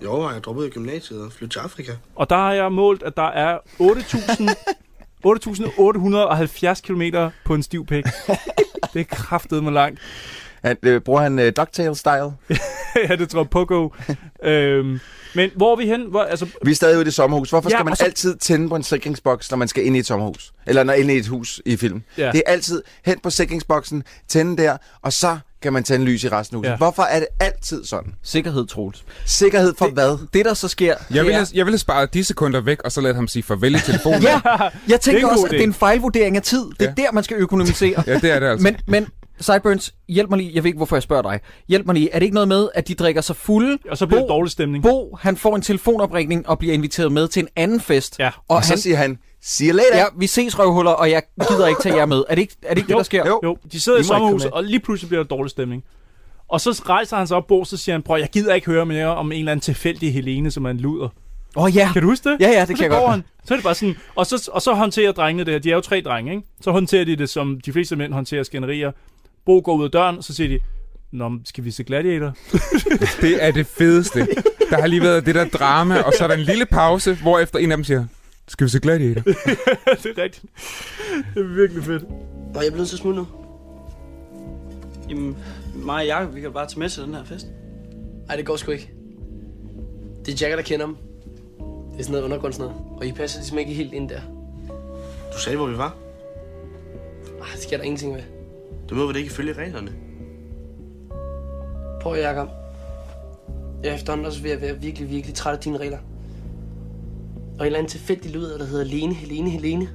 Speaker 10: Jeg overvejer at droppe ud af gymnasiet og flytte til Afrika.
Speaker 8: Og der har jeg målt, at der er 8.000 8.870 km på en stiv pik. Det er kraftedeme langt.
Speaker 7: Han, øh, bruger han øh, DuckTales-style?
Speaker 8: ja, det tror jeg Pogo. øhm, men hvor er vi hen? Hvor, altså,
Speaker 7: Vi er stadig ude i det sommerhus. Hvorfor
Speaker 8: Ja,
Speaker 7: skal man
Speaker 8: og så-
Speaker 7: altid tænde på en sikringsboks, når man skal ind i et sommerhus? Eller når ind i et hus i film?
Speaker 8: Ja.
Speaker 7: Det er altid hen på sikringsboksen, tænde der, og så kan man tænde lys i resten af huset. Ja.
Speaker 8: Ja.
Speaker 7: Hvorfor er det altid sådan?
Speaker 1: Sikkerhed, Troels.
Speaker 7: Sikkerhed for det, hvad?
Speaker 1: Det, der så sker...
Speaker 6: Jeg
Speaker 1: det
Speaker 6: ville,
Speaker 1: er-
Speaker 6: have, jeg ville have sparet de sekunder væk, og så ladet ham sige farvel i telefonen.
Speaker 1: Ja, jeg
Speaker 8: Det er en
Speaker 1: tænker
Speaker 8: god
Speaker 1: også, at
Speaker 8: idé.
Speaker 1: det er en fejlvurdering af tid. Det er ja.
Speaker 6: Ja.
Speaker 1: der, man skal økonomisere.
Speaker 6: ja, det er det altså.
Speaker 1: men, men Sideburns, hjælp mig lige. Jeg ved ikke, hvorfor jeg spørger dig. Hjælp mig lige. Er det ikke noget med, at de drikker sig fulde?
Speaker 8: og så bliver det
Speaker 1: Bo,
Speaker 8: dårlig stemning.
Speaker 1: Bo, han får en telefonopringning og bliver inviteret med til en anden fest.
Speaker 8: Ja.
Speaker 1: Og,
Speaker 7: Og så
Speaker 1: han,
Speaker 7: siger han, see you later.
Speaker 1: ja, vi ses røvhuller, og jeg gider ikke tage jer med. Er det ikke, er det, ikke det,
Speaker 8: Jo.
Speaker 1: der sker?
Speaker 7: Jo.
Speaker 8: Jo, de sidder
Speaker 7: I må
Speaker 8: i
Speaker 7: ikke komme
Speaker 8: sommerhuset,
Speaker 7: med.
Speaker 8: og lige pludselig bliver der dårlig stemning. Og så rejser han sig op, Bo, så siger han, prøv, jeg gider ikke høre mere om en eller anden tilfældig Helene, som er en luder.
Speaker 1: Åh oh, ja.
Speaker 8: Kan du huske det?
Speaker 1: Ja, ja, det
Speaker 8: og så
Speaker 1: kan jeg
Speaker 8: går
Speaker 1: godt.
Speaker 8: Han. Så er det bare sådan, og så, og så håndterer drengene det her. De er jo tre drenge, ikke? Så håndterer de det, som de fleste mænd håndterer skænderier. Bo går ud af døren, og så siger de, Nå, men skal vi se Gladiator?
Speaker 6: Det er det fedeste. Der har lige været det der drama, og så er der en lille pause, hvor efter en af dem siger, skal vi se Gladiator?
Speaker 8: det er rigtigt. Det er virkelig fedt.
Speaker 4: Nå, jeg bliver nødt til at smutte nu. Jamen, mig og Jacob, vi kan bare tage med til den her fest.
Speaker 10: Nej, det går sgu ikke. Det er Jacker, der kender ham. Det er sådan noget undergrund sådan noget. Og I passer ligesom ikke helt ind der.
Speaker 4: Du sagde, hvor vi var.
Speaker 10: Ej, Ah, det sker der ingenting med.
Speaker 4: Det må vi da ikke følge reglerne.
Speaker 10: Prøv, Jacob. Jeg er efterhånden også ved at være virkelig, virkelig træt af dine regler. Og en eller anden tilfældig luder, der hedder Lene, Helene, Helene.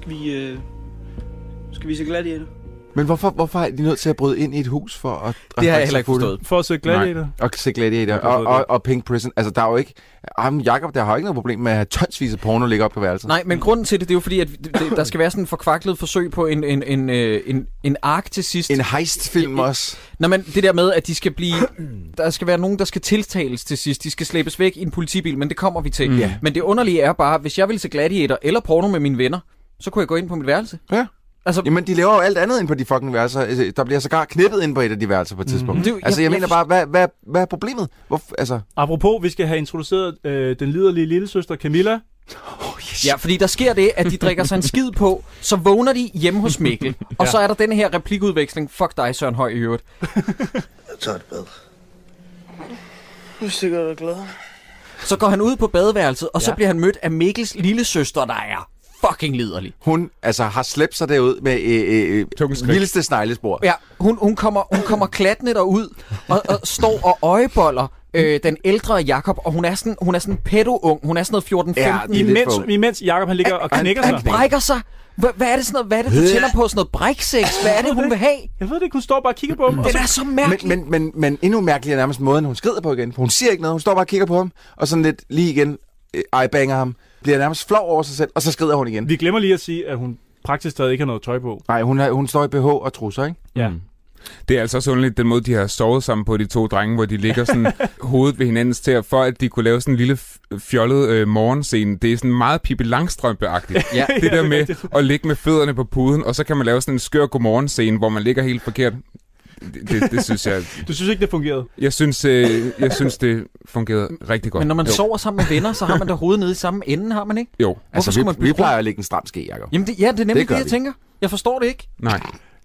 Speaker 4: Skal vi, øh... Skal vi se Gladiator?
Speaker 7: Men hvorfor, hvorfor er de nødt til at bryde ind i et hus for at... at
Speaker 1: Det har
Speaker 7: drikke
Speaker 1: jeg
Speaker 7: sig
Speaker 1: heller ikke
Speaker 7: fulde?
Speaker 1: forstået.
Speaker 8: For at se Gladiator. Nej.
Speaker 7: Og se Gladiator
Speaker 6: forstået
Speaker 7: og, og, og Pink Prison. Altså, der er jo ikke... Jamen, Jacob, der har jo ikke noget problem med at have tonsvis af porno ligge op på værelset.
Speaker 1: Nej, men grunden til det, det er jo fordi, at det, det- der skal være sådan en forkvaklet forsøg på en, en, en, øh, en, en ark til sidst.
Speaker 7: En heistfilm også.
Speaker 1: Nå, men det der med, at de skal blive... Der skal være nogen, der skal tiltales til sidst. De skal slæbes væk i en politibil, men det kommer vi til. Mm.
Speaker 7: Ja.
Speaker 1: Men det underlige er bare, hvis jeg ville se Gladiator eller porno med mine venner, så kunne jeg gå ind på mit værelse.
Speaker 7: Ja.
Speaker 1: Altså, Jamen,
Speaker 7: Jamen, de laver jo alt andet end på de fucking værelser. Altså, Der bliver sågar knippet ind på et af de værelser på et tidspunkt.
Speaker 1: Mhm. Det er jo-
Speaker 7: altså, jeg,
Speaker 1: jeg- jeg
Speaker 7: mener bare, hvad, hvad, hvad er problemet? Hvorfor, altså,
Speaker 8: Apropos, vi skal have introduceret øh, den liderlige lillesøster Camilla.
Speaker 1: ja, fordi der sker det, at de drikker sig en skid på, så vågner de hjemme hos Mikkel. ja. Og så er der den her replikudveksling. Fuck dig, Søren Høj i øvrigt.
Speaker 10: Jeg tager det bad.
Speaker 4: Nu er sikkert glad.
Speaker 1: Så går han ud på badeværelset, og ja. så bliver han mødt af Mikkels lille søster, der er fucking liderlig.
Speaker 7: Hun altså, har slæbt sig derud med øh, øh, øh,
Speaker 6: Tungenskrig.
Speaker 7: vildeste sneglespor.
Speaker 1: Ja, hun, hun, kommer, hun kommer klattende derud og, og står og øjeboller øh, den ældre Jakob, og hun er sådan, hun er sådan pedo-ung. Hun er sådan noget 14-15.
Speaker 7: Ja, det er lidt
Speaker 8: Imens,
Speaker 7: for-
Speaker 8: imens Jacob han ligger og knækker
Speaker 1: han, han
Speaker 8: sig.
Speaker 1: brækker sig. Hva, hvad er det sådan noget, hvad er det, du tænder på? Sådan noget bræksex? Hvad er det, hun vil have?
Speaker 8: Jeg ved det ikke, hun står bare og kigger på ham. Og
Speaker 1: Den
Speaker 8: så,
Speaker 1: er så
Speaker 7: Men,
Speaker 1: mærkelig.
Speaker 7: men, men, men endnu mærkeligere er nærmest måden, hun skrider på igen. For hun siger ikke noget. Hun står bare og kigger på ham, og sådan lidt lige igen øh, eyebanger ham. Bliver nærmest flov over sig selv, og så skrider hun igen.
Speaker 8: vi glemmer lige at sige, at hun praktisk taget ikke har noget tøj på.
Speaker 7: Nej, hun, har- hun står i BH og trusser, ikke?
Speaker 8: Ja.
Speaker 6: Det er altså også underligt, den måde, de har sovet sammen på, de to drenge, hvor de ligger sådan hovedet ved hinandens tæer, for at de kunne lave sådan en lille f- fjollet øh, morgenscene. Det er sådan meget Pippi Langstrømpe-agtigt.
Speaker 1: Ja.
Speaker 6: det der med at ligge med fødderne på puden, og så kan man lave sådan en skør godmorgen-scene, hvor man ligger helt forkert. Det, det, det synes jeg...
Speaker 8: Du synes ikke, det fungerede?
Speaker 6: Jeg synes, øh, jeg synes det fungerede rigtig godt.
Speaker 1: Men når man
Speaker 6: jo.
Speaker 1: sover sammen med venner, så har man da hovedet nede i samme ende, har man ikke?
Speaker 6: Jo, Altså,
Speaker 1: Hvorfor skulle man
Speaker 7: vi,
Speaker 1: blive
Speaker 7: vi
Speaker 1: klog?
Speaker 7: plejer at lægge en stram ske, Jacob.
Speaker 1: Jamen det, ja, det er nemlig det,
Speaker 7: gør
Speaker 1: det jeg
Speaker 7: vi.
Speaker 1: tænker. Jeg forstår det ikke.
Speaker 6: nej.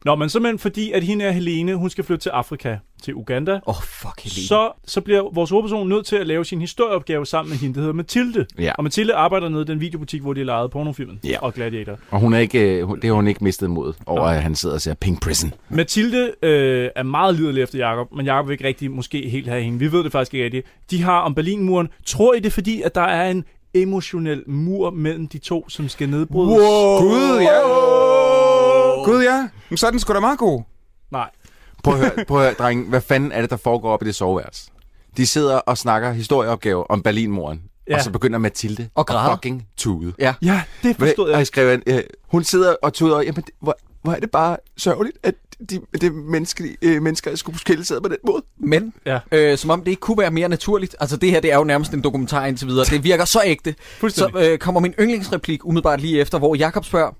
Speaker 8: Nå, men simpelthen fordi, at hende er Helene, hun skal flytte til Afrika, til Uganda.
Speaker 1: Åh, oh, fuck Helene. Så...
Speaker 8: Så, så bliver vores hovedperson nødt til at lave sin historieopgave sammen med hende, der hedder Mathilde.
Speaker 7: Ja.
Speaker 8: Og Mathilde arbejder nede i den videobutik, hvor de lejede pornofilmen
Speaker 7: Ja.
Speaker 8: og Gladiator.
Speaker 7: Og hun er ikke, øh, hun- det har hun ikke mistet mod over, at han sidder og ser Pink Prison.
Speaker 8: Mathilde øh, er meget liderlig efter Jakob, men Jakob vil ikke rigtig måske helt have hende. Vi ved det faktisk ikke rigtigt. De har om Berlinmuren. Tror I det er fordi, at der er en emotionel mur mellem de to, som skal nedbrydes?
Speaker 6: Gud, ja. Gud, ja. Men så er den sgu da meget god.
Speaker 8: Nej.
Speaker 7: Prøv at høre, prøv at høre drenge. Hvad fanden er det, der foregår oppe i det soveværelse? De sidder og snakker historieopgave om Berlinmuren. Ja.
Speaker 8: Ja. Ah.
Speaker 7: Og så begynder Mathilde
Speaker 1: Og græder.
Speaker 7: at fucking tude.
Speaker 1: Ja.
Speaker 8: Ja, det
Speaker 7: Hvad-
Speaker 8: forstod
Speaker 7: Og
Speaker 8: jeg.
Speaker 7: jeg skrev, en, øh, hun sidder og tuder, og, jamen, det- hvor, hvor er det bare sørgeligt, at de, de menneske, øh, mennesker skulle skille sig på den måde.
Speaker 1: Men, ja.
Speaker 8: Ja.
Speaker 1: øh, som om det ikke kunne være mere naturligt. Altså det her, det er jo nærmest en dokumentar indtil videre. Det virker så ægte. Så
Speaker 8: Fuldstændig.
Speaker 1: øh, kommer min yndlingsreplik umiddelbart lige efter, hvor Jakob spørger,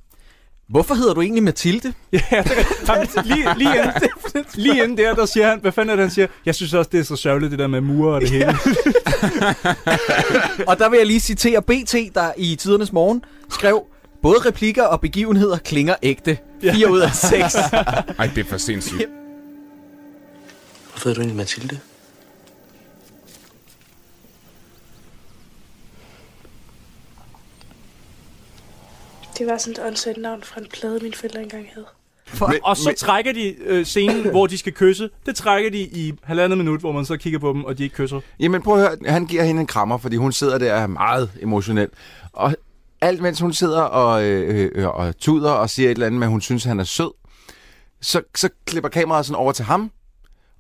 Speaker 1: Hvorfor hedder du egentlig Mathilde?
Speaker 8: Ja, det, han, lige, lige, inden, lige inden der, der siger han, hvad fanden er det, han siger? Jeg synes også, det er så sørgeligt, det der med murer og det hele.
Speaker 1: Og der vil jeg lige citere BT, der i tidernes morgen skrev, både replikker og begivenheder klinger ægte. 4 ud af 6.
Speaker 6: Ej, det er for sindssygt.
Speaker 10: Hvorfor hedder du egentlig Mathilde?
Speaker 2: Det var sådan et åndssvagt navn fra en plade, mine forældre engang havde.
Speaker 8: Og så trækker de øh, scenen, hvor de skal kysse. Det trækker de i halvandet minut, hvor man så kigger på dem, og de ikke kysser.
Speaker 7: Jamen prøv at høre, han giver hende en krammer, fordi hun sidder der og er meget emotionel. Og alt mens hun sidder og, øh, øh, og tuder og siger et eller andet med, at hun synes, han er sød, så, så klipper kameraet sådan over til ham.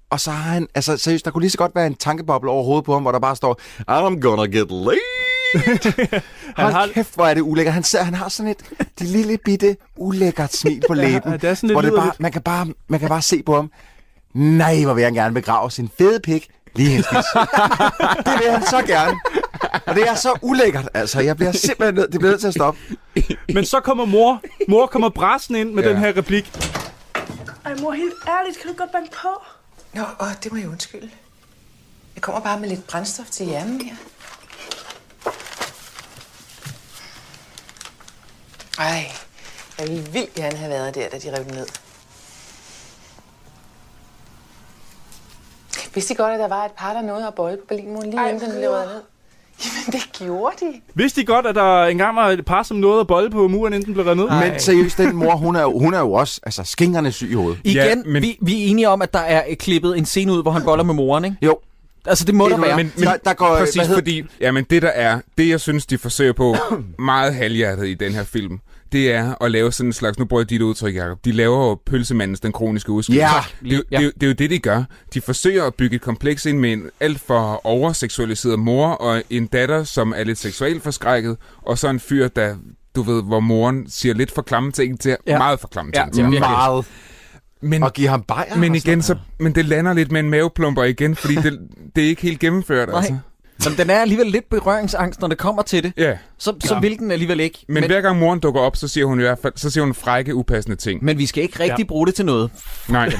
Speaker 7: Og så har han, altså seriøst, der kunne lige så godt være en tankeboble over hovedet på ham, hvor der bare står, I'm gonna get laid. Hold
Speaker 8: har-
Speaker 7: har... kæft, hvor er det ulækkert. Han, sidder, han har sådan et det lille bitte ulækkert smil på læben.
Speaker 8: ja, det er sådan lidt
Speaker 7: hvor det bare,
Speaker 8: liderligt.
Speaker 7: man, kan bare, man kan bare se på ham. Nej, hvor vil han gerne begrave sin fede pik lige i hendes fis. Det vil han så gerne. Og det er så ulækkert, altså. Jeg bliver simpelthen nødt, det bliver nødt til at stoppe.
Speaker 8: Men så kommer mor. Mor kommer brassen ind med ja. den her replik.
Speaker 2: Ej mor, helt ærligt, kan du godt banke på?
Speaker 5: Nå, og det må jeg undskylde. Jeg kommer bare med lidt brændstof til hjernen her. Ej, jeg ville vildt gerne have været der, da de rev den ned. Vidste I godt, at der var et par, der nåede at bøje på Berlinmuren lige inden den blev revet ned? Jamen, det gjorde de.
Speaker 8: Vidste I godt, at der engang var et par, som nåede at bolde på muren, inden den blev revet ned?
Speaker 7: Men seriøst, den mor, hun er, jo- hun er jo også altså, skingerne syg i hovedet.
Speaker 1: Igen, ja,
Speaker 6: Ja,
Speaker 1: men...
Speaker 6: men-
Speaker 1: vi, vi er enige om, at der er øh, klippet en scene ud, hvor han boller med moren, ikke?
Speaker 7: Jo,
Speaker 1: Altså det må
Speaker 7: Det
Speaker 1: der
Speaker 7: er noget,
Speaker 1: være.
Speaker 6: Men, men
Speaker 7: Der- der går-
Speaker 6: præcis
Speaker 7: hvad hedder-
Speaker 6: fordi, jamen det der er, det jeg synes, de forsøger på meget halvhjertet i den her film, det er at lave sådan en slags, nu bruger jeg dit udtryk, Jacob, de laver jo pølsemandens den kroniske uskil.
Speaker 7: Ja.
Speaker 6: det, er jo- det, er jo- det er jo det, de gør. De forsøger at bygge et kompleks ind med en alt for overseksualiseret mor og en datter, som er lidt seksuelt forskrækket, og så en fyr, der du ved, hvor moren siger lidt for klamme ting til,
Speaker 1: Ja.
Speaker 6: ja. meget for klamme
Speaker 1: Ja,
Speaker 6: ting til.
Speaker 1: ja, virkelig.
Speaker 7: meget.
Speaker 6: Men
Speaker 7: Og give ham bajer.
Speaker 6: men igen, så, men det lander lidt med en maveplumper igen, fordi det, det er ikke helt gennemført,
Speaker 1: Nej.
Speaker 6: altså.
Speaker 1: Som den er alligevel lidt berøringsangst, når det kommer til det.
Speaker 6: Ja,
Speaker 1: Så, så ja. vil den alligevel ikke.
Speaker 6: men, men hver gang moren dukker op, så siger hun i hvert fald, så siger hun frække, upassende ting.
Speaker 1: men vi skal ikke rigtig ja.
Speaker 8: Ja.
Speaker 1: bruge det til noget.
Speaker 6: Nej,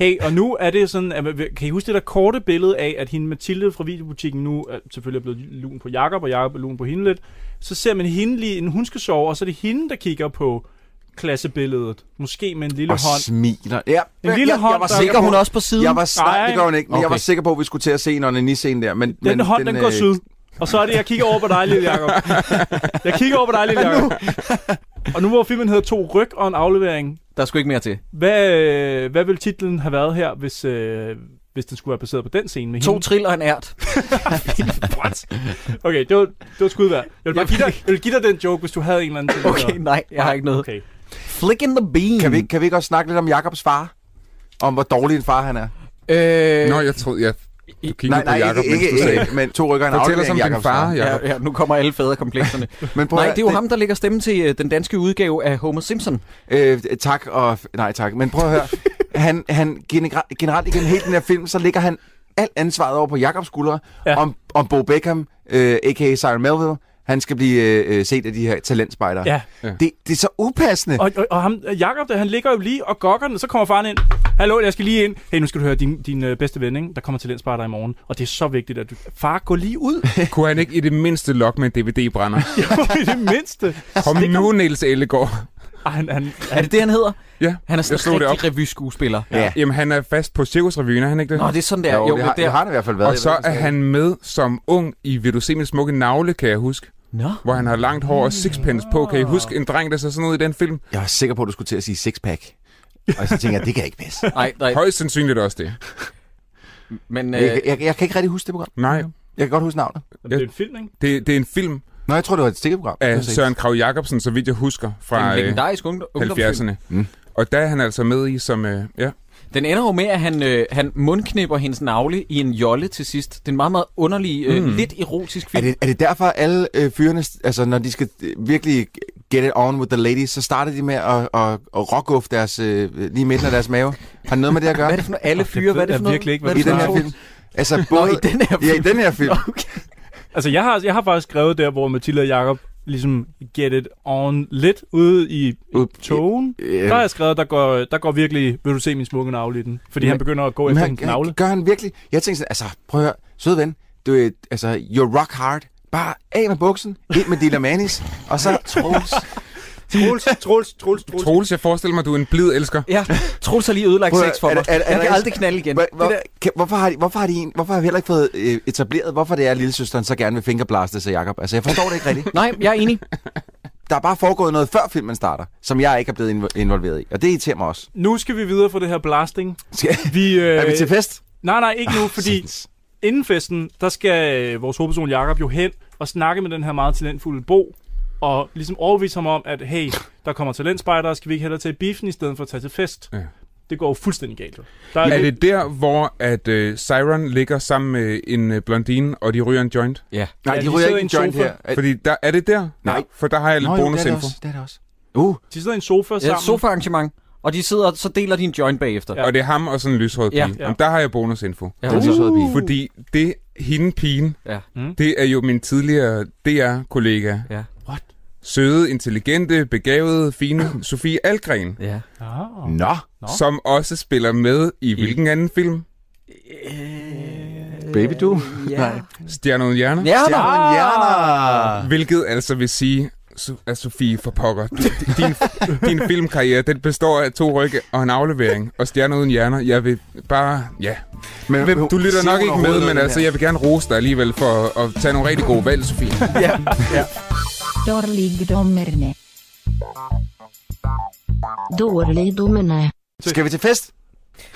Speaker 8: Hey, og nu er det sådan, at, kan I huske det der korte billede af, at hende Mathilde fra videobutikken nu er selvfølgelig er blevet lun på Jakob, og Jakob er lun på hende lidt. Så ser man hende lige, inden hun skal sove, og så er det hende, der kigger på klassebilledet. Måske med en lille
Speaker 7: Og
Speaker 8: hånd.
Speaker 7: smiler. Ja,
Speaker 8: En lille
Speaker 7: jeg,
Speaker 8: hånd,
Speaker 7: jeg var
Speaker 8: der-
Speaker 7: sikker
Speaker 1: Ligger hun
Speaker 7: på,
Speaker 1: også på siden?
Speaker 7: Jeg var nej,
Speaker 8: Nej.
Speaker 7: det gør hun ikke, men okay. jeg
Speaker 1: Okay.
Speaker 7: var sikker på, at vi skulle til at se en onani-scene der. Men,
Speaker 8: Den
Speaker 7: men
Speaker 8: hånd, den, går
Speaker 7: øh,
Speaker 8: syd. Og så er det, jeg kigger over på dig, lille Jacob. Jeg kigger over på dig, lille Jacob. Og nu hvor filmen hedder To Ryg og en aflevering,
Speaker 1: Der er sgu ikke mere til.
Speaker 8: hvad, øh, hvad ville titlen have været her, hvis, øh, hvis den skulle være baseret på den scene med
Speaker 1: To
Speaker 8: hende?
Speaker 1: trill og en ært.
Speaker 8: What? Okay, det var, det var skud værd. Jeg vil bare
Speaker 1: Jeg
Speaker 8: give dig, jeg vil give dig den joke, hvis du havde en eller anden til.
Speaker 1: Okay, nej, jeg har ikke noget.
Speaker 8: Okay.
Speaker 1: Flick in the bean.
Speaker 7: Kan vi, ikke- kan vi ikke også snakke lidt om Jakobs far? Om hvor dårlig en far han er?
Speaker 1: Øh,
Speaker 6: Nå, jeg troede, ja, du kiggede på Jacob,
Speaker 7: ikke,
Speaker 6: mens du
Speaker 7: ikke,
Speaker 6: sagde
Speaker 7: ikke, men to rykker en
Speaker 6: Fortæl os
Speaker 7: aflevering,
Speaker 6: om din
Speaker 7: Jakobs
Speaker 6: far,
Speaker 7: far.
Speaker 6: Jacob.
Speaker 1: ja, ja, nu kommer alle fædrekomplekserne.
Speaker 7: Men prøv
Speaker 1: nej,
Speaker 7: at-
Speaker 1: det er jo ham, der lægger stemme til øh, den danske udgave af Homer Simpson.
Speaker 7: Øh, tak og... Nej, tak. Men prøv at høre. han, han genera- generelt igennem hele den her film, så ligger han alt ansvaret over på Jakobs skuldre.
Speaker 8: Ja.
Speaker 7: Ja. Om, om Bo Beckham, øh, a.k.a. Siren Melville, han skal blive øh, øh, set af de her talentspejdere.
Speaker 8: Ja.
Speaker 7: Det, det er så upassende.
Speaker 8: Og, og, og ham, Jacob, der, han ligger jo lige og gokker den, og så kommer faren ind. Hallo, jeg skal lige ind. Hey, nu skal du høre din, din øh, bedste ven, ikke? der kommer til landsparter i morgen. Og det er så vigtigt, at du... Far, gå lige ud
Speaker 6: Kunne han ikke i det mindste lokke med en DVD-brænder?
Speaker 8: i det mindste.
Speaker 6: Kom nu, Niels Ellegaard.
Speaker 8: Ej, han, han,
Speaker 1: Er det det, han hedder?
Speaker 6: Ja,
Speaker 1: Han er
Speaker 6: jeg
Speaker 1: sådan
Speaker 6: slog
Speaker 1: en
Speaker 6: det op.
Speaker 1: rigtig revyskuespiller.
Speaker 7: Ja.
Speaker 6: Jamen, han er fast på Cirkusrevyen, er han ikke det?
Speaker 1: Nå, det er sådan der.
Speaker 7: Jo, jo, det, har,
Speaker 1: er der.
Speaker 7: det har han i hvert fald været.
Speaker 6: Og så
Speaker 7: Jeg ved
Speaker 6: er
Speaker 7: ikke,
Speaker 6: han med som ung i Vil du se min smukke navle, kan jeg huske.
Speaker 1: Nå.
Speaker 6: Hvor han har langt hår og sixpence på. Kan I huske en dreng, der så sådan ud i den film?
Speaker 7: Jeg var sikker på, at du skulle til at sige sixpack. Og så tænker jeg, det kan jeg ikke passe.
Speaker 1: Nej, nej.
Speaker 6: Højst sandsynligt også det.
Speaker 1: Men øh,
Speaker 7: Jeg, jeg, jeg kan ikke rigtig huske det program.
Speaker 6: Nej,
Speaker 7: Jeg kan godt huske navnet.
Speaker 8: det er en film, ikke?
Speaker 6: det, det er en film
Speaker 7: Nå, jeg tror, det var et altså, stikkeprogram. Jeg har
Speaker 6: af
Speaker 7: set.
Speaker 6: Søren Krav Jacobsen, så vidt jeg husker, fra
Speaker 1: en
Speaker 6: øh,
Speaker 1: legendarisk ungdom, ungdomsfilm.
Speaker 6: 70'erne.
Speaker 7: Mm.
Speaker 6: Og der er han altså med i som... Øh, ja.
Speaker 1: Den ender jo med, at han, øh, han mundknipper hendes navle i en jolle til sidst. Det er en meget, meget underlig, øh, mm. lidt erotisk
Speaker 7: Er
Speaker 1: film.
Speaker 7: det, er det derfor, at alle øh, fyrene, altså når de skal øh, virkelig get it on with the ladies, så starter de med at, at, at råguffe deres, øh, lige midten af deres mave? Har det noget med det at gøre
Speaker 1: Hvad er det for noget? Alle
Speaker 8: Åh, det
Speaker 1: fyre, hvad er
Speaker 8: ved
Speaker 1: det
Speaker 8: jeg
Speaker 1: for noget?
Speaker 8: virkelig ikke,
Speaker 1: hvad
Speaker 8: hvad
Speaker 1: er
Speaker 7: i
Speaker 1: det
Speaker 8: du
Speaker 7: den
Speaker 1: for
Speaker 7: her
Speaker 1: noget?
Speaker 7: film? Altså
Speaker 8: snakker
Speaker 1: Nå,
Speaker 7: både...
Speaker 1: i den her film.
Speaker 7: Ja, i den her film.
Speaker 1: Okay.
Speaker 8: Altså, jeg har, jeg har faktisk skrevet der, hvor Mathilde og Jacob ligesom get it on lidt ude i
Speaker 7: Ud-
Speaker 8: togen.
Speaker 7: Øh,
Speaker 8: Der har jeg skrevet, der går, der går virkelig, vil du se min smukke navle i den? Fordi han begynder at gå
Speaker 7: men
Speaker 8: efter
Speaker 7: han,
Speaker 8: en navle.
Speaker 7: han, gør han virkelig? Jeg tænkte sådan, altså prøv at høre, søde ven, du er, altså, you're rock hard. Bare af med buksen, ind med Dilla Manis, og så Troels.
Speaker 8: Troels, Troels, Troels, Troels.
Speaker 6: Troels, jeg forestiller mig, du er en blid elsker.
Speaker 1: Ja, Troels har lige ødelagt
Speaker 7: Prøv at-
Speaker 1: sex for
Speaker 7: er
Speaker 1: mig.
Speaker 7: der- er der- er
Speaker 1: Han
Speaker 7: der
Speaker 1: kan
Speaker 7: ikke-
Speaker 1: aldrig knalde igen.
Speaker 7: Hvor,
Speaker 1: Det
Speaker 7: hvor,
Speaker 1: der-
Speaker 7: kan, hvorfor, har de, hvorfor, har de en, hvorfor har vi heller ikke fået øh, etableret, hvorfor det er, at lillesøsteren så gerne vil fingerblaste sig Jakob? Altså, jeg forstår det ikke rigtigt.
Speaker 1: Nej, jeg er enig.
Speaker 7: Der er bare foregået noget, før filmen starter, som jeg ikke er blevet invo- involveret i. Og det irriterer mig også.
Speaker 8: Nu skal vi videre fra det her blasting.
Speaker 7: Skal,
Speaker 8: Vi, øh,
Speaker 7: er vi til fest?
Speaker 8: Nej, nej, ikke nu, fordi inden festen, der skal øh, vores hovedperson Jakob jo hen og snakke med den her meget talentfulde Bo, og ligesom overbevise ham om, at hey, der kommer talentspejdere, skal vi ikke hellere tage i biffen i stedet for at tage til fest?
Speaker 6: Ja.
Speaker 8: Det går jo fuldstændig galt. jo. Der er,
Speaker 6: Er
Speaker 8: lidt-
Speaker 6: det der, hvor at øh, Siren ligger sammen med en øh, blondine, og de ryger en joint?
Speaker 1: Ja.
Speaker 7: Nej,
Speaker 8: Ja,
Speaker 7: de
Speaker 8: de
Speaker 7: ryger
Speaker 8: sidder
Speaker 7: ikke
Speaker 8: i
Speaker 7: en
Speaker 8: en
Speaker 7: joint
Speaker 8: sofa.
Speaker 7: her. Er-
Speaker 6: Fordi der, er det der?
Speaker 7: Nej.
Speaker 6: For der har jeg lidt
Speaker 7: Nå, jo, det er det
Speaker 6: bonusinfo.
Speaker 7: også. Det er det også. Uh,
Speaker 8: de sidder i en sofa
Speaker 1: Ja,
Speaker 8: sammen.
Speaker 1: Øh, sofa-arrangement. Og de sidder, så deler de en joint bagefter.
Speaker 8: Ja.
Speaker 6: Og det er ham og sådan en lyshåret
Speaker 1: Ja.
Speaker 6: pige. Jamen, der har jeg bonusinfo.
Speaker 1: Ja,
Speaker 7: det er så sød pige.
Speaker 6: Fordi det, hende pigen,
Speaker 1: Ja.
Speaker 8: Mm.
Speaker 6: det er jo min tidligere DR-kollega.
Speaker 1: Ja.
Speaker 8: What?
Speaker 6: Søde, intelligente, begavede, fine Sofie Algren,
Speaker 1: ja.
Speaker 8: Ah.
Speaker 7: Nå,
Speaker 8: Nå.
Speaker 6: som også spiller med i hvilken anden film?
Speaker 8: Øh,
Speaker 7: baby du.
Speaker 1: Ja.
Speaker 7: Nej.
Speaker 6: Stjerner uden hjerner.
Speaker 1: Hjerner.
Speaker 7: Stjernen Hjerner.
Speaker 6: Hvilket altså vil sige, so- at Sofie for pokker. Din, din filmkarriere, den består af to rygge og en aflevering. Og Stjerner uden hjerner, jeg vil bare... Ja.
Speaker 7: Men,
Speaker 6: Hvem, du lytter
Speaker 7: siger
Speaker 6: nok
Speaker 7: hun
Speaker 6: ikke
Speaker 7: overhovedet
Speaker 6: med,
Speaker 7: noget,
Speaker 6: men
Speaker 7: den
Speaker 6: altså,
Speaker 7: her?
Speaker 6: jeg vil gerne rose dig alligevel for at, at tage nogle rigtig gode valg, Sofie.
Speaker 3: Dårligdommerne. Dårligdommerne.
Speaker 7: Skal vi til fest?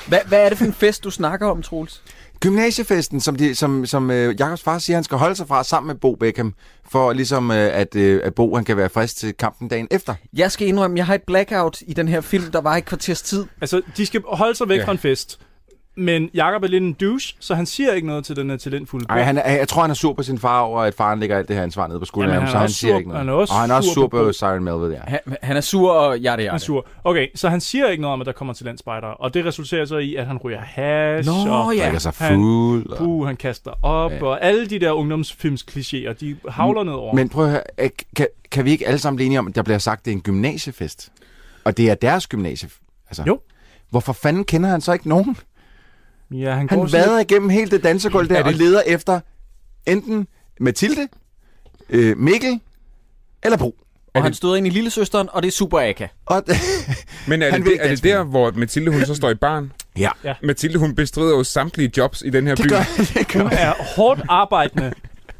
Speaker 1: Hvad, hvad er det for en fest, du snakker om, Troels?
Speaker 7: Gymnasiefesten, som, de, som, som øh, Jakobs far siger, han skal holde sig fra sammen med Bo Beckham, for ligesom øh, at, øh, at Bo han kan være frisk til kampen dagen efter.
Speaker 1: Jeg skal indrømme, jeg har et blackout i den her film, der var et kvarters tid.
Speaker 8: Altså, de skal holde sig væk
Speaker 6: Ja.
Speaker 8: fra en fest. Men Jakob er lidt en douche, så han siger ikke noget til den her talentfulde
Speaker 7: Ej, han er, jeg tror, han er sur på sin far over, at faren lægger alt det her ansvar ned på skulderen
Speaker 8: Jamen,
Speaker 7: af ham,
Speaker 8: han
Speaker 7: så
Speaker 8: er
Speaker 7: han siger
Speaker 8: også sur-
Speaker 7: ikke noget.
Speaker 8: han er også
Speaker 7: og han er også
Speaker 8: sur
Speaker 7: sur
Speaker 8: på Bo.
Speaker 7: på Siren Melville, ja.
Speaker 1: Han, han er sur og hjerte
Speaker 8: Han er
Speaker 1: hjerte.
Speaker 8: sur. Okay, så han siger ikke noget om, at der kommer talentspejdere, og det resulterer så i, at han ryger hash,
Speaker 1: Nå,
Speaker 8: og
Speaker 1: ja.
Speaker 7: Drikker sig
Speaker 8: han-
Speaker 7: fuld. Og...
Speaker 8: Puh, han kaster op, ja. og alle de der ungdomsfilms klichéer, de havler ned over.
Speaker 7: Men prøv at høre, øh, kan, kan vi ikke alle sammen blive enige om, at der bliver sagt, at det er en gymnasiefest? Og det er deres gymnasie. Altså.
Speaker 8: Jo.
Speaker 7: Hvorfor fanden kender han så ikke nogen?
Speaker 8: ja, han, går
Speaker 7: Han
Speaker 8: sådan
Speaker 7: vader igennem hele det dansegulv der
Speaker 6: Er det-
Speaker 7: og leder efter enten Mathilde, øh, Mikkel eller Bro.
Speaker 1: Og han støder ind i lillesøsteren, og det er super Aka.
Speaker 7: Og
Speaker 6: Men er
Speaker 7: Han
Speaker 6: det,
Speaker 7: vil
Speaker 6: det,
Speaker 7: ikke
Speaker 6: er det
Speaker 7: danse
Speaker 6: der, hvor Mathilde hun så står i barn?
Speaker 7: Ja.
Speaker 8: Ja.
Speaker 6: Mathilde hun bestrider jo samtlige jobs i den her by.
Speaker 8: lidt- Hun er hårdt arbejdende.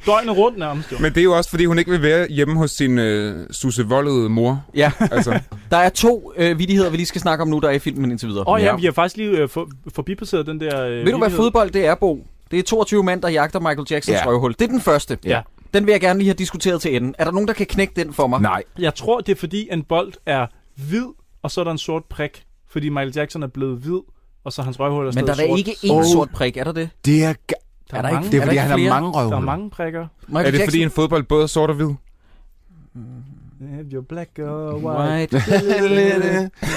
Speaker 8: Døgnet rundt nærmest, jo.
Speaker 6: Men det er jo også, fordi hun ikke vil være hjemme hos sin øh, susevoldede mor.
Speaker 1: Ja,
Speaker 6: Altså,
Speaker 1: der er to øh, vidigheder, vi lige skal snakke om nu, der er i filmen indtil videre.
Speaker 8: Åh oh, ja,
Speaker 6: Ja.
Speaker 8: vi har faktisk lige øh, for, forbipasseret den der... Øh,
Speaker 1: Ved du, hvad
Speaker 8: vidighed.
Speaker 1: fodbold det er, Bo? Det er 22 mænd, der jagter Michael Jacksons
Speaker 7: Ja.
Speaker 1: røvhul. Det er den første.
Speaker 8: Ja.
Speaker 1: Den vil jeg gerne lige have diskuteret til enden. Er der nogen, der kan knække den for mig?
Speaker 7: Nej.
Speaker 8: Jeg tror, det er fordi, en bold er hvid, og så er der en sort prik. Fordi Michael Jackson er blevet hvid, og så hans røghul er
Speaker 1: Men der
Speaker 8: stadig
Speaker 1: er da
Speaker 8: sort.
Speaker 1: ikke én
Speaker 7: Oh.
Speaker 1: sort prik, er der det?
Speaker 7: Det er, ga-
Speaker 8: Der
Speaker 1: er der
Speaker 8: mange,
Speaker 7: det er fordi,
Speaker 1: ikke
Speaker 7: han har
Speaker 1: flere?
Speaker 7: mange
Speaker 8: der er
Speaker 7: røvhuller.
Speaker 8: mange prikker.
Speaker 1: Michael
Speaker 6: er det fordi en
Speaker 1: Jackson?
Speaker 6: fodbold både er sort og hvid?
Speaker 8: You're black or white.
Speaker 1: Right.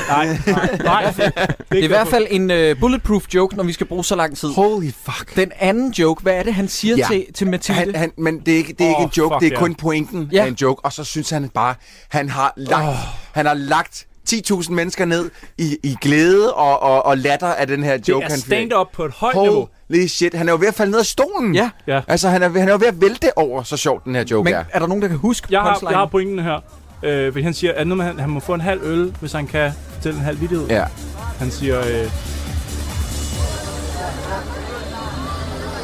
Speaker 8: Nej, nej, nej. Det
Speaker 1: Det er i hvert fald en øh, bulletproof joke, når vi skal bruge så lang tid.
Speaker 7: Holy fuck.
Speaker 1: Den anden joke, hvad er det, han siger
Speaker 7: Ja.
Speaker 1: til, til Mathilde?
Speaker 7: Han, han, men det er ikke, det er ikke
Speaker 8: Åh,
Speaker 7: en joke,
Speaker 8: fuck
Speaker 7: det er
Speaker 8: ja.
Speaker 7: kun pointen
Speaker 1: Ja.
Speaker 7: af en joke. Og så synes han bare, han har lagt, han har lagt 10.000 mennesker ned i, i glæde og, og, og latter af den her
Speaker 8: Det
Speaker 7: joke. han
Speaker 8: er
Speaker 7: fyrer af.
Speaker 8: stand-up på et højt niveau.
Speaker 7: Holy shit, han er jo ved at falde ned af stolen.
Speaker 1: Ja.
Speaker 8: Ja.
Speaker 7: Altså, han er, ved- han er jo ved at vælte over, så sjovt den her joke
Speaker 1: Men
Speaker 7: er.
Speaker 1: er der nogen, der kan huske
Speaker 8: Jeg har,
Speaker 1: punchline?
Speaker 8: jeg har pointen her. Øh, fordi han siger, at han, han må få en halv øl, hvis han kan fortælle en halv vidighed.
Speaker 7: Ja.
Speaker 8: Han siger, øh,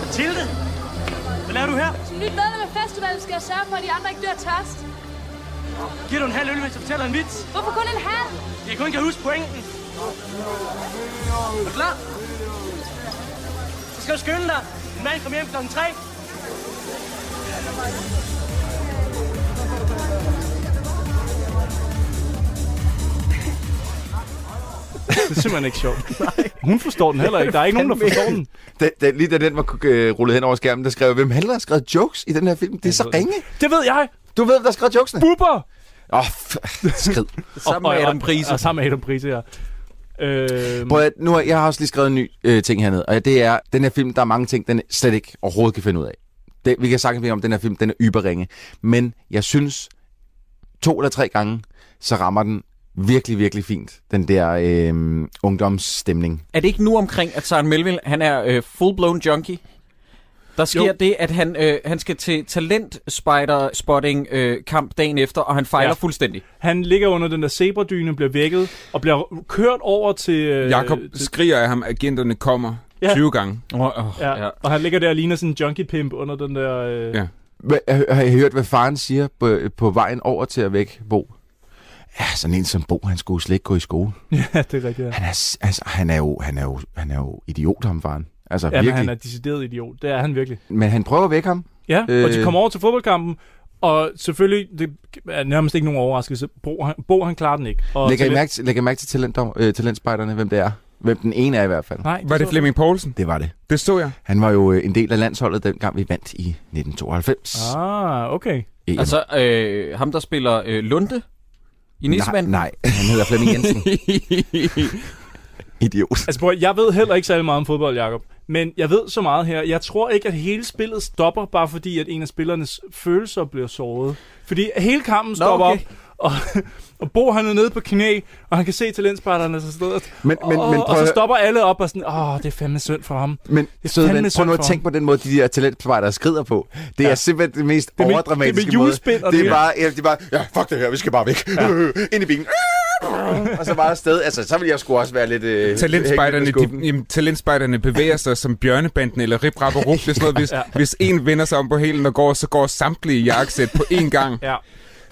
Speaker 4: Mathilde, hvad laver du her?
Speaker 9: Som nyt medlem af festivalen skal jeg sørge for, at de andre ikke dør tørst.
Speaker 4: Giver du en halv øl, hvis jeg fortæller en vits?
Speaker 9: Hvorfor kun en halv?
Speaker 4: Jeg kun kan huske pointen. Er du klar? Så skal du skynde dig. Min mand kom hjem klokken 3.
Speaker 8: det er simpelthen ikke sjovt. Hun forstår den heller ikke. Der er ikke nogen, der forstår den.
Speaker 7: Da, da, lige da den var øh, rullet hen over skærmen, der skrev, jeg, hvem handler har skrevet jokes i den her film? Det er så ringe.
Speaker 8: Det ved jeg!
Speaker 7: Du ved, hvem der har skrevet jokesene?
Speaker 8: Bubber!
Speaker 7: Åh, oh, skrid.
Speaker 1: Sammen med Adam Price.
Speaker 8: Og altså- sammen med Adam Prise, ja. Øh,
Speaker 7: Prøv at, nu har, jeg har også lige skrevet en ny øh, ting hernede, og det er, den her film, der er mange ting, den slet ikke overhovedet kan finde ud af. Det, vi kan sagtens finde om, den her film, den er yberringe. Men jeg synes, to eller tre gange, så rammer den virkelig, virkelig fint, den der øh, ungdomsstemning.
Speaker 1: Er det ikke nu omkring, at Søren Melville, han er øh, full-blown junkie? Der sker jo.
Speaker 8: Jo.
Speaker 1: det, at han, øh, han skal til talent-spider-spotting-kamp dagen efter, og han fejler ja.
Speaker 8: Ja.
Speaker 1: fuldstændig.
Speaker 8: han ligger under den der zebradyne, bliver vækket og bliver kørt over til... Øh,
Speaker 6: Jakob
Speaker 8: til,
Speaker 6: skriger af ham, agenterne kommer
Speaker 8: Ja.
Speaker 6: 20 gange.
Speaker 1: Oh, oh,
Speaker 8: ja, ja. Og han ligger der og ligner sådan en junkie pimp under den der... Øh,
Speaker 6: Ja.
Speaker 7: Hva, har, har I hørt, hvad faren siger på, på vejen over til at vække Bo? Ja, sådan en som Bo, han skulle slet ikke gå i skole.
Speaker 8: ja, det er rigtigt. Ja.
Speaker 7: Han er, s- altså, han er, jo, han er, jo, han er jo idiot, ham faren. Altså,
Speaker 8: Ja,
Speaker 7: virkelig.
Speaker 8: men han er decideret idiot. Det er han virkelig.
Speaker 7: men han prøver at vække ham.
Speaker 8: Ja, øh... og de
Speaker 7: Øh.
Speaker 8: kommer over til fodboldkampen, og selvfølgelig, det er nærmest ikke nogen overraskelse, Bo han, Bo, han klarer den ikke. Og
Speaker 7: Lægger I,
Speaker 8: til-
Speaker 7: mærke til, lægger I mærke til talentdom, øh, talentspejderne, hvem det er? Hvem den ene er i hvert fald.
Speaker 8: Nej,
Speaker 6: Var det
Speaker 8: så-
Speaker 6: Flemming Poulsen?
Speaker 7: Det var det.
Speaker 6: Det så jeg.
Speaker 7: Han var jo øh, en del af landsholdet, dengang vi vandt i E- 1992. Ah,
Speaker 8: Ah, okay.
Speaker 1: Altså, øh, ham der spiller øh, Lunde i
Speaker 7: nej,
Speaker 1: Nisman.
Speaker 7: nej, han hedder Flemming Jensen. Idiot.
Speaker 8: Altså, prøv, at- jeg ved heller ikke særlig meget om fodbold, Jacob. Men jeg ved så meget her. Jeg tror ikke, at hele spillet stopper, bare fordi, at en af spillernes følelser bliver såret. Fordi hele kampen stopper
Speaker 1: okay.
Speaker 8: op, og, og Bo han er nede på knæ, og han kan se talentspejderne så sted.
Speaker 7: Men, men,
Speaker 8: og,
Speaker 7: men
Speaker 8: og
Speaker 7: prøv,
Speaker 8: så
Speaker 7: at-
Speaker 8: stopper alle op og sådan, åh, det er fandme synd for ham.
Speaker 7: men,
Speaker 8: er
Speaker 7: søde
Speaker 8: fandme
Speaker 7: ven, prøv
Speaker 8: synd
Speaker 7: nu at
Speaker 8: for
Speaker 7: tænke på den måde, de der talentspejdere skrider på. Det er
Speaker 8: Ja.
Speaker 7: simpelthen det mest
Speaker 8: med-
Speaker 7: overdramatiske
Speaker 8: det er med
Speaker 7: måde.
Speaker 8: julespind og
Speaker 7: det er
Speaker 8: det-
Speaker 7: bare, ja, de er bare, ja, fuck det her, vi skal bare væk. Ja. Ind i bilen. og så bare afsted. Altså, så ville jeg sgu også være lidt... Øh,
Speaker 6: Talentspejderne,
Speaker 7: hængende på skoen.
Speaker 6: de, jamen, talentspejderne bevæger sig som bjørnebanden eller rip rap og rup. Det er sådan noget, hvis, ja. hvis en vender sig om på hælen og går, så går samtlige i jakkesæt på én gang.
Speaker 8: Ja.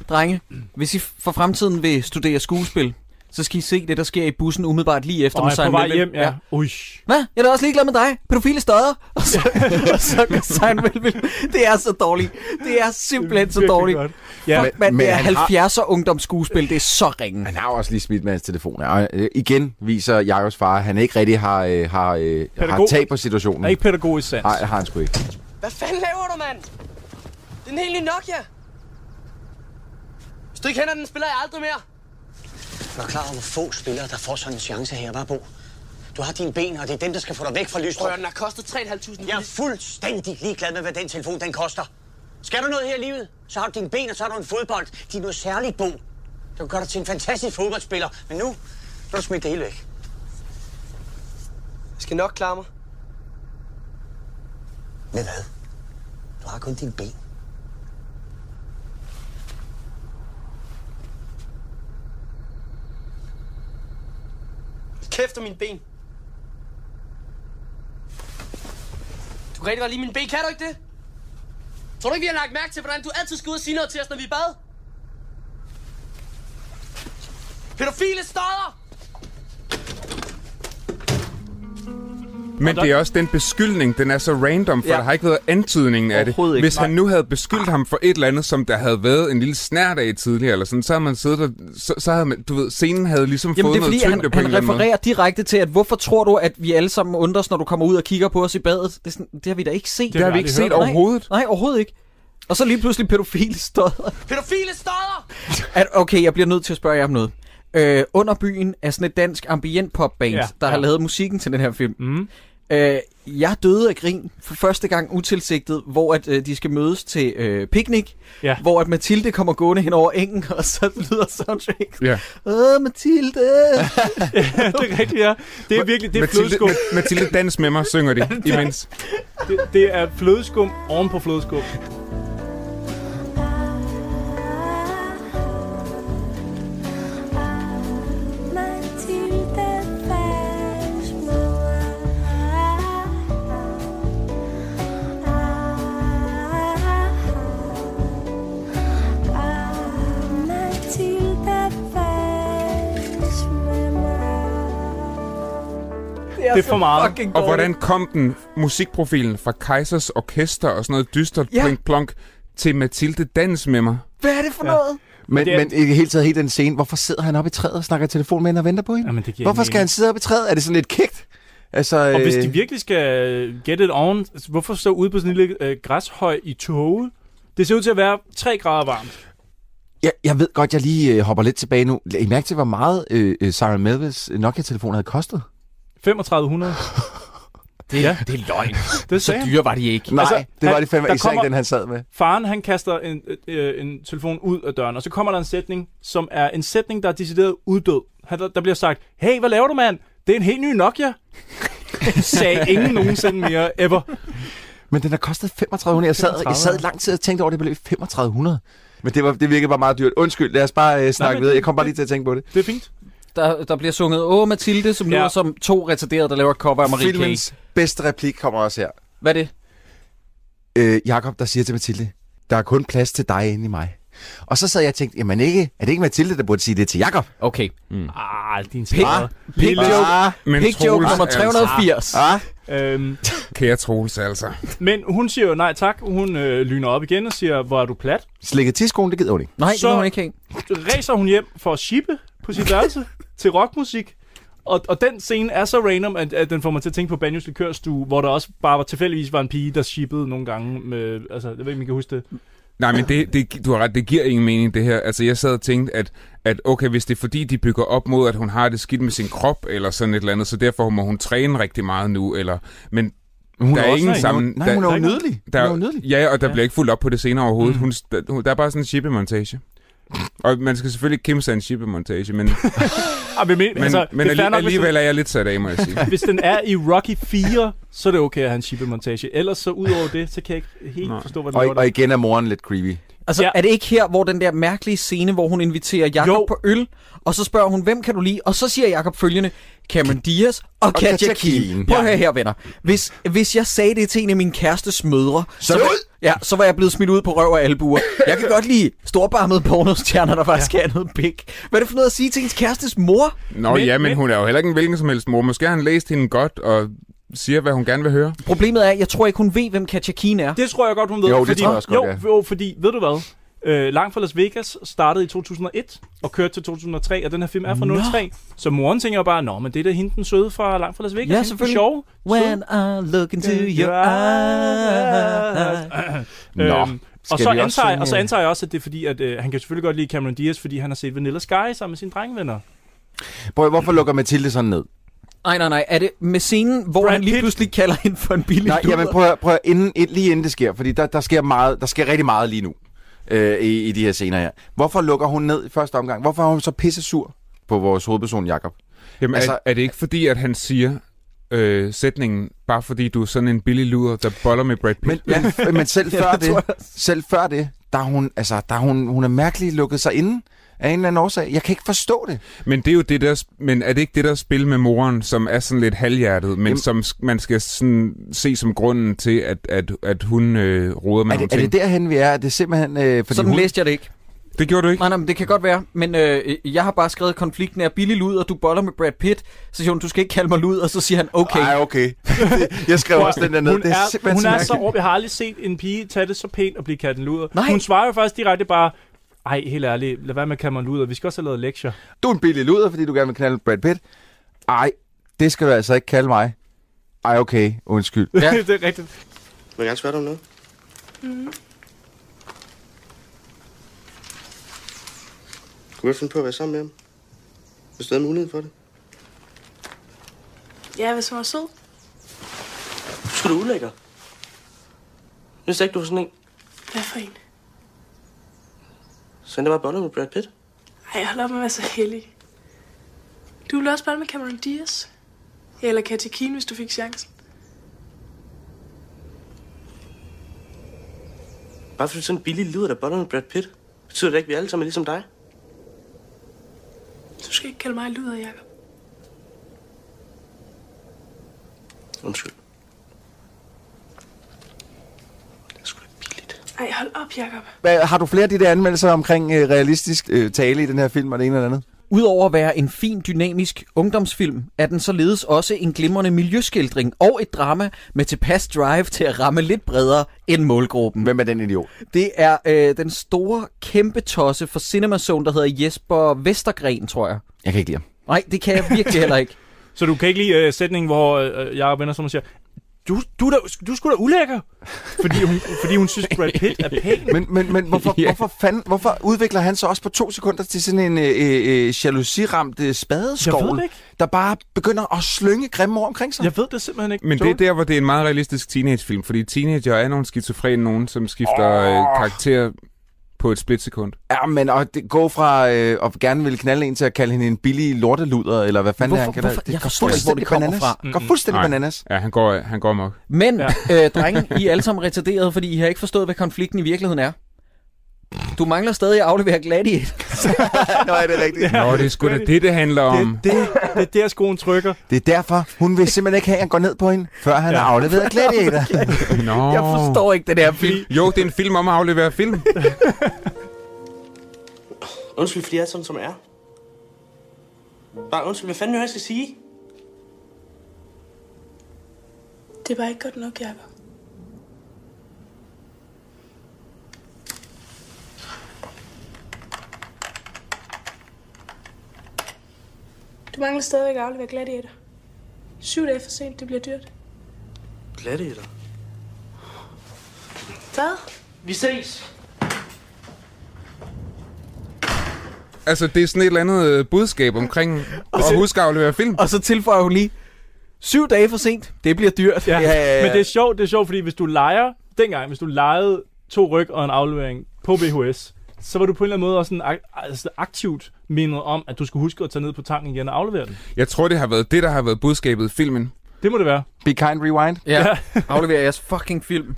Speaker 1: Drenge, hvis I for fremtiden vil studere skuespil, så skal I se det, der sker i bussen umiddelbart lige efter
Speaker 8: Og
Speaker 1: med
Speaker 8: han er
Speaker 1: Søren
Speaker 8: på vej
Speaker 1: Melville.
Speaker 8: hjem, ja. Ui.
Speaker 1: Hvad? Jeg er da også ligeglad med dig. Pædofile støder. Og så, og så går Søren Melville. Det er så dårligt. Det er simpelthen så
Speaker 8: Virkelig
Speaker 1: dårligt.
Speaker 8: godt. Ja,
Speaker 1: Fuck, mand,
Speaker 7: men
Speaker 1: det er
Speaker 7: han har-
Speaker 1: 70'er ungdomsskuespil. Det er så ringe.
Speaker 7: Han har jo også lige smidt med hans telefon. Og øh, igen viser Jakobs far, at han ikke rigtig har, øh, har, øh, har
Speaker 8: Pædagog.
Speaker 7: tag på
Speaker 8: er
Speaker 7: situationen.
Speaker 8: ikke pædagogisk sans.
Speaker 7: Mm. Nej, det har han sgu ikke.
Speaker 4: Hvad fanden laver du, mand? Det er en helt ny Nokia. Hvis du ikke kender den, spiller jeg aldrig mere.
Speaker 11: Du er klar over, hvor få spillere, der får sådan en chance her, var Bo? Du har dine ben, og det er dem, der skal få dig væk fra Lystrup.
Speaker 4: Prøv, den har kostet 3.500.
Speaker 11: Jeg er fuldstændig ligeglad med, hvad den telefon den koster. Skal du noget her i livet, så har du dine ben, og så har du en fodbold. De er noget særligt, Bo. Du kan gøre dig til en fantastisk fodboldspiller, men nu, nu har du smidt det hele væk.
Speaker 4: Jeg skal nok klare mig.
Speaker 11: Med hvad? Du har kun dine ben.
Speaker 4: Kæft om mine ben. Du kan rigtig godt lide mine ben, kan du ikke det?
Speaker 10: Tror du ikke, vi har lagt mærke til, hvordan du altid skal ud og sige noget til os, når vi er i bad? Pædofile stodder!
Speaker 6: Men det er også den beskyldning, den er så random, for ja. der har ikke været antydningen af det.
Speaker 12: Overhovedet ikke,
Speaker 6: Hvis han
Speaker 12: nej.
Speaker 6: nu havde beskyldt ham for et eller andet, som der havde været en lille snært af tidligere, eller sådan, så havde man siddet og, så, så havde man, du ved, scenen havde ligesom
Speaker 1: Jamen
Speaker 6: fået
Speaker 1: det er fordi,
Speaker 6: noget tyngde
Speaker 1: han,
Speaker 6: på en
Speaker 1: han
Speaker 6: eller anden måde.
Speaker 1: refererer direkte til, at hvorfor tror du, at vi alle sammen undres, når du kommer ud og kigger på os i badet? Det, er sådan, det har vi da ikke set.
Speaker 6: Det har vi ikke set overhovedet.
Speaker 1: Nej, nej, overhovedet ikke. Og så lige pludselig pædofil stodder.
Speaker 10: Pædofile stodder!
Speaker 1: At, okay, jeg bliver nødt til at spørge jer om noget. Øh, under byen er sådan et dansk ambient popband,
Speaker 8: Ja,
Speaker 1: ja, der ja. har
Speaker 8: ja.
Speaker 1: lavet musikken til den her film. Mm. Øh, jeg døde af grin for første gang utilsigtet, hvor at øh, de skal mødes til øh, picnic,
Speaker 8: Ja.
Speaker 1: hvor at Mathilde kommer gående hen over engen, og så lyder soundtrack.
Speaker 6: Ja.
Speaker 1: Åh, Mathilde!
Speaker 8: det er rigtigt, ja. Det er virkelig, det er
Speaker 6: Mathilde,
Speaker 8: flødeskum.
Speaker 6: Ma- Mathilde dans med mig, synger de imens.
Speaker 8: Det, det er flødeskum oven på flødeskum.
Speaker 9: Mathilde
Speaker 7: altså
Speaker 8: Det er, det er for meget.
Speaker 6: Og hvordan kom den musikprofilen fra Kaisers Orkester og sådan noget dystert ja.
Speaker 1: Ja.
Speaker 6: plunk plonk til Mathilde dans med mig?
Speaker 1: Hvad er det for ja. noget?
Speaker 7: Men,
Speaker 8: Det er-
Speaker 7: men i det hele taget hele den scene, hvorfor sidder han oppe i træet og snakker i telefon med hende og venter på hende?
Speaker 8: Jamen, det giver
Speaker 7: Hvorfor
Speaker 8: ingen
Speaker 7: skal han sidde oppe i træet? Er det sådan lidt kægt? Altså,
Speaker 8: Og hvis
Speaker 7: øh,
Speaker 8: de virkelig skal øh, get it on, altså, hvorfor stå ude på sådan en lille øh, græshøj i toge? Det ser ud til at være 3 grader varmt.
Speaker 7: jeg, jeg ved godt, jeg lige øh, hopper lidt tilbage nu. Læg mærke til, hvor meget øh, øh, Sarah Melvilles Nokia-telefon havde kostet.
Speaker 8: 3500.
Speaker 1: Det,
Speaker 8: Ja.
Speaker 1: det er løgn.
Speaker 8: Det
Speaker 1: Så
Speaker 8: sagde han.
Speaker 1: dyre var de ikke.
Speaker 7: Nej,
Speaker 8: Altså,
Speaker 7: altså, det var
Speaker 8: han-
Speaker 7: det fandme
Speaker 8: der
Speaker 7: især
Speaker 8: kommer-
Speaker 7: ikke den, han sad med.
Speaker 8: Faren, han kaster en, øh, en telefon ud af døren, og så kommer der en sætning, som er en sætning, der er decideret uddød. Han, der, der bliver sagt, hey, hvad laver du, mand? Det er en helt ny Nokia. Sagde ingen nogensinde mere, ever.
Speaker 7: Men den har kostet 3500. Jeg sad, jeg sad
Speaker 8: 3500.
Speaker 7: lang tid og tænkte over det beløb. 3500. Men det, var, det virkede bare meget dyrt. Undskyld, lad os bare øh, snakke
Speaker 8: men
Speaker 7: videre.
Speaker 8: det-
Speaker 7: Jeg kom bare lige til at tænke på det.
Speaker 8: Det er fint.
Speaker 1: Der, der bliver sunget Åh Mathilde, som lyder
Speaker 8: Ja.
Speaker 1: som to retarderede, der laver et cover af Marie Kay.
Speaker 7: Filmens bedste replik kommer også her.
Speaker 1: Hvad er det?
Speaker 7: øh, Jakob, der siger til Mathilde, der er kun plads til dig inde i mig. Og så sad jeg og tænkte, jamen ikke, er det ikke Mathilde, der burde sige det til Jakob?
Speaker 1: Okay.
Speaker 8: Ah,
Speaker 1: Pig,
Speaker 8: din steder.
Speaker 1: pig joke,
Speaker 7: Ah,
Speaker 6: Men
Speaker 1: pig joke
Speaker 6: Troels
Speaker 1: nummer
Speaker 6: altså.
Speaker 1: 380.
Speaker 7: ah.
Speaker 8: Øhm,
Speaker 6: Kære Troels, altså.
Speaker 8: men hun siger jo nej tak. Hun øh, lyner op igen og siger, hvor er du plat?
Speaker 7: Slikket tidskolen, det gider hun ikke.
Speaker 1: Nej, det
Speaker 8: Så-
Speaker 1: må man ikke have.
Speaker 8: racer hun hjem for at shippe på sit værelse til rockmusik. Og, og den scene er så random, at, at den får mig til at tænke på Banjos Likørstue, hvor der også bare var, tilfældigvis var en pige, der shippede nogle gange med... Altså, jeg ved ikke, om I kan huske det.
Speaker 6: Nej, men det, det, du har ret, det giver ingen mening, det her. Altså, jeg sad og tænkte, at, at okay, hvis det er fordi, de bygger op mod, at hun har det skidt med sin krop, eller sådan et eller andet, så derfor må hun træne rigtig meget nu, eller... Men
Speaker 7: Hun
Speaker 6: Der er ingen sammen-
Speaker 7: Nej, hun
Speaker 6: der-
Speaker 7: er jo
Speaker 8: der-
Speaker 7: nydelig. Hun er
Speaker 6: der,
Speaker 7: jo nydelig.
Speaker 6: ja, og der ja. bliver ikke fuldt op på det senere overhovedet. Mm. Hun, der, der er bare sådan en shippemontage. Og man skal selvfølgelig ikke kæmpe sig af en shippemontage, men,
Speaker 8: Ah, men, men,
Speaker 6: men,
Speaker 8: altså,
Speaker 6: men
Speaker 8: det er fair
Speaker 6: alli-
Speaker 8: nok, hvis,
Speaker 6: alligevel
Speaker 8: den,
Speaker 6: er jeg lidt sat af, må jeg sige.
Speaker 8: hvis den er i Rocky 4, så er det okay at have en shippemontage. Ellers så ud over det, så kan jeg ikke helt
Speaker 6: Nå.
Speaker 8: forstå, hvad den
Speaker 7: Og,
Speaker 8: laver
Speaker 7: og
Speaker 8: der.
Speaker 7: igen er moren lidt creepy.
Speaker 1: Altså,
Speaker 8: Ja.
Speaker 1: ja. er det ikke her, hvor den der mærkelige scene, hvor hun inviterer
Speaker 8: Jo.
Speaker 1: Jakob på øl, og så spørger hun, hvem kan du lide? Og så siger Jakob følgende, Cameron Diaz og, og Katja,
Speaker 7: Katja
Speaker 1: Katja
Speaker 7: Keen.
Speaker 1: Keen. Prøv at høre her, venner. Hvis, hvis jeg sagde det til en af mine kærestes mødre,
Speaker 7: Så er det ud!
Speaker 1: ja, så var jeg blevet smidt ud på røv og albuer. Jeg kan godt lide storbarmede pornostjerner, der faktisk ja. er noget pik. Hvad er det for noget at sige til ens kærestes mor?
Speaker 6: Nå
Speaker 8: Men-
Speaker 6: ja, men
Speaker 8: men-
Speaker 6: hun er jo heller ikke en hvilken som helst mor. Måske har han læst hende godt og siger, hvad hun gerne vil høre.
Speaker 1: Problemet er, jeg tror ikke, hun ved, hvem Katja Keen er.
Speaker 8: Det tror jeg godt, hun ved.
Speaker 7: Jo, det
Speaker 8: fordi,
Speaker 7: tror jeg også godt,
Speaker 8: jo,
Speaker 7: ja.
Speaker 8: jo, fordi, ved du hvad? Øh, Langt fra Las Vegas startede i 2001 og kørte til 2003, og den her film er fra 03. Så moren tænker jo bare, nå, men det er da hende den søde fra Langt fra Las Vegas.
Speaker 1: Ja,
Speaker 8: hende den
Speaker 1: selvfølgelig.
Speaker 8: Sjove. søde."
Speaker 1: When I look
Speaker 6: Øh,
Speaker 1: into your eyes.
Speaker 7: Nå,
Speaker 8: Øhm, og,
Speaker 7: skal
Speaker 8: så
Speaker 7: vi også
Speaker 8: antager,
Speaker 7: synge,
Speaker 8: og så
Speaker 7: øh?
Speaker 8: antager jeg også, at det er fordi, at øh, han kan selvfølgelig godt lide Cameron Diaz, fordi han har set Vanilla Sky sammen med sine drengvenner.
Speaker 7: Prøv, hvorfor lukker Mathilde sådan ned?
Speaker 1: Nej, nej, nej. Er det med scenen, hvor
Speaker 8: Brad
Speaker 1: han lige
Speaker 8: Pitt.
Speaker 1: pludselig kalder hende for en billig
Speaker 7: Nej,
Speaker 1: luder?
Speaker 7: jamen prøv, at- prøv at- inden, ind, lige inden det sker, fordi der, der, sker meget, der sker rigtig meget lige nu øh, i, i de her scener her. Hvorfor lukker hun ned i første omgang? Hvorfor er hun så pisse sur på vores hovedperson, Jakob?
Speaker 6: Jamen, altså,
Speaker 7: Altså-
Speaker 6: er, er det ikke fordi, at han siger øh, sætningen, bare fordi du er sådan en billig luder, der boller med Brad Pitt?
Speaker 7: Men, men, men selv, før det, selv før det, der er hun, altså, der er hun, hun er mærkeligt lukket sig inde. af en eller anden årsag. Jeg kan ikke forstå det.
Speaker 6: Men det er jo det der, men er det ikke det der spil med moren, som er sådan lidt halvhjertet, men
Speaker 7: Jamen-
Speaker 6: Jamen. som sk- man skal sådan se som grunden til, at, at, at hun øh, roder med
Speaker 7: Er
Speaker 6: nogle
Speaker 7: det, er
Speaker 6: ting?
Speaker 7: det derhen, vi er? Er det simpelthen... Øh, fordi
Speaker 1: Sådan
Speaker 7: hun...
Speaker 1: læste jeg det ikke.
Speaker 6: Det gjorde du ikke?
Speaker 1: Nej, nej, men det kan godt være, men øh, jeg har bare skrevet, konflikten er billig lud, og du boller med Brad Pitt. Så siger hun, du skal ikke kalde mig lud, og så siger han, okay.
Speaker 7: Ej, Ah, okay. jeg skrev også den der ned.
Speaker 8: Hun
Speaker 7: Det er
Speaker 8: er,
Speaker 7: simpelthen
Speaker 8: hun er
Speaker 7: mærkeligt.
Speaker 8: så råb. Jeg har aldrig set en pige tage det så pænt og blive kaldt en luder.
Speaker 1: Nej.
Speaker 8: Hun svarer jo faktisk direkte bare, ej, helt ærligt, lad være med at kalde mig en luder. Vi skal også have lavet lektier.
Speaker 7: Du er en billig luder, fordi du gerne vil knalde Brad Pitt. Ej, det skal du altså ikke kalde mig. Ej, okay. Undskyld.
Speaker 1: Ja.
Speaker 8: det er rigtigt.
Speaker 12: Vil du gerne spørge dig om noget?
Speaker 4: Mhm.
Speaker 2: Mm.
Speaker 12: Kunne du finde på at være sammen med ham? Hvis du havde mulighed for det.
Speaker 2: Ja, hvis hun var sød.
Speaker 10: Skal du ulækker? Jeg vidste ikke, du var sådan en.
Speaker 2: Hvad for en?
Speaker 10: Så han der bare boller med Brad Pitt.
Speaker 2: Ej, hold op med at være så heldig. Du ville også bare med Cameron Diaz. Ja, eller Katja Keen, hvis du fik chancen.
Speaker 10: Bare fordi du er sådan en billig lyder, der boller med Brad Pitt. Betyder det ikke, at vi alle sammen er ligesom dig?
Speaker 2: Du skal ikke kalde mig luder, Jacob.
Speaker 10: Undskyld.
Speaker 2: Ej, hold op, Jacob.
Speaker 7: Hvad, har du flere af de der anmeldelser omkring øh, realistisk øh, tale i den her film og det ene eller andet?
Speaker 1: Udover at være en fin, dynamisk ungdomsfilm, er den således også en glimrende miljøskildring og et drama med tilpas drive til at ramme lidt bredere end målgruppen.
Speaker 7: Hvem er den idiot?
Speaker 1: Det er øh, den store, kæmpe tosse fra Cinemazone, der hedder Jesper Vestergren, tror jeg.
Speaker 7: Jeg kan ikke lide ham.
Speaker 1: Nej, det kan jeg virkelig heller ikke.
Speaker 8: Så du kan ikke lide øh, sætningen, hvor øh, jeg vender som og siger, du, du, er da, du er sgu da ulækker. Fordi hun, fordi hun synes, Brad Pitt er pæn.
Speaker 7: Men, men, men hvorfor,
Speaker 6: Ja.
Speaker 7: yeah. hvorfor, fanden, hvorfor udvikler han sig også på to sekunder til sådan en øh, øh, øh, jalousiramt øh,
Speaker 8: Jeg ved det
Speaker 7: spadeskovl,
Speaker 8: ikke.
Speaker 7: der bare begynder at slynge grimme ord omkring sig?
Speaker 8: Jeg ved det simpelthen ikke.
Speaker 6: Men det er der, hvor det er en meget realistisk teenagefilm, fordi teenager er nogle skizofrene nogen, som skifter øh, karakter på et splitsekund.
Speaker 7: Ja, men at det- gå fra øh, at gerne ville knalde en til at kalde hende en billig lorteluder, eller hvad fanden
Speaker 1: Hvorfor-
Speaker 7: er han kalder
Speaker 1: hvorfor-
Speaker 7: det.
Speaker 1: jeg
Speaker 7: går
Speaker 1: forstår ikke, hvor det
Speaker 7: fuldstændig
Speaker 1: kommer
Speaker 7: bananas.
Speaker 1: fra.
Speaker 7: Går fuldstændig
Speaker 6: Nej.
Speaker 7: bananas.
Speaker 6: Ja, han går, han går mok.
Speaker 1: Men, ja. øh, drenge, I er alle sammen retarderede, fordi I har ikke forstået, hvad konflikten i virkeligheden er. Du mangler stadig at aflevere Gladiator.
Speaker 7: Nå, er det rigtigt.
Speaker 6: Nå, det er sgu da det, det handler om.
Speaker 8: Det, det, det er der, skoen trykker.
Speaker 7: Det er derfor, hun vil simpelthen ikke have, at han går ned på hende, før han
Speaker 8: Ja.
Speaker 7: ja. har afleveret Gladiator.
Speaker 6: Nå.
Speaker 1: Jeg forstår ikke den her film.
Speaker 6: Jo, det er en film om at aflevere film.
Speaker 10: Undskyld, fordi jeg er sådan, som jeg er. Bare undskyld, hvad fanden er det, jeg skal sige?
Speaker 2: Det er bare ikke godt nok, Jacob. Du mangler stadigvæk at aflevere gladiator. Syv dage for sent, det bliver dyrt.
Speaker 10: Gladiator.
Speaker 2: Hvad?
Speaker 10: Vi ses.
Speaker 6: Altså, det er sådan et eller andet øh, budskab omkring at huske at aflevere film.
Speaker 1: Og så tilføjer hun lige, syv dage for sent, det bliver dyrt.
Speaker 8: Ja.
Speaker 7: ja, ja, ja.
Speaker 8: Men det er sjovt, det er sjovt, fordi hvis du leger, dengang, hvis du legede to ryg og en aflevering på BHS, så var du på en eller anden måde også sådan ak- altså aktivt mindet om, at du skulle huske at tage ned på tanken igen og aflevere den.
Speaker 6: Jeg tror, det har været det, der har været budskabet i filmen.
Speaker 8: Det må det være.
Speaker 7: Be kind, rewind.
Speaker 1: Ja, afleverer jeres fucking film.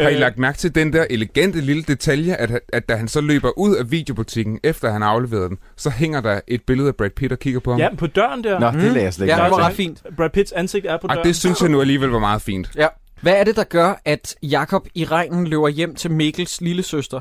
Speaker 6: Har I
Speaker 8: Øh,
Speaker 6: lagt mærke til den der elegante lille detalje, at, at da han så løber ud af videobutikken, efter han har afleveret den, så hænger der et billede af Brad Pitt og kigger på ham.
Speaker 8: Ja, på døren der. Mm.
Speaker 7: Nå, det lader jeg slet ikke.
Speaker 1: Ja, det
Speaker 7: mærke
Speaker 1: var
Speaker 7: til.
Speaker 1: ret fint.
Speaker 8: Brad Pitts ansigt er på
Speaker 6: Ej,
Speaker 8: døren.
Speaker 6: det synes jeg nu alligevel var meget fint.
Speaker 1: Ja. Hvad er det, der gør, at Jakob i regnen løber hjem til Mikkels lille søster?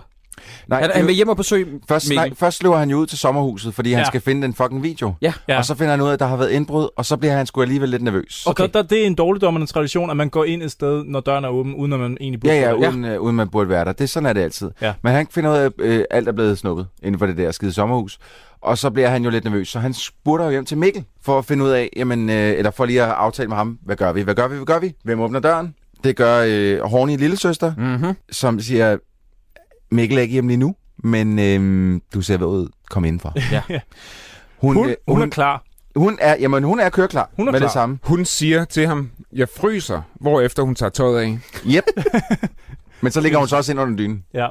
Speaker 7: Nej,
Speaker 1: Han,
Speaker 7: det er
Speaker 1: han
Speaker 7: jo-
Speaker 1: vil hjem og besøge
Speaker 7: Først,
Speaker 1: Mikkel.
Speaker 7: nej, først løber han jo ud til sommerhuset, fordi ja.
Speaker 8: Ja.
Speaker 7: han skal finde den fucking video.
Speaker 1: Ja.
Speaker 8: Ja.
Speaker 7: Og så finder han ud af, at der har været indbrud, og så bliver han sgu alligevel lidt nervøs.
Speaker 8: Okay. Der, der, det er en dårligdommende tradition, at man går ind et sted, når døren er åben, uden at man egentlig burde
Speaker 7: Ja, ja,
Speaker 8: gøre det.
Speaker 7: uden, ja. Øh, uden man burde være der. Det, sådan er det altid.
Speaker 8: Ja.
Speaker 7: Men han finder ud af, at øh, alt er blevet snuppet inden for det der skide sommerhus. Og så bliver han jo lidt nervøs, så han spurgter jo hjem til Mikkel for at finde ud af, jamen, øh, eller for lige at aftale med ham, hvad gør vi, hvad gør vi, hvad gør vi? Hvem åbner døren? Det gør øh, Horny lillesøster,
Speaker 1: Mm-hmm.
Speaker 7: som siger, Mikkel er ikke hjemme lige nu, men øh, du ser ved ud, kom indenfor.
Speaker 1: Ja.
Speaker 7: Hun,
Speaker 8: Hun,
Speaker 7: øh,
Speaker 8: hun, er klar.
Speaker 7: hun er, jamen, hun er køreklar
Speaker 8: Hun er
Speaker 7: med
Speaker 8: klar.
Speaker 7: det samme.
Speaker 6: Hun siger til ham, jeg fryser, hvorefter hun tager tøjet af.
Speaker 7: Yep. men så ligger hun så også ind under dynen.
Speaker 8: Ja.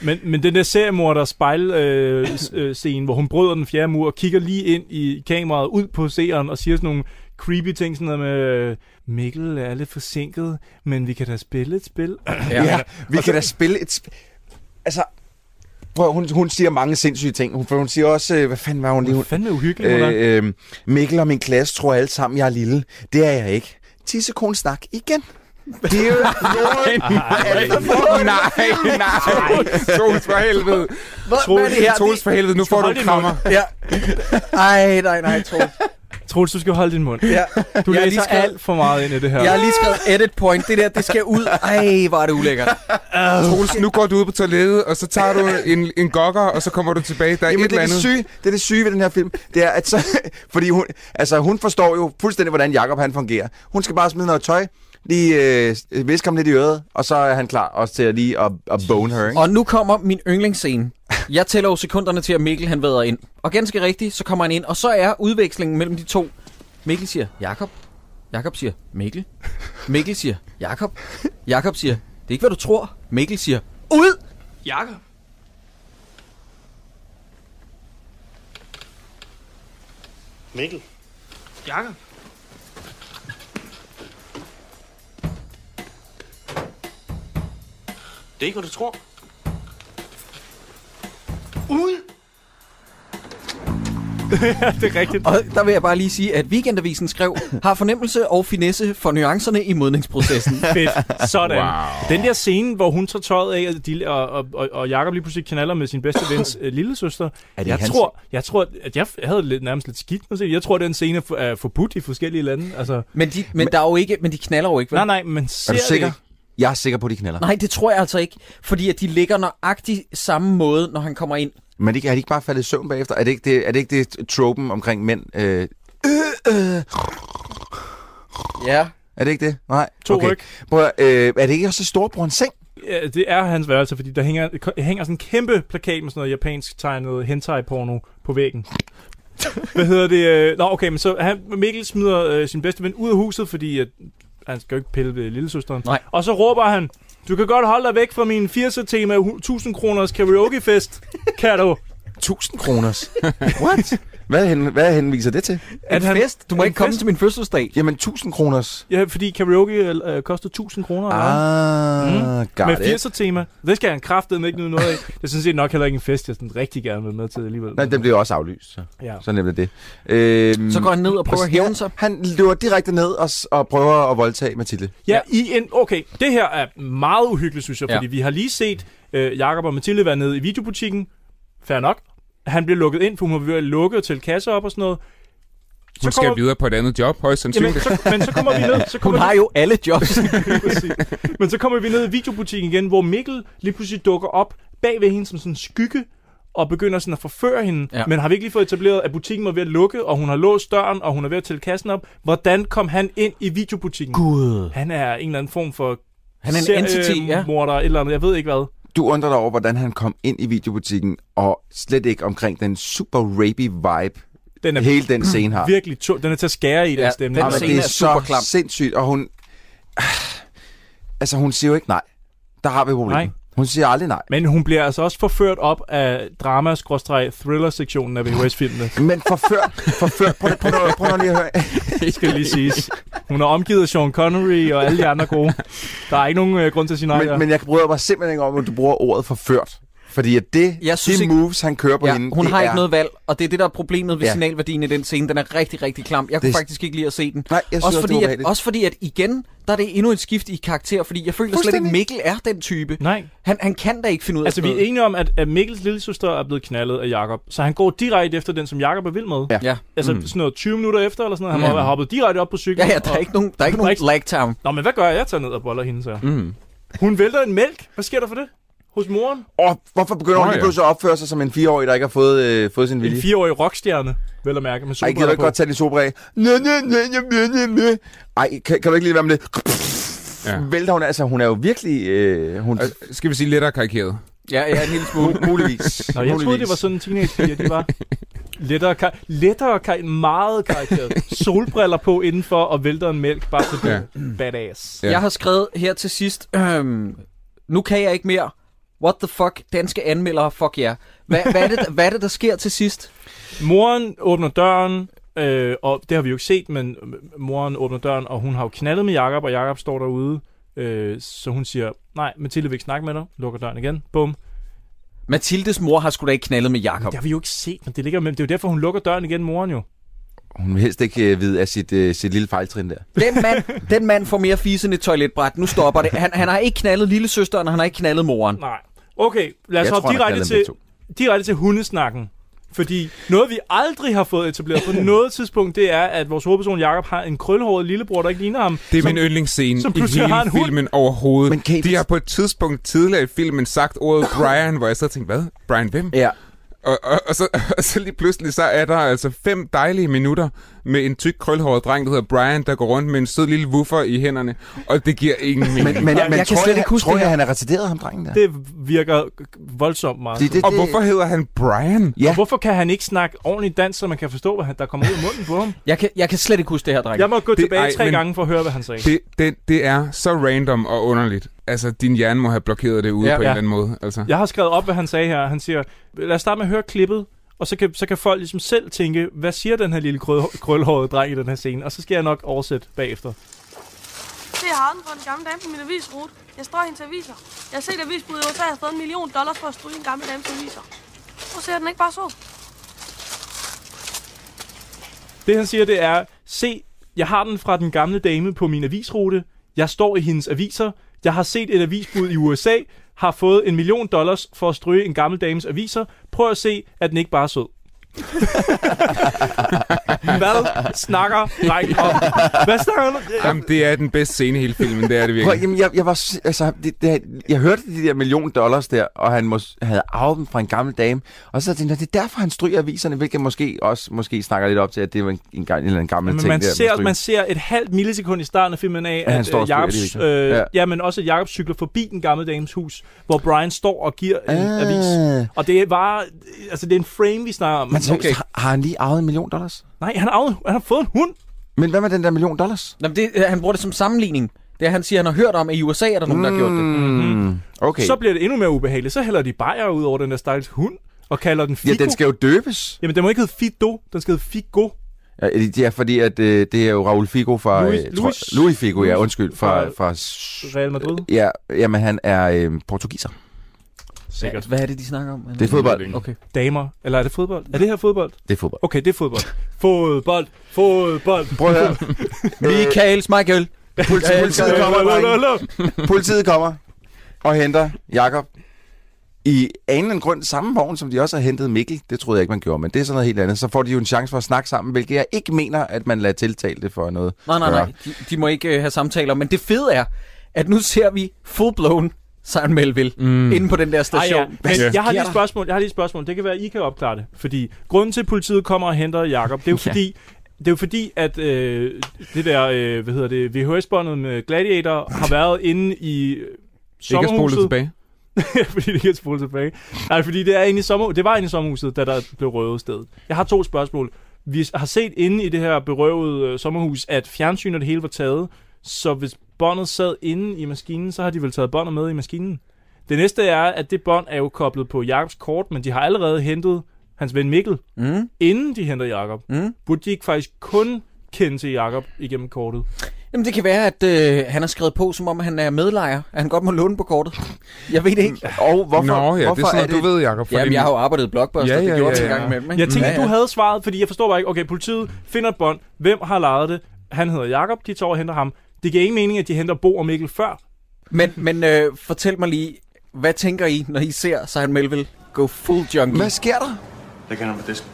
Speaker 8: Men, men den der seriemorder spejl øh, s- øh, scene, hvor hun bryder den fjerde mur og kigger lige ind i kameraet, ud på seeren og siger sådan nogle creepy ting, sådan noget med, øh, Mikkel er lidt forsinket, men vi kan da spille et spil.
Speaker 7: Ja, vi kan da spille et... Sp- altså, prøv, hun, hun siger mange sindssyge ting. Hun, for hun siger også, øh, hvad fanden var hun lige? Hun er
Speaker 8: fandme uhyggelig, hun er.
Speaker 7: øh, Mikkel og min klasse tror alle sammen, jeg er lille. Det er jeg ikke. 10 sekund snak igen. Dear Lord, hvad er det for
Speaker 6: Nej, nej, nej. Troels for helvede.
Speaker 7: Hvad, hvad er det her?
Speaker 6: Troels for helvede, nu
Speaker 8: Skal
Speaker 6: får du
Speaker 8: holde din
Speaker 6: krammer.
Speaker 8: mund.
Speaker 7: Ja. Ej, nej, nej, Troels.
Speaker 8: Troels, du skal holde din mund.
Speaker 7: Ja.
Speaker 8: Du
Speaker 13: Jeg har
Speaker 8: læser
Speaker 13: lige
Speaker 8: lige
Speaker 13: skrevet-
Speaker 8: alt for meget ind i det her.
Speaker 13: Jeg har lige skrevet edit point. Det der, det skal ud. Ej, hvor er det ulækkert.
Speaker 6: Troels, nu går du ud på toilettet, og så tager du en, en gokker, og så kommer du tilbage. Der er
Speaker 7: Jamen,
Speaker 6: et
Speaker 7: det, er
Speaker 6: eller
Speaker 7: det,
Speaker 6: andet.
Speaker 7: syge, det er det syge ved den her film. Det er, at så, fordi hun, altså, hun forstår jo fuldstændig, hvordan Jakob han fungerer. Hun skal bare smide noget tøj, lige øh, viske ham lidt i øret, og så er han klar også til at lige at, at bone her. Ikke?
Speaker 1: Og nu kommer min yndlingsscene. Jeg tæller jo sekunderne til, at Mikkel han vader ind. Og ganske rigtigt, så kommer han ind, og så er udvekslingen mellem de to. Mikkel siger Jakob. Jakob siger Mikkel. Mikkel siger Jakob. Jakob siger, det er ikke, hvad du tror. Mikkel siger, ud!
Speaker 2: Jakob.
Speaker 12: Mikkel.
Speaker 2: Jakob.
Speaker 10: Det er ikke, hvad du tror.
Speaker 2: Ud!
Speaker 8: det er rigtigt.
Speaker 1: Og der vil jeg bare lige sige, at Weekendavisen skrev, har fornemmelse og finesse for nuancerne i modningsprocessen.
Speaker 8: Fedt. Sådan. Wow. Den der scene, hvor hun tager tøjet af, og, de, og, og, og- og Jacob lige pludselig knaller med sin bedste vens øh, lillesøster.
Speaker 7: Er det
Speaker 8: jeg,
Speaker 7: hans-
Speaker 8: tror, jeg tror, at jeg f- havde lidt, nærmest lidt skidt med sig. Jeg tror, den scene er, for, er forbudt i forskellige lande. Altså,
Speaker 1: Men de, men, der er jo ikke, men de knaller jo ikke, vel?
Speaker 8: nej, nej, men ser
Speaker 7: er du
Speaker 8: det
Speaker 7: sikker?
Speaker 8: ikke.
Speaker 7: Jeg er sikker på, at de knaller.
Speaker 1: Nej, det tror jeg altså ikke, fordi at de ligger nøjagtig samme måde, når han kommer ind.
Speaker 7: Men er de, ikke- er de ikke bare faldet i søvn bagefter? Er det ikke det, er det, ikke det tropen omkring mænd? Øh,
Speaker 1: Ja.
Speaker 7: er det ikke det? Nej.
Speaker 8: To ryg.
Speaker 7: Prøv, at- øh, er det ikke også storebrorens seng?
Speaker 8: Ja, det er hans værelse, fordi der hænger, hænger sådan en kæmpe plakat med sådan noget japansk tegnet hentai-porno på væggen. Hvad hedder det? øh, Nå, okay, men så han, Mikkel smider øh, sin bedste ven ud af huset, fordi at, han skal jo ikke pille ved lillesøsteren.
Speaker 1: Nej.
Speaker 8: Og så råber han, du kan godt holde dig væk fra min 80'er tema 1000 kroners karaokefest, kan du?
Speaker 7: 1000 kroners. What? Hvad, hen, hvad henviser det til?
Speaker 8: At han- fest? Du må en ikke komme fest? til
Speaker 1: min fødselsdag.
Speaker 7: Jamen, 1000 kroners.
Speaker 8: Ja, fordi karaoke øh, koster 1000 kroner. eller hvad?
Speaker 7: Ah, got
Speaker 8: Med
Speaker 7: it.
Speaker 8: 80'er tema. Det skal han kraftedeme ikke nyde noget af. Det er sådan set nok heller ikke en fest, jeg sådan rigtig gerne vil med til alligevel.
Speaker 7: Nej, den blev også aflyst. Så,
Speaker 8: Ja.
Speaker 7: ja. så nemt er det. Øhm,
Speaker 1: Så går han ned og prøver at hævne sig.
Speaker 7: Han løber direkte ned og, s- og prøver at voldtage Mathilde.
Speaker 8: Ja, i en... Okay, det her er meget uhyggeligt, synes jeg,
Speaker 7: Ja.
Speaker 8: fordi vi har lige set øh, Jakob og Mathilde være nede i videobutikken. Fair nok. Han bliver lukket ind, for hun var ved at lukke og tælle kasser op og sådan noget.
Speaker 6: Hun
Speaker 8: Så kommer-
Speaker 6: skal videre på et andet job, højst
Speaker 8: Jamen,
Speaker 6: sandsynligt.
Speaker 8: så, men så kommer vi ned... Så kommer
Speaker 1: Hun har
Speaker 8: vi,
Speaker 1: jo alle jobs.
Speaker 8: Præcis. men så kommer vi ned i videobutikken igen, hvor Mikkel lige pludselig dukker op bag ved hende som sådan en skygge, og begynder sådan at forføre hende.
Speaker 1: Ja.
Speaker 8: Ja. Men har vi ikke lige fået etableret, at butikken var ved at lukke, og hun har låst døren, og hun er ved at tælle kassen op. Hvordan kom han ind i videobutikken?
Speaker 1: Gud.
Speaker 8: Han er en eller anden form for...
Speaker 1: Han er en entity, ja.
Speaker 8: Morder, et eller andet, jeg ved ikke hvad.
Speaker 7: Du undrer dig over, hvordan han kom ind i videobutikken, og slet ikke omkring den super rapey vibe,
Speaker 8: Den er
Speaker 7: hele den scene har.
Speaker 8: Virkelig to, den er til at skære i den stemning.
Speaker 7: Jamen, det er, så sindssygt, og hun... Altså, hun siger jo ikke nej. Der har vi problemet.
Speaker 8: Nej.
Speaker 7: Hun siger aldrig nej.
Speaker 8: Men hun bliver altså også forført op af drama-thriller-sektionen af VHS-filmene.
Speaker 7: Men forført, forført, prøv, prøv, prøv, prøv, prøv lige at høre.
Speaker 8: Det skal lige siges. Hun er omgivet af Sean Connery og alle de andre gode. Der er ikke nogen øh, grund til at sige nej.
Speaker 7: Men,
Speaker 8: her.
Speaker 7: men jeg bryder mig simpelthen ikke om, at du bruger ordet forført. Fordi at det,
Speaker 1: Jeg
Speaker 7: jeg
Speaker 1: synes
Speaker 7: synes de
Speaker 1: ikke-
Speaker 7: moves, han kører på
Speaker 1: Ja,
Speaker 7: hende,
Speaker 1: hun
Speaker 7: det
Speaker 1: har
Speaker 7: er,
Speaker 1: ikke noget valg, og det er det, der er problemet ved ja.
Speaker 7: Ja.
Speaker 1: signalværdien i den scene. Den er rigtig, rigtig klam. Jeg kunne
Speaker 7: Det-
Speaker 1: faktisk ikke lide at se den.
Speaker 7: Nej, jeg synes
Speaker 1: også,
Speaker 7: også, det
Speaker 1: fordi
Speaker 7: var
Speaker 1: at,
Speaker 7: ubehageligt.
Speaker 1: også fordi, at igen, der er det endnu et skift i karakter, fordi jeg føler slet ikke,
Speaker 7: Fuldstændig.
Speaker 1: Mikkel er den type.
Speaker 8: Nej.
Speaker 1: Han, han kan da ikke finde ud af
Speaker 8: Altså, vi
Speaker 1: sådan
Speaker 8: er enige om, at, at Mikkels lille søster er blevet knaldet af Jakob. Så han går direkte efter den, som Jakob er vild med.
Speaker 1: Ja. Ja.
Speaker 8: Altså,
Speaker 1: Mm.
Speaker 8: sådan noget 20 minutter efter, eller sådan noget. Han
Speaker 1: Ja.
Speaker 8: må have hoppet direkte op på cyklen.
Speaker 1: Ja, ja, der er ikke nogen, der er ikke nogen lagtown.
Speaker 8: Nå, men hvad gør jeg? Jeg tager ned og boller hende, så.
Speaker 1: Mm.
Speaker 8: Hun vælter en mælk. Hvad sker der for det? Hos moren?
Speaker 7: Og hvorfor begynder hun
Speaker 8: Nå,
Speaker 7: lige
Speaker 8: ja.
Speaker 7: pludselig at opføre sig som en fireårig, der ikke har fået, øh, fået sin vilje?
Speaker 8: En fireårig rockstjerne, vel at mærke, med
Speaker 7: Ej, gider du
Speaker 8: solbriller
Speaker 7: ikke
Speaker 8: på.
Speaker 7: godt tage din sobrag? Næ, næ, næ, næ, næ, næ, næ. Ej, kan, kan du ikke lige være med det? Ja. Vælter hun, altså hun er jo virkelig... Øh, hun...
Speaker 6: Skal vi sige lettere karikeret?
Speaker 1: Ja, ja, en lille smule.
Speaker 7: Muligvis.
Speaker 8: Nå, jeg troede, det var sådan en teenagepiger, de var lettere, kar- lettere kar- meget karikeret. Solbriller på indenfor og vælter en mælk, bare så det ja. badass.
Speaker 1: Jeg har skrevet her til sidst, øhm, nu kan jeg ikke mere. What the fuck, danske anmeldere, fuck jer. Hvad, hvad, er det, hvad er det, der sker til sidst?
Speaker 8: Moren åbner døren, øh, og det har vi jo ikke set, men øh, moren åbner døren, og hun har jo knaldet med Jakob, og Jakob står derude, øh, så hun siger, nej, Mathilde vil ikke snakke med dig, lukker døren igen, bum.
Speaker 1: Mathildes mor har sgu da ikke knaldet med Jakob.
Speaker 8: Det har vi jo ikke set, men det ligger mellem. Det er jo derfor, hun lukker døren igen, moren jo.
Speaker 7: Hun vil helst ikke øh, vide af sit, øh, sit lille fejltrin der.
Speaker 1: Den mand, den mand får mere fise end et toiletbræt. Nu stopper det. Han, han har ikke knaldet lillesøsteren, og han har ikke knaldet moren.
Speaker 8: Nej. Okay, lad os
Speaker 1: Jeg
Speaker 8: hoppe
Speaker 1: tror, der
Speaker 8: direkte
Speaker 1: knaldede
Speaker 8: til, direkte til hundesnakken. Fordi noget, vi aldrig har fået etableret på noget tidspunkt, det er, at vores hovedperson Jakob har en krølhåret lillebror, der ikke ligner ham.
Speaker 6: Det er min yndlingsscene
Speaker 8: som
Speaker 6: i
Speaker 8: pludselig
Speaker 6: hele
Speaker 8: har en hund.
Speaker 6: filmen overhovedet.
Speaker 8: Men
Speaker 6: Men
Speaker 8: kan I-
Speaker 6: De har på et tidspunkt tidligere i filmen sagt ordet Brian, hvor jeg så tænkte, hvad? Brian hvem?
Speaker 7: Ja.
Speaker 6: Og, og, og, så, og så lige pludselig, så er der altså fem dejlige minutter med en tyk, krølhåret dreng, der hedder Brian, der går rundt med en sød lille woofer i hænderne, og det giver ingen mening.
Speaker 7: Men, men, men tror, jeg, tror jeg, han er retarderet, ham drengen der?
Speaker 8: Det virker voldsomt meget.
Speaker 6: Det- det- Og det- hvorfor hedder han Brian?
Speaker 7: Ja.
Speaker 8: Og hvorfor kan han ikke snakke ordentligt dansk, så man kan forstå, hvad han- der kommer ud af munden på ham?
Speaker 1: Jeg kan, jeg kan slet ikke huske det her, dreng.
Speaker 8: Jeg må gå
Speaker 6: Det-
Speaker 8: det, tilbage
Speaker 6: ej,
Speaker 8: ej, tre
Speaker 6: men-
Speaker 8: gange for at høre, hvad han sagde.
Speaker 6: Det, det, det er så random og underligt. Altså, din hjerne må have blokeret det ude
Speaker 8: Ja.
Speaker 6: ja, på
Speaker 8: Ja.
Speaker 6: ja. en eller anden måde. Altså.
Speaker 8: Jeg har skrevet op, hvad han sagde her. Han siger, lad os starte med at høre klippet, og så kan, så kan folk ligesom selv tænke, hvad siger den her lille krøl, krølhårede dreng i den her scene? Og så skal jeg nok oversætte bagefter.
Speaker 9: Det er Harden fra den gamle dame på min avisrute. Jeg strøg hendes aviser. Jeg har set avisbuddet i USA, har fået en million dollars for at stryge en gammel dames aviser. Nu ser den ikke bare så.
Speaker 8: Det han siger, det er, se, jeg har den fra den gamle dame på min avisrute. Jeg står i hendes aviser. Jeg har set et avisbud i USA. Har fået en million dollars for at stryge en gammel dames aviser. Prøv at se, at den ikke bare er sød. Hvad snakker drengen om? Hvad snakker han om?
Speaker 6: Jamen, det er den bedste scene i hele filmen, det er det virkelig.
Speaker 7: Prøv, jamen, jeg, jeg, var, s- altså, det, det, jeg hørte de der million dollars der, og han mås, havde arvet dem fra en gammel dame. Og så tænkte jeg, det er derfor, han stryger aviserne, hvilket måske også måske snakker lidt op til, at det var en, en, gang- en eller anden gammel
Speaker 8: Men
Speaker 7: ting.
Speaker 8: man
Speaker 7: der,
Speaker 8: ser,
Speaker 7: stryger.
Speaker 8: man ser et halvt millisekund i starten af filmen af,
Speaker 7: han
Speaker 8: at,
Speaker 7: står
Speaker 8: at
Speaker 7: og styrer
Speaker 8: Jacobs,
Speaker 7: det,
Speaker 8: øh,
Speaker 7: ikke?
Speaker 8: ja.
Speaker 7: Ja.
Speaker 8: men også at Jacobs cykler forbi den gamle dames hus, hvor Brian står og giver en
Speaker 7: Ah.
Speaker 8: avis. Og det er bare, altså det er en frame, vi snakker om.
Speaker 7: Men seriøst, har, har han lige arvet en million dollars?
Speaker 8: Nej, han har, arvet, han har fået en hund.
Speaker 7: Men hvad med den der million dollars?
Speaker 1: Jamen, det, han bruger det som sammenligning. Det er, han siger, han har hørt om, at i USA er der nogen, mm. der har gjort det.
Speaker 7: Mm. Okay.
Speaker 8: Mhm. Så bliver det endnu mere ubehageligt. Så hælder de bajer ud over den der stakkels hund, og kalder den Figo.
Speaker 7: ja, den skal jo døbes.
Speaker 8: Jamen, den må ikke hedde Fido, den skal hedde Figo.
Speaker 7: Ja, det er fordi, at øh, det er jo Raul Figo fra...
Speaker 8: Louis-
Speaker 7: øh, tror-
Speaker 8: Louis-
Speaker 7: Louis Figo, ja,
Speaker 8: Louis-
Speaker 7: undskyld. Fra,
Speaker 8: fra-
Speaker 7: fra,
Speaker 8: Real Madrid.
Speaker 7: ja, jamen, han er øh, portugiser.
Speaker 8: Sikkert.
Speaker 1: Hvad er det, de snakker om?
Speaker 7: Det er fodbold.
Speaker 1: Okay.
Speaker 8: Damer. Eller er det fodbold? Er det her fodbold?
Speaker 7: Det er fodbold.
Speaker 8: Okay, det er fodbold. Fodbold. Fodbold.
Speaker 7: Prøv at høre.
Speaker 1: Michael Michael.
Speaker 7: Politi- Politiet kommer, drenge. Politiet kommer og henter Jakob i af en eller anden grund samme vogn, som de også har hentet Mikkel. Det troede jeg ikke, man gjorde, men det er sådan noget helt andet. Så får de jo en chance for at snakke sammen, hvilket jeg ikke mener, at man lader tiltalte for noget.
Speaker 1: Nej, nej, nej. De, de må ikke øh, have samtaler. Men det fede er, at nu ser vi full-blown Søren Melville mm. inde på den der station.
Speaker 8: Ej, ja. Men jeg har lige et spørgsmål. Jeg har lige et spørgsmål. Det kan være, at I kan opklare det. Fordi grunden til, at politiet kommer og henter Jakob, det
Speaker 1: Ja.
Speaker 8: er jo fordi, det er jo fordi, at øh, det der, øh, hvad hedder det, VHS-båndet med Gladiator har været inde i øh,
Speaker 6: spolet
Speaker 8: sommerhuset.
Speaker 6: tilbage.
Speaker 8: Ja, fordi det kan spole tilbage. Nej, fordi det, er inde i sommer, det var inde i sommerhuset, da der blev røvet sted. Jeg har to spørgsmål. Vi har set inde i det her berøvede øh, sommerhus, at fjernsyn og det hele var taget. Så hvis båndet sad inde i maskinen, så har de vel taget båndet med i maskinen. Det næste er, at det bånd er jo koblet på Jakobs kort, men de har allerede hentet hans ven Mikkel,
Speaker 1: mm.
Speaker 8: inden de henter Jakob.
Speaker 1: Mm.
Speaker 8: Burde de ikke faktisk kun kende til Jakob igennem kortet?
Speaker 1: Jamen, det kan være, at øh, han har skrevet på, som om han er medlejer. At han godt må låne på kortet. Jeg ved det ikke.
Speaker 7: Og hvorfor,
Speaker 6: Nå, ja,
Speaker 7: hvorfor
Speaker 6: det er sådan,
Speaker 7: er
Speaker 6: noget, du ved, Jakob. fra
Speaker 1: Jamen,
Speaker 6: din-
Speaker 1: jeg har jo arbejdet i Blockbuster.
Speaker 6: Ja,
Speaker 1: det
Speaker 6: ja,
Speaker 1: gjorde
Speaker 6: ja,
Speaker 1: jeg
Speaker 6: ja.
Speaker 1: gang imellem.
Speaker 7: Mm.
Speaker 8: Jeg tænkte,
Speaker 1: ja,
Speaker 8: at du havde svaret, fordi jeg forstår bare ikke. Okay, politiet finder et bånd. Hvem har lejet det? Han hedder Jakob. De tager over og henter ham. Det giver ingen mening, at de henter Bo og Mikkel før.
Speaker 1: Men, men øh, fortæl mig lige, hvad tænker I, når I ser Søren Melville gå full junkie?
Speaker 7: Hvad sker der?
Speaker 14: Læg hænderne på disken.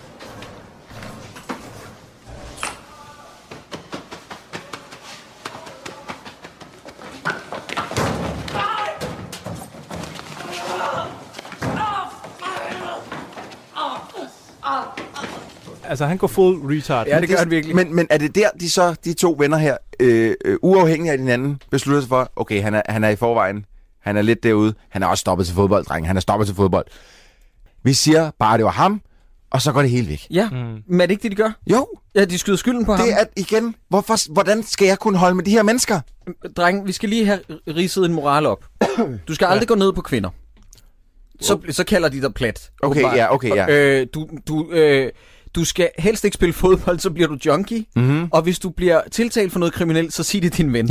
Speaker 8: Altså, han går full retard.
Speaker 7: Men, men er det der, de så, de to venner her, øh, øh, uafhængigt af hinanden, beslutter sig for, okay, han er, han er i forvejen, han er lidt derude, han er også stoppet til fodbold, dreng, han er stoppet til fodbold. Vi siger bare, at det var ham, og så går det hele væk.
Speaker 1: Ja, mm. men er det ikke det, de gør?
Speaker 7: Jo.
Speaker 1: Ja, de skyder skylden på ham.
Speaker 7: Det er igen, hvorfor, hvordan skal jeg kunne holde med de her mennesker?
Speaker 1: Dreng, vi skal lige have ridset en moral op. Du skal aldrig ja. gå ned på kvinder. Så, så kalder de dig plat.
Speaker 7: Okay,
Speaker 1: åbenbart.
Speaker 7: ja, okay, ja.
Speaker 1: Øh, du, du, øh, Du skal helst ikke spille fodbold, så bliver du junkie.
Speaker 7: Mhm.
Speaker 1: Og hvis du bliver tiltalt for noget kriminelt, så sig det din ven.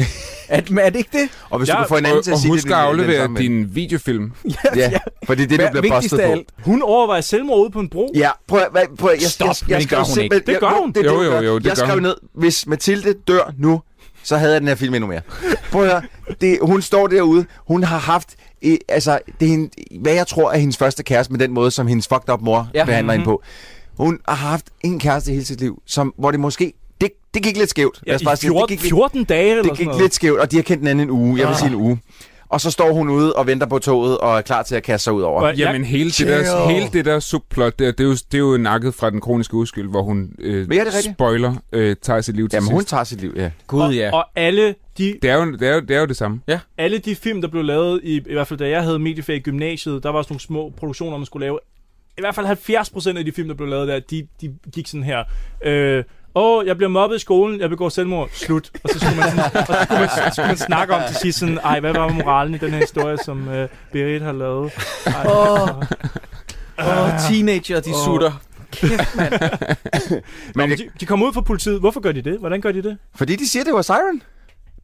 Speaker 1: er, det- er det ikke det?
Speaker 7: Og hvis du kan få hinanden til at sige, det er din- den samme ven.
Speaker 6: videofilm.
Speaker 7: Ja, ja. fordi det, du
Speaker 8: Hvad-
Speaker 7: bliver
Speaker 8: vigtigst
Speaker 7: bustet
Speaker 8: af
Speaker 7: på.
Speaker 8: alt, Hun overvejer selvmord ude på en bro.
Speaker 7: Ja, prøv, at- hvad, prøv at- jeg,
Speaker 8: Stop,
Speaker 7: jeg,
Speaker 8: men
Speaker 7: jeg, jeg
Speaker 8: det gør
Speaker 7: skrev
Speaker 8: hun
Speaker 7: simpelthen-
Speaker 8: ikke. Det
Speaker 7: jeg-
Speaker 8: gør hun.
Speaker 7: det er
Speaker 8: Jo,
Speaker 7: hun
Speaker 8: jo,
Speaker 7: gør.
Speaker 8: jo, det
Speaker 7: jeg
Speaker 8: gør
Speaker 7: skrev
Speaker 8: hun.
Speaker 7: ned, hvis Mathilde dør nu, så havde jeg den her film endnu mere. Prøv at høre, det, hun står derude, hun har haft, eh, altså, det er hende, hvad jeg tror er hendes første kæreste, med den måde, som hendes fucked up mor
Speaker 1: Ja.
Speaker 7: ja. behandler mm-hmm.
Speaker 1: Mhm.
Speaker 7: hende på. Hun har haft en kæreste hele sit liv, som, hvor det måske, det, det gik lidt skævt.
Speaker 8: Ja,
Speaker 7: Lad os
Speaker 8: i
Speaker 7: bare sige,
Speaker 8: 14
Speaker 7: det gik lidt-
Speaker 8: 14 dage eller
Speaker 7: Det
Speaker 8: sådan
Speaker 7: gik
Speaker 8: noget. Ah.
Speaker 7: lidt skævt, og de har kendt hinanden en uge, jeg vil sige en uge. Og så står hun ude og venter på toget og er klar til at kaste sig ud over.
Speaker 6: Jamen, hele det, der, hele det der subplot der, det er jo, det er jo nakket fra den kroniske uskyld, hvor hun øh,
Speaker 7: Men er det rigtigt?
Speaker 6: spoiler øh, tager sit liv til
Speaker 7: Jamen,
Speaker 6: sidst.
Speaker 7: hun tager sit liv, ja.
Speaker 1: Gud,
Speaker 8: ja. Og alle de,
Speaker 6: Det er, jo, det, er jo, det er jo det samme.
Speaker 1: Ja.
Speaker 8: alle de film, der blev lavet, i, i hvert fald da jeg havde mediefag i gymnasiet, der var sådan nogle små produktioner, man skulle lave. I hvert fald 70% af de film, der blev lavet der, de, de gik sådan her. Øh, Åh, jeg bliver mobbet i skolen, jeg begår selvmord, slut. Og så skulle man, sådan, og så skulle man, så skulle man snakke om til sidst sådan, ej, hvad var moralen i den her historie, som øh, Berit har lavet? Ej,
Speaker 1: Åh.
Speaker 8: Ah.
Speaker 1: Åh, teenager, de
Speaker 8: Åh.
Speaker 1: sutter. Kæft, mand.
Speaker 8: Men de, de kommer ud fra politiet. Hvorfor gør de det? Hvordan gør de det?
Speaker 7: Fordi de siger, det var Siren.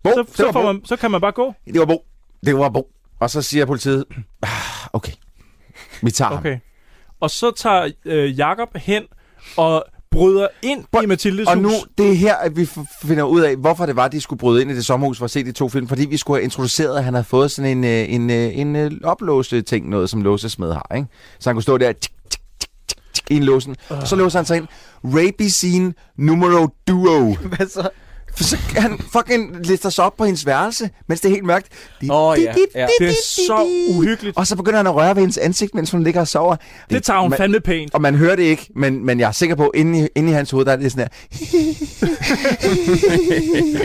Speaker 7: Bo,
Speaker 8: så,
Speaker 7: det
Speaker 8: så,
Speaker 7: var
Speaker 8: får
Speaker 7: Bo.
Speaker 8: man, så kan man bare gå.
Speaker 7: Det var Bo. Det var Bo. Og så siger politiet, "Ah, okay, vi tager okay. ham.
Speaker 8: Okay. Og så tager øh, Jakob hen og bryder ind i Mathildes
Speaker 7: Og nu,
Speaker 8: hus.
Speaker 7: det er her, at vi f- finder ud af, hvorfor det var, de skulle bryde ind i det sommerhus for at se de to film. Fordi vi skulle have introduceret, at han havde fået sådan en, øh, en, øh, en, en oplåse ting, noget som låsesmed har. Ikke? Så han kunne stå der tik, tik, tik, tik, tik, i en låsen.
Speaker 1: Øh.
Speaker 7: Og så låser han sig ind. Rapey scene numero duo.
Speaker 1: Hvad så?
Speaker 7: For så han fucking lister sig op på hendes værelse, mens det er helt mørkt. Di-
Speaker 1: Åh,
Speaker 7: di-
Speaker 1: ja,
Speaker 7: di-
Speaker 1: ja.
Speaker 7: di-
Speaker 1: Det er
Speaker 7: di-
Speaker 1: så
Speaker 7: di-
Speaker 8: uhyggeligt.
Speaker 7: Og så begynder han at røre ved hendes ansigt, mens hun ligger og sover. Det,
Speaker 8: tager hun
Speaker 7: man,
Speaker 8: fandme pænt.
Speaker 7: Og man hører det ikke, men, men jeg er sikker på, inde i, inde i hans hoved, der er det sådan her.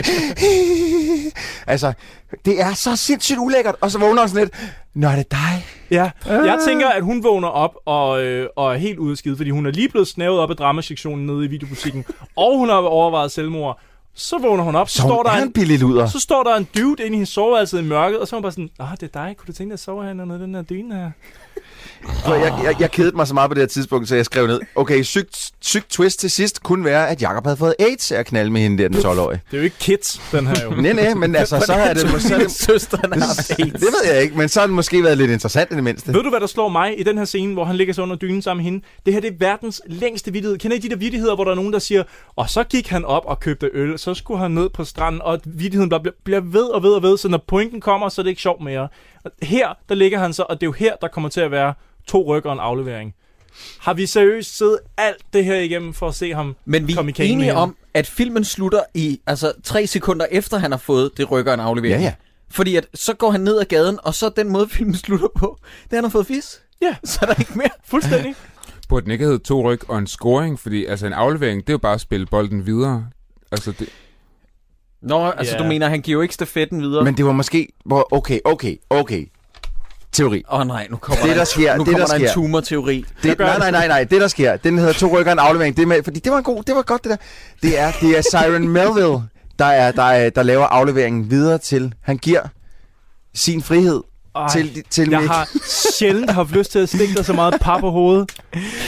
Speaker 7: altså, det er så sindssygt ulækkert. Og så vågner hun sådan lidt. Nå, er det dig?
Speaker 8: Ja, jeg tænker, at hun vågner op og, øh, og er helt ude af skide, fordi hun er lige blevet snævet op af dramasektionen nede i videobutikken, og hun har overvejet selvmord. Så vågner hun op, så,
Speaker 7: Så hun
Speaker 8: står der
Speaker 7: er en billig luder.
Speaker 8: Så står der en dude inde i hendes soveværelse i mørket, og så er hun bare sådan, ah, det er dig, kunne du tænke dig at sove her under den her dyne her?
Speaker 7: For jeg, jeg, jeg kedede mig så meget på det her tidspunkt, så jeg skrev ned. Okay, sygt, sygt twist til sidst kunne være, at Jakob havde fået AIDS af at knalde med hende der, den 12-årige.
Speaker 8: Det er jo ikke kids, den her jo.
Speaker 7: Nej, nej, men altså, så er det... Så er det
Speaker 1: søsteren har haft
Speaker 7: det ved jeg ikke, men så har det måske været lidt interessant i det mindste.
Speaker 8: Ved du, hvad der slår mig i den her scene, hvor han ligger sig under dynen sammen med hende? Det her det er verdens længste vittighed. Kender I de der vittigheder, hvor der er nogen, der siger, og så gik han op og købte øl, så skulle han ned på stranden, og vittigheden bliver, bliver ved og ved og ved, så når pointen kommer, så er det ikke sjovt mere. Og Her, der ligger han så, og det er jo her, der kommer til at være to rykker og en aflevering. Har vi seriøst siddet alt det her igennem for at se ham
Speaker 1: Men vi
Speaker 8: komme i
Speaker 1: er
Speaker 8: kagen
Speaker 1: enige
Speaker 8: med ham?
Speaker 1: om, at filmen slutter i altså tre sekunder efter, han har fået det rykker en aflevering.
Speaker 7: Ja, ja.
Speaker 1: Fordi at, så går han ned ad gaden, og så den måde, filmen slutter på, det er, han har fået fis.
Speaker 8: Ja.
Speaker 1: Så er der ikke mere.
Speaker 8: Fuldstændig.
Speaker 6: Burde den ikke hedde to ryg og en scoring? Fordi altså, en aflevering, det er jo bare at spille bolden videre. Altså, det,
Speaker 1: Nå, altså
Speaker 6: Ja.
Speaker 1: du mener, han giver jo ikke stafetten videre.
Speaker 7: Men det var måske... Hvor, okay, okay, okay. Teori.
Speaker 1: Åh oh, nej, nu kommer
Speaker 7: Det,
Speaker 1: der,
Speaker 7: der sker,
Speaker 1: nu
Speaker 7: det,
Speaker 1: kommer
Speaker 7: der
Speaker 1: der en
Speaker 7: sker.
Speaker 1: tumorteori.
Speaker 7: Det, nej, nej, nej, nej. Det, der sker, den hedder to rykker og en aflevering. Det er med, fordi det var en god, det var godt, det der. Det er, det er Siren Melville, der, er, der, er, der laver afleveringen videre til. Han giver sin frihed
Speaker 8: Ej,
Speaker 7: til, til
Speaker 8: jeg
Speaker 7: Mick.
Speaker 8: har sjældent haft lyst til at stikke dig så meget pap på hovedet.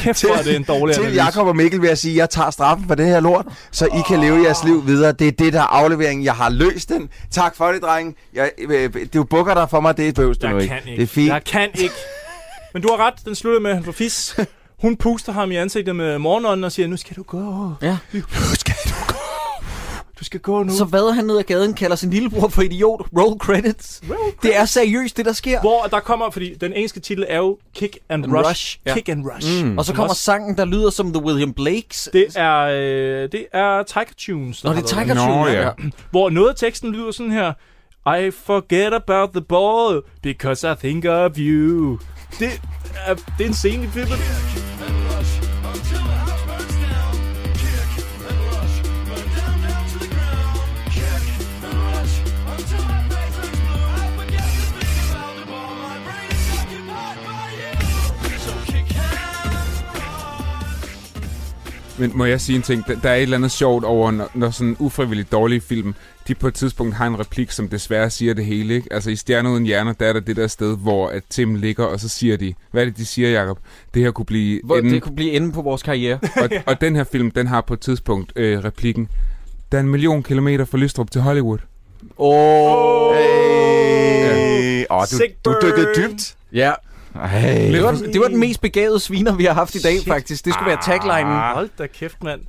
Speaker 8: Kæft, hvor er det en dårlig
Speaker 7: til
Speaker 8: analyse.
Speaker 7: Jakob og Mikkel vil jeg sige, jeg tager straffen for det her lort, så I kan leve jeres liv videre. Det er det, der er afleveringen. Jeg har løst den. Tak for det, drenge. Jeg, øh, du bukker dig for mig, det behøver du nu
Speaker 8: Jeg
Speaker 7: ikke.
Speaker 8: kan ikke.
Speaker 7: Det er fint.
Speaker 8: Jeg kan ikke. Men du har ret, den slutter med, at han får fis. Hun puster ham i ansigtet med morgenånden og siger, nu skal du gå.
Speaker 1: Ja.
Speaker 8: Nu skal du gå. Du skal gå nu.
Speaker 1: Så vader han ned ad gaden, kalder sin lillebror for idiot. Roll credits. Det er seriøst, det der sker.
Speaker 8: Hvor der kommer, fordi den engelske titel er jo Kick and
Speaker 1: And
Speaker 8: Rush.
Speaker 1: Rush, ja.
Speaker 8: Kick and Rush.
Speaker 1: Mm. Og så
Speaker 8: Som
Speaker 1: kommer
Speaker 8: også-
Speaker 1: sangen, der lyder som The William Blakes.
Speaker 8: Det er, øh, det er Tiger Tunes. der
Speaker 1: Nå,
Speaker 8: har
Speaker 1: det er
Speaker 8: lavet
Speaker 1: Tiger
Speaker 8: den.
Speaker 1: Tunes, Nå, ja. ja.
Speaker 8: Hvor noget af teksten lyder sådan her. I forget about the ball, because I think of you. Det er, det er en scene i filmen.
Speaker 6: Men må jeg sige en ting? Der, der er et eller andet sjovt over, når, når sådan ufrivilligt dårlige film, de på et tidspunkt har en replik, som desværre siger det hele. Ikke? Altså i Stjerner Uden Hjerner, der er der det der sted, hvor at Tim ligger, og så siger de, hvad er det, de siger, Jacob? Det her kunne blive...
Speaker 1: Hvor,
Speaker 6: enden-
Speaker 1: det kunne blive enden på vores karriere.
Speaker 6: og, og den her film, den har på et tidspunkt øh, replikken, der er en million kilometer fra Lystrup til Hollywood.
Speaker 1: Åh,
Speaker 7: hey. Åh, du- Sick du dykkede burn. dybt.
Speaker 1: Ja.
Speaker 7: Ej.
Speaker 1: Det var, den- det var den mest begavede sviner, vi har haft i dag, Shit. faktisk. Det skulle
Speaker 7: Ah.
Speaker 1: være taglinen.
Speaker 8: Hold da kæft, mand.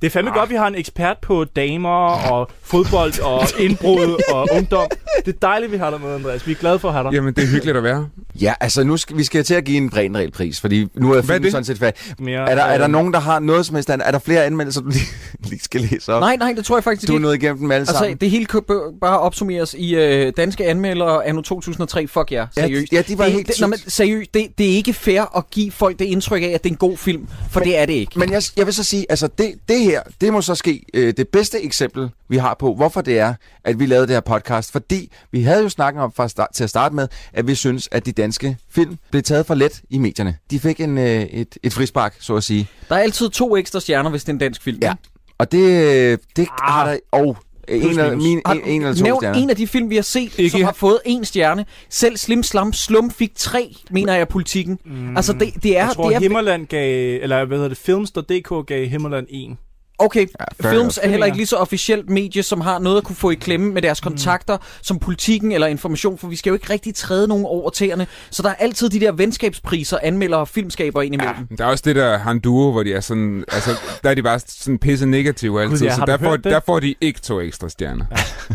Speaker 8: Det er fandme godt, vi har en ekspert på damer og fodbold og indbrud og ungdom. Det er dejligt, vi har dig med, Andreas. Vi er glade for at have dig.
Speaker 6: Jamen, det er hyggeligt at være.
Speaker 7: Ja, altså nu skal vi skal til at give en Brenrealpris, fordi nu er filmen
Speaker 6: det?
Speaker 7: sådan set færdig.
Speaker 8: Mere,
Speaker 7: Er der, er der
Speaker 8: øh,
Speaker 7: nogen, der har noget som helst andet? Er der flere anmeldelser, du lige, lige skal læse op?
Speaker 1: Nej, nej, det tror jeg faktisk
Speaker 7: Du er
Speaker 1: ikke.
Speaker 7: nået igennem dem alle
Speaker 1: altså,
Speaker 7: sammen.
Speaker 1: det hele kunne bø- bare opsummeres i øh, danske anmeldere anno 2003. Fuck jer,
Speaker 7: Ja,
Speaker 1: seriøst.
Speaker 7: ja, de var
Speaker 1: det,
Speaker 7: helt
Speaker 1: Det, nå, men, seriøst, det, det er ikke fair at give folk det indtryk af, at det er en god film, for det er det ikke.
Speaker 7: Men jeg, jeg vil så sige, altså det, det her, det må så ske øh, det bedste eksempel, vi har på, hvorfor det er, at vi lavede det her podcast. Fordi vi havde jo snakket om fra start, til at starte med, at vi synes, at de danske film blev taget for let i medierne. De fik en, øh, et, et frispark, så at sige.
Speaker 1: Der er altid to ekstra stjerner, hvis det er en dansk film. Ja.
Speaker 7: Og det, øh, det
Speaker 1: Ah.
Speaker 7: har der... Og øh, en, eller, min, en, en eller to
Speaker 1: Nævn
Speaker 7: stjerner.
Speaker 1: en af de film, vi har set, ikke. som har fået en stjerne. Selv Slim Slam Slum fik tre, mener jeg, politikken. Mm. Altså, det, det er...
Speaker 8: jeg tror,
Speaker 1: det er
Speaker 8: Himmerland gav, eller hvad hedder det, Films.dk gav Himmerland 1.
Speaker 1: Okay,
Speaker 8: fair
Speaker 1: ja, films
Speaker 8: enough.
Speaker 1: er heller ikke lige så officielt medie, som har noget at kunne få i klemme med deres kontakter, mm. som politikken eller information, for vi skal jo ikke rigtig træde nogen over tæerne. Så der er altid de der venskabspriser, anmeldere og filmskaber ind imellem.
Speaker 6: Der er også det der Handuro, hvor de er sådan, altså, der er de bare sådan pisse negative altid,
Speaker 8: ja,
Speaker 6: så
Speaker 8: har du
Speaker 6: der får,
Speaker 8: hørt det?
Speaker 6: der får de ikke to ekstra stjerner. Ja.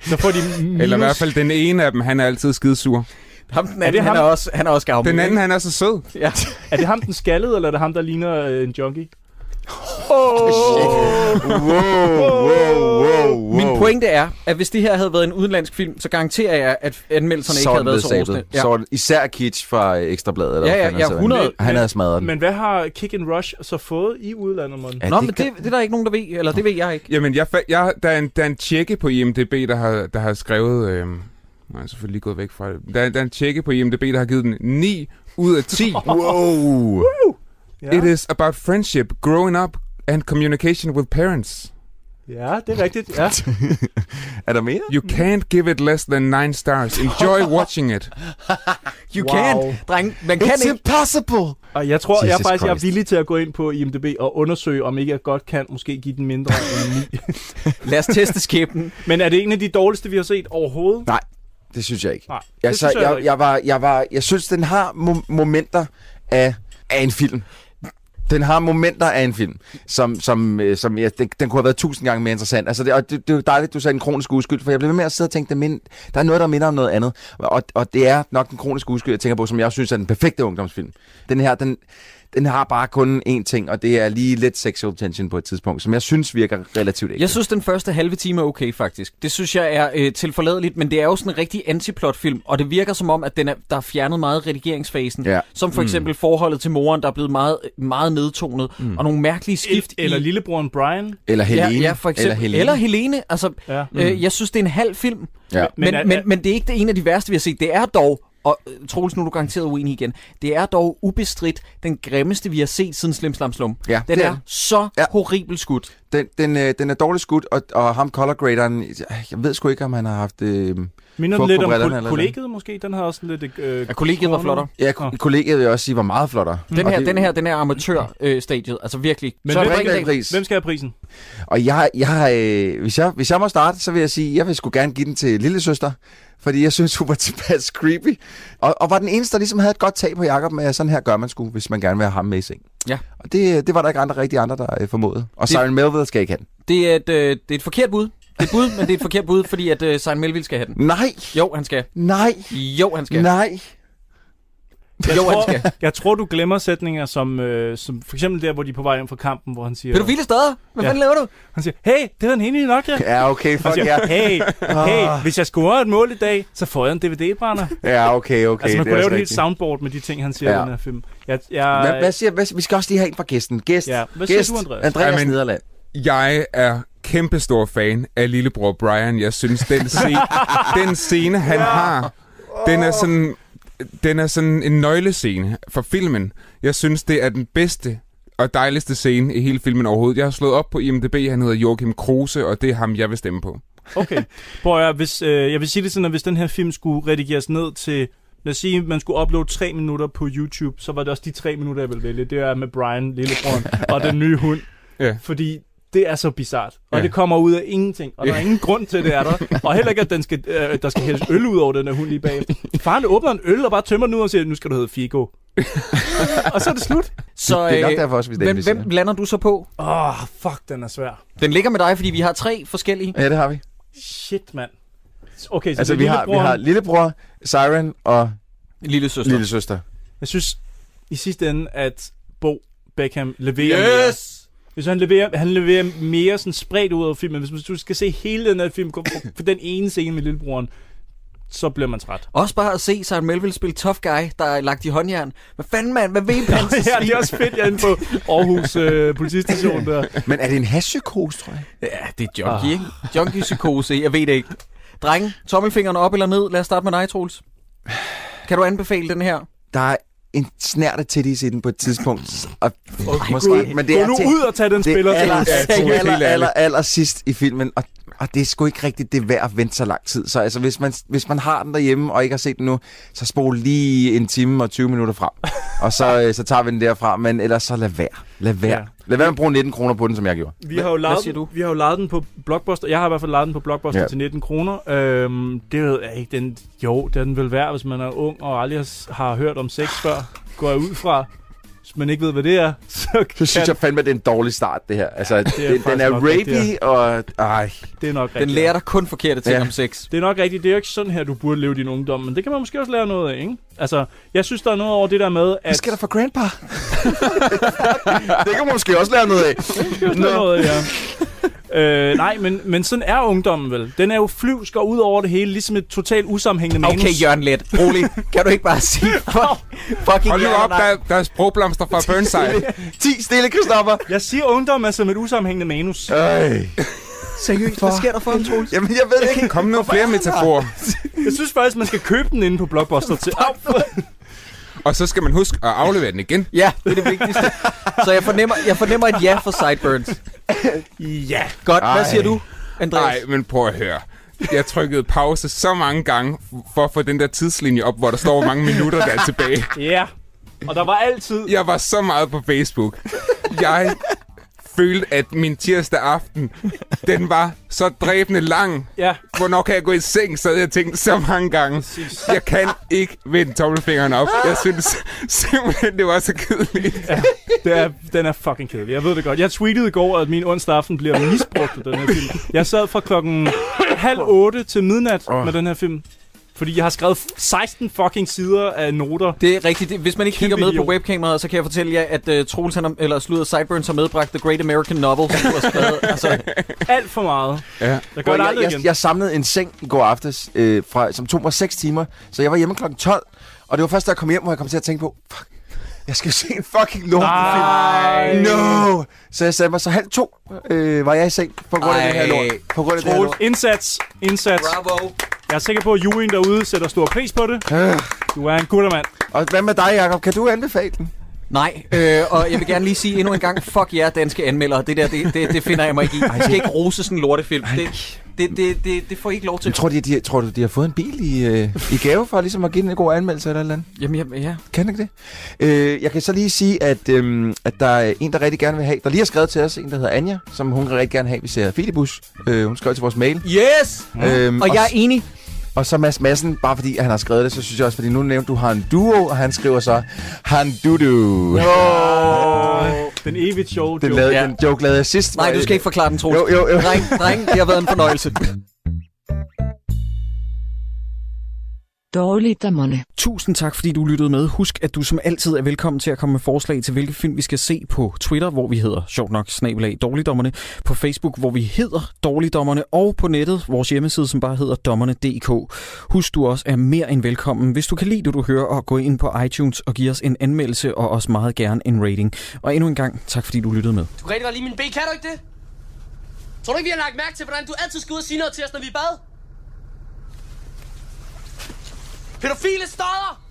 Speaker 8: Så får de minus.
Speaker 6: Eller i hvert fald den ene af dem, han er altid skidesur.
Speaker 1: Ham, den
Speaker 8: Er det
Speaker 1: anden, han,
Speaker 8: ham?
Speaker 1: er også, han er også gavmild.
Speaker 6: Den anden, han er så sød.
Speaker 1: Ja.
Speaker 8: Er det ham, den skaldede, eller er det ham, der ligner øh, en junkie?
Speaker 7: Wow, wow, wow, wow.
Speaker 1: Min pointe er, at hvis det her havde været en udenlandsk film, så garanterer jeg, at anmeldelserne
Speaker 7: så
Speaker 1: ikke
Speaker 7: er
Speaker 1: havde
Speaker 7: den
Speaker 1: været
Speaker 7: blevet
Speaker 1: så rosende.
Speaker 7: sablet. Så var det især Kitsch fra øh, Ekstrabladet. Eller
Speaker 1: Ja,
Speaker 7: hvad
Speaker 1: ja, ja,
Speaker 7: fanden han så var.
Speaker 1: 100.
Speaker 7: Han havde smadret den.
Speaker 8: Men hvad har Kick and Rush så fået i udlandet, mand?
Speaker 1: Nå, men det, det er der ikke nogen, der ved, eller det ved jeg ikke.
Speaker 6: Jamen, jeg, fa- jeg, der, er en, der er en tjekke på IMDB, der har, der har skrevet... Øh, nej, jeg er selvfølgelig lige gået væk fra det. Der, der er en tjekke på IMDB, der har givet den 9 ud af 10.
Speaker 7: wow!
Speaker 8: Ja.
Speaker 6: It is about friendship, growing up and communication with parents.
Speaker 8: Ja, det er rigtigt, ja.
Speaker 7: er der mere?
Speaker 6: You can't give it less than 9 stars. Enjoy watching it.
Speaker 1: You can, dreng. Man kan ikke.
Speaker 7: impossible!
Speaker 8: Og jeg tror, jeg
Speaker 6: Jesus
Speaker 8: faktisk jeg er
Speaker 6: Christ.
Speaker 8: villig til at gå ind på IMDb og undersøge, om ikke jeg godt kan måske give den mindre end 9.
Speaker 1: Lad os teste skæbnen.
Speaker 8: Men er det en af de dårligste, vi har set overhovedet?
Speaker 7: Nej, det synes jeg ikke.
Speaker 8: Nej, det
Speaker 7: Altså,
Speaker 8: synes jeg
Speaker 7: jeg,
Speaker 8: heller
Speaker 7: jeg,
Speaker 8: ikke.
Speaker 7: var, jeg, var, jeg synes, den har mo- momenter af, af en film. Den har momenter af en film, som, som, øh, som ja, den, den kunne have været tusind gange mere interessant. Altså, det, og det, det er jo dejligt, du sagde en kronisk udskyld, for jeg blev ved med at sidde og tænke, der, mind, der er noget, der minder om noget andet. Og, og det er nok den kroniske udskyld, jeg tænker på, som jeg synes er den perfekte ungdomsfilm. Den her, den, den har bare kun én ting, og det er lige lidt sexual tension på et tidspunkt, som jeg synes virker relativt ægte.
Speaker 1: Jeg synes, den første halve time er okay, faktisk. Det synes jeg er øh, tilforladeligt, men det er jo sådan en rigtig antiplot-film, og det virker som om, at den er, der er fjernet meget i redigeringsfasen.
Speaker 7: Ja.
Speaker 1: Som for eksempel mm. forholdet til moren, der er blevet meget, meget nedtonet, mm. og nogle mærkelige skift
Speaker 8: Eller
Speaker 1: i...
Speaker 8: lillebroren Brian?
Speaker 7: Eller Helene.
Speaker 1: Ja, ja, for eksempel.
Speaker 7: Eller Helene.
Speaker 1: Eller Helene. Altså,
Speaker 8: Ja.
Speaker 1: ja.
Speaker 7: Mm.
Speaker 1: øh, jeg synes, det er en halv film,
Speaker 7: Ja.
Speaker 1: men,
Speaker 8: Men er-
Speaker 1: men, men,
Speaker 8: er-
Speaker 1: men det er ikke det en af de værste, vi har set. Det er dog, og øh, Troels, nu er du garanteret uenig igen, det er dog ubestridt den grimmeste, vi har set siden Slim Slam Slum.
Speaker 7: Ja,
Speaker 1: den
Speaker 7: det
Speaker 1: er,
Speaker 7: er
Speaker 1: er
Speaker 7: den.
Speaker 1: så
Speaker 7: Ja.
Speaker 1: ja. horribelt skudt.
Speaker 7: Den, den, øh, den er dårligt skudt, og, og ham color graderen, øh, jeg ved sgu ikke, om han har haft... Øh,
Speaker 8: Minder
Speaker 7: fugt på
Speaker 8: den lidt om
Speaker 7: brillerne
Speaker 8: kol-
Speaker 7: eller
Speaker 8: kollegiet måske? Den har også lidt... Øh,
Speaker 1: Ja, kollegiet var flottere.
Speaker 7: noget. Ja, ko- kollegiet vil jeg også sige, var meget flottere.
Speaker 8: Mm.
Speaker 1: Den
Speaker 7: Og
Speaker 1: her,
Speaker 7: det-
Speaker 1: den her, den her amatørstadiet, altså virkelig.
Speaker 8: Men
Speaker 1: Men Søren
Speaker 8: hvem-
Speaker 1: Bregendal,
Speaker 7: pris.
Speaker 8: Hvem skal have prisen?
Speaker 7: Og jeg, jeg, øh, hvis, jeg, hvis jeg må starte, så vil jeg sige, jeg vil sgu gerne give den til lille søster, fordi jeg synes, hun var tilpas creepy. Og, og var den eneste, der ligesom havde et godt tag på Jacob med, at sådan her gør man sgu, hvis man gerne vil have ham med i seng.
Speaker 1: Ja.
Speaker 7: Og det, det var der ikke andre, rigtig andre, der øh, formåede. Og
Speaker 1: Det-
Speaker 7: Siren Melville skal ikke have den.
Speaker 1: det er, et, øh, det er et forkert bud. Det er et bud, men det er et forkert bud, fordi at øh, Søren Melville skal have den.
Speaker 7: Nej,
Speaker 1: Jo, han skal.
Speaker 7: nej,
Speaker 1: Jo, han skal.
Speaker 7: nej.
Speaker 8: Jeg,
Speaker 1: Jo, han
Speaker 8: tror,
Speaker 1: skal.
Speaker 8: jeg tror, du glemmer sætninger som, øh, som... For eksempel der, hvor de er på vej hjem fra kampen, hvor han siger...
Speaker 1: Pædofile stadig? Hvad
Speaker 8: Ja.
Speaker 1: fanden laver du?
Speaker 8: Han siger, hey, det er en hende nok, ja.
Speaker 7: Ja, okay,
Speaker 8: Han
Speaker 7: fuck ja.
Speaker 8: siger, hey, hey, hvis jeg scorer et mål i dag, så får jeg en DVD-brænder.
Speaker 7: Ja, okay, okay.
Speaker 8: altså, man
Speaker 7: det er
Speaker 8: kunne lave
Speaker 7: også
Speaker 8: et helt
Speaker 7: rigtigt.
Speaker 8: soundboard med de ting, han siger ja.
Speaker 7: Ja.
Speaker 8: i den her film. Jeg, jeg,
Speaker 7: Hvad, hvad siger, hvad, vi skal også lige have en fra gæsten. Gæst.
Speaker 8: Ja, hvad siger
Speaker 7: gæst.
Speaker 8: du, Andreas?
Speaker 7: Andreas
Speaker 6: Jamen-
Speaker 7: Nederland.
Speaker 6: Jeg er kæmpestor fan af lillebror Brian. Jeg synes, den, scene, den scene, han har, den er sådan... Den er sådan en nøglescene for filmen. Jeg synes, det er den bedste og dejligste scene i hele filmen overhovedet. Jeg har slået op på IMDb, han hedder Joachim Kruse, og det er ham, jeg vil stemme på.
Speaker 8: Okay. Prøv at, høre, hvis, øh, jeg vil sige det sådan, at hvis den her film skulle redigeres ned til... Lad os sige, at man skulle uploade tre minutter på YouTube, så var det også de tre minutter, jeg ville vælge. Det er med Brian, lillebroren, og den nye hund.
Speaker 6: Ja.
Speaker 8: Fordi det er så bizart. Og
Speaker 6: Ja.
Speaker 8: ja. det kommer ud af ingenting. Og der er
Speaker 6: Ja.
Speaker 8: ingen grund til, at det er der. Og heller ikke, at den skal, øh, der skal hældes øl ud over den her hund lige bag. Faren åbner en øl og bare tømmer den ud og siger, nu skal du hedde Figo. og så er det slut.
Speaker 1: Så,
Speaker 8: Det er nok
Speaker 1: øh,
Speaker 8: derfor også, vi
Speaker 1: hvem,
Speaker 8: stemmer,
Speaker 1: hvem lander du så på?
Speaker 8: Åh, oh, fuck, den er svær.
Speaker 1: Den ligger med dig, fordi vi har tre forskellige.
Speaker 7: Ja, det har vi.
Speaker 8: Altså, Shit, mand. Okay, så
Speaker 7: Altså,
Speaker 8: det er
Speaker 7: vi har, vi
Speaker 8: lillebroren.
Speaker 7: har lillebror, Siren og...
Speaker 1: Lille søster.
Speaker 7: Lille søster.
Speaker 8: Jeg synes i sidste ende, at Bo Beckham leverer yes! mere. Hvis han leverer, han leverer mere sådan spredt ud over filmen. Hvis du skal se hele den her film kun for, for den ene scene med lillebroren, så bliver man træt.
Speaker 1: Også bare at se Søren Melville spille tough guy, der er lagt i håndjern. Hvad fanden, mand? Hvad ved man?
Speaker 8: ja, det er også fedt, jeg er inde på Aarhus øh, politistation der.
Speaker 7: Men er det en hashpsykose, tror jeg?
Speaker 1: Ja, det er junkie, ikke? Junkie-psykose, jeg ved det ikke. Drenge, tommelfingeren op eller ned. Lad os starte med dig, Troels. Kan du anbefale den her?
Speaker 7: Der er en snært af titties i den på et tidspunkt. Og
Speaker 8: Okay, Gud. Gå nu ud og tag den spiller
Speaker 7: Det
Speaker 8: til.
Speaker 7: er altså aller,
Speaker 8: Ja,
Speaker 7: aller,
Speaker 8: Troels, helt
Speaker 7: aller,
Speaker 8: ærligt.
Speaker 7: aller, aller sidst i filmen, og, og det er sgu ikke rigtigt det er værd at vente så lang tid. Så altså, hvis, man, hvis man har den derhjemme og ikke har set den nu, så spol lige en time og 20 minutter frem. Og så, øh, så tager vi den derfra, men ellers så lad være. Lad være.
Speaker 8: Ja.
Speaker 7: Ja. Lad være med at bruge 19 kroner på den, som jeg gjorde.
Speaker 8: Vi har, jo lejet den, vi har jo lejet den på Blockbuster. Jeg har i hvert fald lejet den på Blockbuster
Speaker 7: Ja.
Speaker 8: ja. til 19 kroner. Øhm, det ved jeg ikke. Den, jo, det er den vel værd, hvis man er ung og aldrig har, s- har hørt om sex før. Går jeg ud fra. Hvis man ikke ved, hvad det er, så,
Speaker 7: Så synes
Speaker 8: kan-
Speaker 7: jeg fandme, at det er en dårlig start, det her. Altså, ja, det
Speaker 8: er
Speaker 7: er den, den
Speaker 8: faktisk
Speaker 7: er
Speaker 8: nok rigtigt,
Speaker 7: rapey,
Speaker 8: ja.
Speaker 7: og... Ej.
Speaker 8: det er nok rigtigt.
Speaker 1: Den lærer dig kun forkerte ting ja. om sex.
Speaker 8: Det er nok rigtigt. Det er jo ikke sådan her, du burde leve din ungdom, men det kan man måske også lære noget af, ikke? Altså, jeg synes, der er noget over det der med, at...
Speaker 7: skal der for grandpa? det kan man måske også lære noget af.
Speaker 8: Nå. Noget, ja. øh, nej, men, men sådan er ungdommen vel. Den er jo flyvsk og ud over det hele, ligesom et totalt usammenhængende manus.
Speaker 1: Okay, Jørgen Let. Rolig. Kan du ikke bare sige fuck, fucking
Speaker 6: Hold nu
Speaker 1: ja eller
Speaker 6: op,
Speaker 1: nej?
Speaker 6: der, der er sprogblomster fra Burnside.
Speaker 7: Ti stille, Christoffer.
Speaker 8: Jeg siger ungdom er som et usammenhængende manus.
Speaker 7: Øj.
Speaker 1: Seriøst, hvad sker der for ham, Troels?
Speaker 7: Jamen, jeg ved ikke.
Speaker 6: Kom med nogle flere metaforer.
Speaker 8: Jeg synes faktisk, man skal købe den inde på Blockbuster til. Au,
Speaker 6: Og så skal man huske at aflevere den igen.
Speaker 1: Ja, det er det vigtigste. Så jeg fornemmer, jeg fornemmer et ja for Sideburns.
Speaker 8: ja.
Speaker 1: Godt, Ej. hvad
Speaker 6: Ej.
Speaker 1: siger du, Andreas?
Speaker 6: Nej, men prøv at høre. Jeg trykkede pause så mange gange for at få den der tidslinje op, hvor der står, hvor mange minutter der er tilbage.
Speaker 8: Ja. Og der var altid...
Speaker 6: Jeg var så meget på Facebook. Jeg følte, at min tirsdag aften, den var så dræbende lang.
Speaker 8: Ja.
Speaker 6: Hvornår kan jeg gå i seng, så havde jeg tænkt så mange gange. Jeg kan ikke vende tommelfingeren op. Jeg synes simpelthen, det var så kedeligt.
Speaker 8: Ja, det er, den er fucking kedelig. Jeg ved det godt. Jeg tweetede i går, at min onsdag aften bliver misbrugt af den her film. Jeg sad fra klokken halv otte til midnat med den her film. Fordi jeg har skrevet f- 16 fucking sider af noter.
Speaker 1: Det er rigtigt. Det- Hvis man ikke
Speaker 8: Kæmpe
Speaker 1: kigger med på
Speaker 8: idiot.
Speaker 1: webkameraet, så kan jeg fortælle jer, at uh, Troels, han har, eller Sludder Sideburns har medbragt The Great American Novel, som du har skrevet. Altså,
Speaker 8: Alt for meget.
Speaker 6: Ja.
Speaker 8: Jeg gør
Speaker 7: Hvor
Speaker 8: det
Speaker 7: jeg,
Speaker 8: aldrig
Speaker 7: jeg,
Speaker 8: igen.
Speaker 7: jeg, jeg samlede en seng i går aftes, øh, fra, som tog mig 6 timer, så jeg var hjemme kl. 12. Og det var først, da jeg kom hjem, hvor jeg kom til at tænke på, fuck, jeg skal se en fucking
Speaker 8: Ah.
Speaker 7: lortefilm. No! Så jeg satte mig, så halv to øh, var jeg i seng på grund af
Speaker 1: Ej.
Speaker 7: det her lort. På grund af det her
Speaker 8: Troels,
Speaker 7: lort.
Speaker 8: indsats. Indsats.
Speaker 1: bravo.
Speaker 8: Jeg er sikker på, at juryen derude sætter stor pris på det.
Speaker 7: Øh.
Speaker 8: Du er en guttermand.
Speaker 7: Og hvad med dig, Jacob? Kan du anbefale den?
Speaker 1: Nej, øh, og jeg vil gerne lige sige endnu en gang, fuck jer danske anmeldere. Det der, det, det, det finder jeg mig ikke i. I skal ikke rose sådan en lortefilm. Det, det, det, det, det får I ikke lov
Speaker 7: Jeg
Speaker 1: til.
Speaker 7: tror, de, de, tror du, de har fået en bil i, øh, i gave for ligesom at give den en god anmeldelse eller et eller andet?
Speaker 1: Jamen, jeg, ja.
Speaker 7: Kan ikke det? Øh, jeg kan så lige sige, at, øhm, at der er en, der rigtig gerne vil have, der lige har skrevet til os, en, der hedder Anja, som hun rigtig gerne vil have, vi ser Filibus. Øh, hun skrev til vores mail.
Speaker 1: Yes!
Speaker 7: Øhm,
Speaker 1: Og jeg er
Speaker 7: s-
Speaker 1: enig.
Speaker 7: og så Mads Madsen, bare fordi han har skrevet det, så synes jeg også, fordi nu nævnte du har en duo, og han skriver så, han dudu.
Speaker 8: Den evigt sjove
Speaker 7: Den,
Speaker 8: joke.
Speaker 7: lavede,
Speaker 1: Ja.
Speaker 7: den joke lavede jeg sidst.
Speaker 1: Nej, du skal ikke forklare den, Troels.
Speaker 7: Jo, jo, jo.
Speaker 1: Dreng, dreng, det har været en fornøjelse.
Speaker 3: Dårligdommerne.
Speaker 1: Tusind tak, fordi du lyttede med. Husk, at du som altid er velkommen til at komme med forslag til, hvilke film vi skal se på Twitter, hvor vi hedder sjovt nok snabelag dårligdommerne, på Facebook, hvor vi hedder dårligdommerne, og på nettet, vores hjemmeside, som bare hedder dommerne.dk. Husk, du også er mere end velkommen, hvis du kan lide det, du hører, og gå ind på iTunes og give os en anmeldelse, og også meget gerne en rating. Og endnu en gang, tak fordi du lyttede med.
Speaker 10: Du kan rigtig godt lide min B, kan du ikke det? Tror du ikke, vi har lagt mærke til, hvordan du altid skal ud og sige noget til os, når vi er i bad? Pædofile stodder!